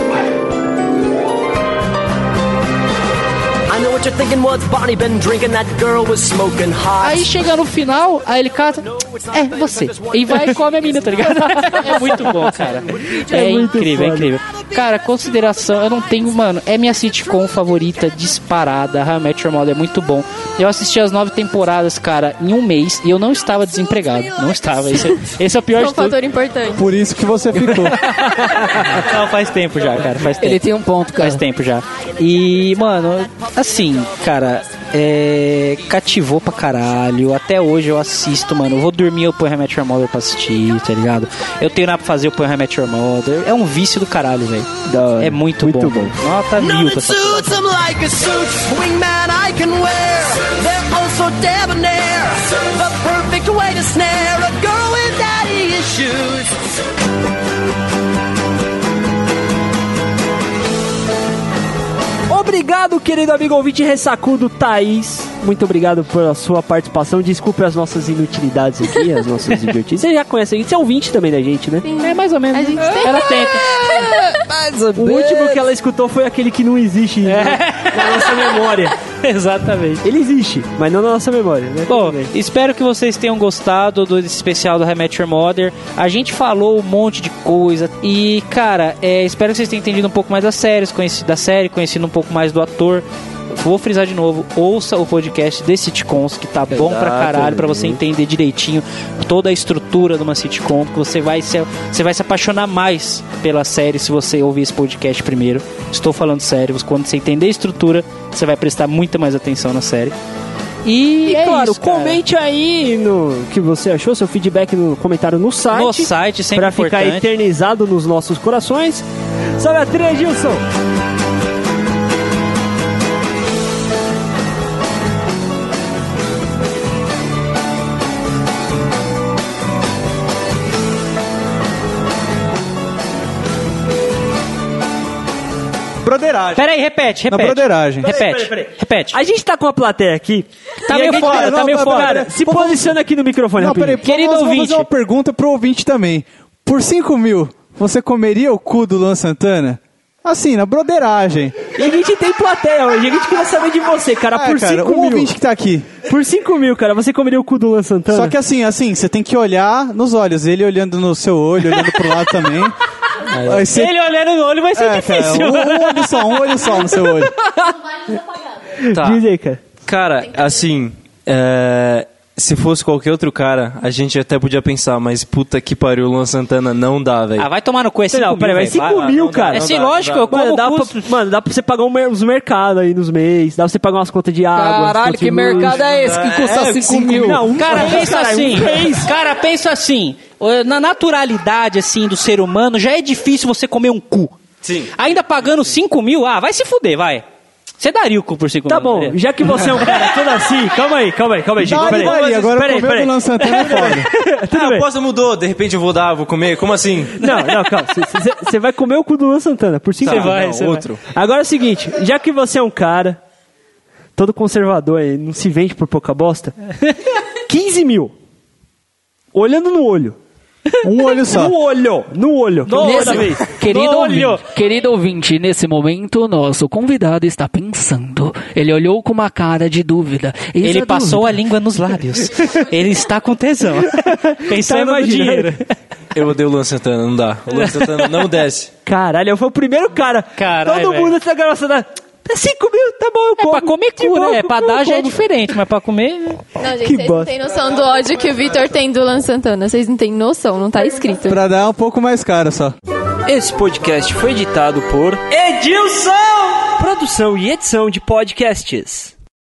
I know
what you're thinking was Bonnie been drinking, that girl was smoking hot.
Aí chega no final, aí ele cata. É, você. E vai e come a mina, tá ligado? É muito bom, cara.
É
É
muito
incrível, é
foda.
incrível. Cara, consideração, eu não tenho, mano. É minha sitcom favorita, disparada. How I Met Your Mother é muito bom. Eu assisti as nove temporadas, cara, em um mês e eu não estava desempregado. Não estava. Esse é, esse é o pior
É um
de tudo.
fator importante.
Por isso que você ficou.
Não, faz tempo já, cara. Faz tempo.
Ele tem um ponto, cara.
Faz tempo já. E, mano, assim, cara, é. Cativou pra caralho. Até hoje eu assisto, mano. Eu vou dormir, eu ponho Rematch Your Mother pra assistir, tá ligado? Eu tenho nada pra fazer, eu ponho Rematch Your Mother. É um vício do caralho, velho. É muito,
Muito
bom.
bom.
mano. Nota mil pra essa porra.
Suits them like a suit, wingman I can wear. They're all so debonair, the perfect way to snare a girl with daddy issues.
Obrigado, querido amigo ouvinte ressacudo Thaís. Muito obrigado pela sua participação. Desculpe as nossas inutilidades aqui, as nossas idiotices. Você já conhece, você é ouvinte também da gente, né?
É mais ou menos.
A gente
né?
tem-
Ela tenta.
O último que ela escutou foi aquele que não existe né? na nossa memória.
Exatamente.
Ele existe, mas não na nossa memória, né?
Bom,
Tudo bem.
espero que vocês tenham gostado do desse especial do Rematch Your Mother. A gente falou um monte de coisa. E, cara, é, espero que vocês tenham entendido um pouco mais das séries, conheci, da série, conhecido um pouco mais do ator. Vou frisar de novo, ouça o podcast de sitcoms, que
É
tá bom pra caralho, pra você entender direitinho toda a estrutura de uma sitcom, que você vai se, você vai se apaixonar mais pela série se você ouvir esse podcast primeiro. Estou falando sério, quando você entender a estrutura, você vai prestar muita mais atenção na série. E,
E
é
claro,
isso, cara.
comente aí no que você achou, seu feedback no comentário no site.
No site, sempre
Pra ficar
importante.
eternizado nos nossos corações. Sabe a trilha, Gilson?
Broderagem.
Peraí, repete,
Na
repete.
broderagem.
Repete,
Peraí, peraí, peraí.
repete.
A gente tá com a plateia aqui.
Tá
E
meio
a gente-
fora, tá
Não,
meio
não,
fora.
pera, Se posiciona aqui no microfone,
Não,
rapidinho.
peraí,
Querido
vamos,
ouvinte.
vamos fazer uma pergunta pro ouvinte também. Por 5 mil, você comeria o cu do Luan Santana? Assim, na broderagem.
E a gente tem plateia hoje. A gente queria saber de você, cara.
Ah,
por
cara,
5
um
mil.
ouvinte que tá aqui.
Por 5 mil, cara, você comeria o cu do Luan Santana?
Só que assim, assim, você tem que olhar nos olhos. Ele olhando no seu olho, olhando pro lado também. Aí você-
Ele olhando no olho vai ser
É, cara,
difícil.
um, um olho só, um olho só no seu olho.
Tá.
Diz aí, cara.
Cara, assim, é, se fosse qualquer outro cara, a gente até podia pensar, mas puta que pariu, Luan Santana não dá, velho.
Ah, vai tomar no cu, é 5
Não,
mil,
peraí, vai
velho.
5
lá,
mil,
não dá,
cara.
não
Sim,
dá,
lógico,
não
eu como
Mano, dá pra,
custo.
mano, dá pra você pagar um mer- os mercados aí nos mês, dá pra você pagar umas contas de água. umas
Caralho,
contas
que
de
mercado
luz.
é esse que custa 5 mil?
Não, um
Cara,
mês,
pensa
caralho,
assim.
um mês.
Cara, pensa assim. eh, Na naturalidade, assim, do ser humano, já é difícil você comer um cu.
Sim.
Ainda pagando 5 mil, ah, vai se fuder, vai. Você daria o cu por 5
Tá
mil. não
bom,
daria?
já que você é um cara todo assim, calma aí, calma aí, calma aí, gente.
Dá,
Peraí,
dá aí, agora
peraí,
comer o
peraí.
do Luan Santana é foda.
Tudo
ah,
bem.
a aposta mudou, de repente eu vou dar, vou comer, como assim?
Não, não, calma. Você vai comer o cu do Luan Santana, por 5
Tá,
mil.
não,
Não,
outro.
Agora é o seguinte, já que você é um cara todo conservador aí, não se vende por pouca bosta, 15 mil. Olhando no olho.
Um olho só.
No
Tá.
olho, no olho. Toda vez.
Querido
No
ouvinte, querido ouvinte, nesse momento, nosso convidado está pensando. Ele olhou com uma cara de dúvida. Eis
Ele
a
passou a
dúvida.
língua nos lábios. Ele está com tesão.
Tá
Pensando no
imaginando.
dinheiro.
Eu odeio o Luan Santana, não dá. O Luan Santana não desce.
Caralho, eu fui o primeiro cara.
Caralho,
Todo
velho.
mundo tá essa gravação da. É 5 mil, tá bom, eu
É
como.
pra comer
De
cu,
boa,
né?
eu
Pra
como,
dar
eu
já é
como.
diferente, mas pra comer.
Não, gente,
Que
vocês não
bosta.
têm noção do ódio que o Vitor tem do Lan Santana. Vocês não têm noção, não tá escrito.
Pra dar um pouco mais caro só.
Esse podcast foi editado por Edilson! Produção e edição de podcasts.